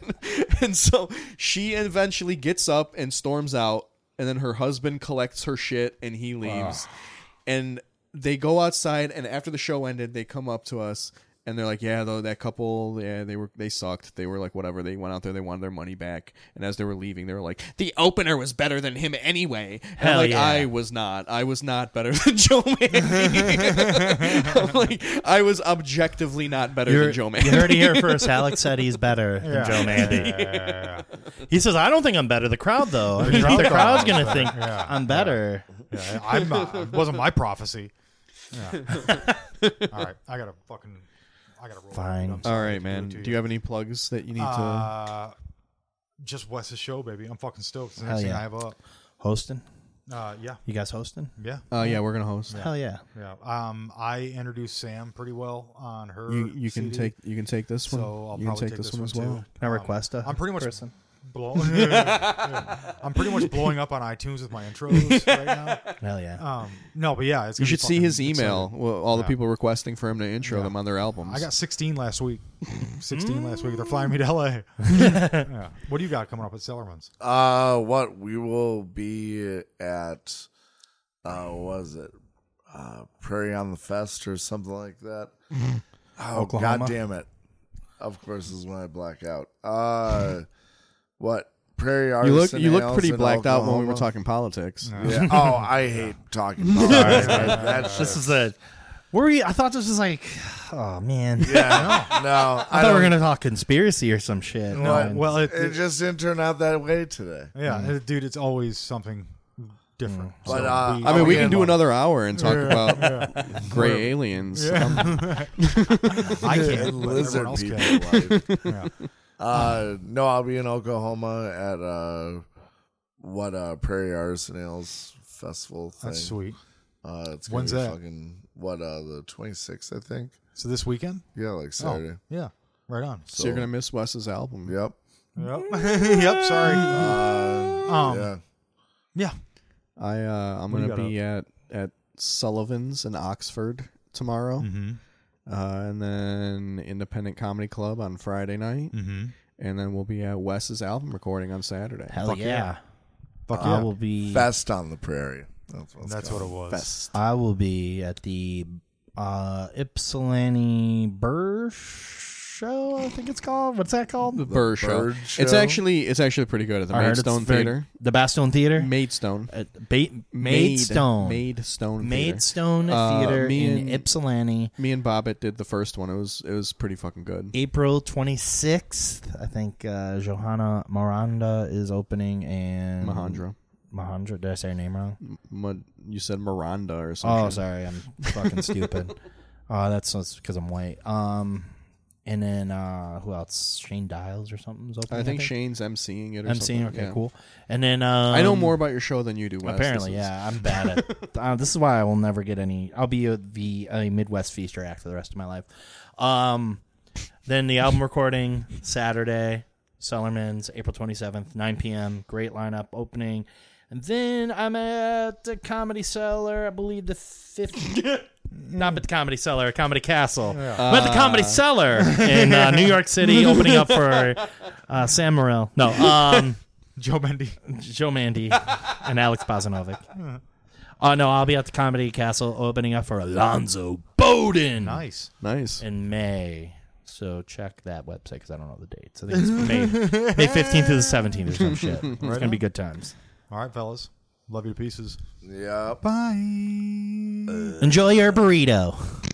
Speaker 1: *laughs* and so she eventually gets up and storms out and then her husband collects her shit and he leaves and they go outside and after the show ended they come up to us and they're like yeah though that couple yeah they were they sucked they were like whatever they went out there they wanted their money back and as they were leaving they were like the opener was better than him anyway and I'm
Speaker 4: Hell
Speaker 1: like
Speaker 4: yeah.
Speaker 1: i was not i was not better *laughs* than joe
Speaker 4: *laughs*
Speaker 1: man *laughs* i'm like i was objectively not better than joe man
Speaker 4: You heard
Speaker 1: *laughs*
Speaker 4: it here first. Alex said he's better than Joe Mandy. *laughs*
Speaker 2: Yeah.
Speaker 4: He says, "I don't think I'm better." The crowd, though,
Speaker 2: *laughs*
Speaker 4: I mean,
Speaker 2: crowd
Speaker 4: the crowd's
Speaker 2: thought I was
Speaker 4: gonna
Speaker 2: better.
Speaker 4: think
Speaker 2: Yeah.
Speaker 4: I'm better.
Speaker 2: Yeah, I'm not, it wasn't my prophecy.
Speaker 4: *laughs*
Speaker 2: Yeah. All right, I gotta fucking, I gotta roll.
Speaker 4: Fine.
Speaker 2: I'm sorry
Speaker 1: all
Speaker 2: to
Speaker 1: right man
Speaker 2: to
Speaker 1: do you have any plugs that you need to
Speaker 2: Uh, just Wes's show, baby. I'm fucking stoked. It's the
Speaker 4: Hell
Speaker 2: next thing
Speaker 4: yeah.
Speaker 2: I have up.
Speaker 4: Hosting,
Speaker 2: Uh, yeah,
Speaker 4: you guys hosting?
Speaker 2: yeah,
Speaker 1: Uh, yeah, we're gonna host.
Speaker 4: Hell yeah!
Speaker 2: yeah. Um, I introduced Sam pretty well on her.
Speaker 1: You, you can
Speaker 2: CD,
Speaker 1: take you can take this
Speaker 2: so
Speaker 1: one.
Speaker 2: I'll
Speaker 1: you can
Speaker 2: probably
Speaker 1: take, this, one, as well.
Speaker 2: too.
Speaker 4: Can I request a?
Speaker 2: Um, I'm pretty much
Speaker 4: person?
Speaker 2: *laughs* blow- Yeah. I'm pretty much blowing up on iTunes with my intros
Speaker 1: *laughs*
Speaker 2: right now.
Speaker 4: Hell yeah!
Speaker 2: Um, no, but yeah, it's
Speaker 1: You
Speaker 2: gonna be
Speaker 1: should see
Speaker 2: fucking
Speaker 1: his email.
Speaker 2: exciting.
Speaker 1: Well, all the
Speaker 2: Yeah.
Speaker 1: people requesting for him to intro them on their albums.
Speaker 2: I got 16 last week. 16 last week. They're flying me to LA. yeah. What do you got coming up at Sellerman's?
Speaker 3: Uh, what we will be at, uh, was it, uh, Prairie on the Fest or something like that?
Speaker 1: Mm-hmm.
Speaker 3: oh,
Speaker 4: Oklahoma?
Speaker 3: god damn it! Of course, is when I black out. Uh, what Prairie
Speaker 1: you look
Speaker 3: Artisan
Speaker 1: you look
Speaker 3: Ales
Speaker 1: pretty
Speaker 3: in
Speaker 1: blacked out when we were
Speaker 3: Oklahoma?
Speaker 1: talking politics.
Speaker 3: Yeah. Oh, I hate talking.
Speaker 1: *laughs*
Speaker 3: politics. That shit-
Speaker 4: This is a. Were you? I thought this was like. Oh man!
Speaker 1: *laughs*
Speaker 3: yeah, no, I,
Speaker 4: I thought we
Speaker 3: don't-
Speaker 4: were gonna talk conspiracy or some shit.
Speaker 3: No,
Speaker 4: man.
Speaker 2: Well, it,
Speaker 3: It just didn't turn out that way today.
Speaker 2: yeah, it- dude, it's always something different.
Speaker 3: But, uh,
Speaker 1: I mean, we
Speaker 3: Oh,
Speaker 1: can
Speaker 3: yeah.
Speaker 1: do another hour and talk about gray
Speaker 3: *laughs*
Speaker 1: aliens. Um,
Speaker 2: I
Speaker 1: *laughs*
Speaker 2: can't.
Speaker 3: And
Speaker 2: but
Speaker 3: lizard
Speaker 2: everyone else
Speaker 3: people.
Speaker 2: can.
Speaker 3: like.
Speaker 2: Yeah.
Speaker 3: Uh, no, I'll be in Oklahoma at uh, what uh, Prairie Artisan Ales Festival thing.
Speaker 2: That's sweet.
Speaker 3: Uh, it's
Speaker 2: When's
Speaker 3: gonna be
Speaker 2: that?
Speaker 3: Fucking what? Uh, the twenty sixth, I think.
Speaker 2: So this weekend?
Speaker 3: Yeah, like
Speaker 2: Oh,
Speaker 3: Saturday.
Speaker 2: yeah. Right on.
Speaker 1: so you're gonna miss Wes's album.
Speaker 3: Yep.
Speaker 2: Yep. *laughs* yep. Sorry. um, yeah.
Speaker 3: Uh, yeah.
Speaker 1: I uh, I'm
Speaker 2: do
Speaker 1: gonna
Speaker 2: you
Speaker 1: be at at Sullivan's in Oxford tomorrow,
Speaker 4: Mm-hmm.
Speaker 1: uh, and then Independent Comedy Club on Friday night,
Speaker 4: Mm-hmm.
Speaker 1: and then we'll be at Wes's album recording on Saturday.
Speaker 4: hell yeah.
Speaker 2: Fuck
Speaker 4: I
Speaker 2: yeah.
Speaker 4: will be.
Speaker 3: Fest on the Prairie. That's what.
Speaker 2: That's what it was.
Speaker 4: I will be at the uh, Ypsilanti Burr show. I think it's called. What's that called?
Speaker 1: the Burr show.
Speaker 3: Bird
Speaker 1: It's
Speaker 3: Show?
Speaker 1: actually it's actually pretty good at the
Speaker 4: I heard it's
Speaker 1: Maidstone
Speaker 4: very-
Speaker 1: Theater.
Speaker 4: The Bastogne Theater.
Speaker 1: Maidstone.
Speaker 4: Uh, ba- Maidstone.
Speaker 1: Maidstone. Theater.
Speaker 4: Maidstone
Speaker 1: Uh,
Speaker 4: Theater
Speaker 1: me
Speaker 4: in
Speaker 1: and-
Speaker 4: Ypsilanti,
Speaker 1: Me and Bobbit did the first one. It was it was pretty fucking good.
Speaker 4: April 26th. I think uh, Johanna Miranda is opening and
Speaker 1: Mahandra.
Speaker 4: Mahandra. Did I say her name wrong?
Speaker 1: Ma- you said Miranda or something.
Speaker 4: Oh, sorry, I'm fucking stupid. Uh, that's because I'm white. Um, and then uh, who else? Shane Dials or something's opening.
Speaker 1: I think Shane's emceeing it. or
Speaker 4: I'm
Speaker 1: something.
Speaker 4: seeing. Okay,
Speaker 1: Yeah.
Speaker 4: cool. And then um,
Speaker 1: I know more about your show than you do. Wes.
Speaker 4: Apparently,
Speaker 1: This is-
Speaker 4: yeah, I'm bad
Speaker 1: *laughs*
Speaker 4: at. uh, this is why I will never get any. I'll be a, the a Midwest feaster act for the rest of my life. Um, then the album recording Saturday, Sellerman's April 27th, 9 p.m. Great lineup opening, and then I'm at the Comedy Cellar. I believe the fifth. Not but the Comedy Cellar, Comedy Castle.
Speaker 1: Uh,
Speaker 4: I'm at the Comedy Cellar in uh, New York City, opening up for uh, Sam Morril. No, um,
Speaker 2: Joe Bendy.
Speaker 4: Joe Mandy and Alex Bozanovic. Oh no, I'll be at the Comedy Castle opening up for Alonzo Bowden
Speaker 2: Nice.
Speaker 1: Nice.
Speaker 4: in May. So check that website because I don't know the dates. I think it's May May fifteenth to the seventeenth or some shit. It's gonna be good times.
Speaker 2: All right, fellas. Love you to pieces.
Speaker 3: Yep.
Speaker 2: Bye.
Speaker 3: Uh,
Speaker 4: Enjoy your burrito.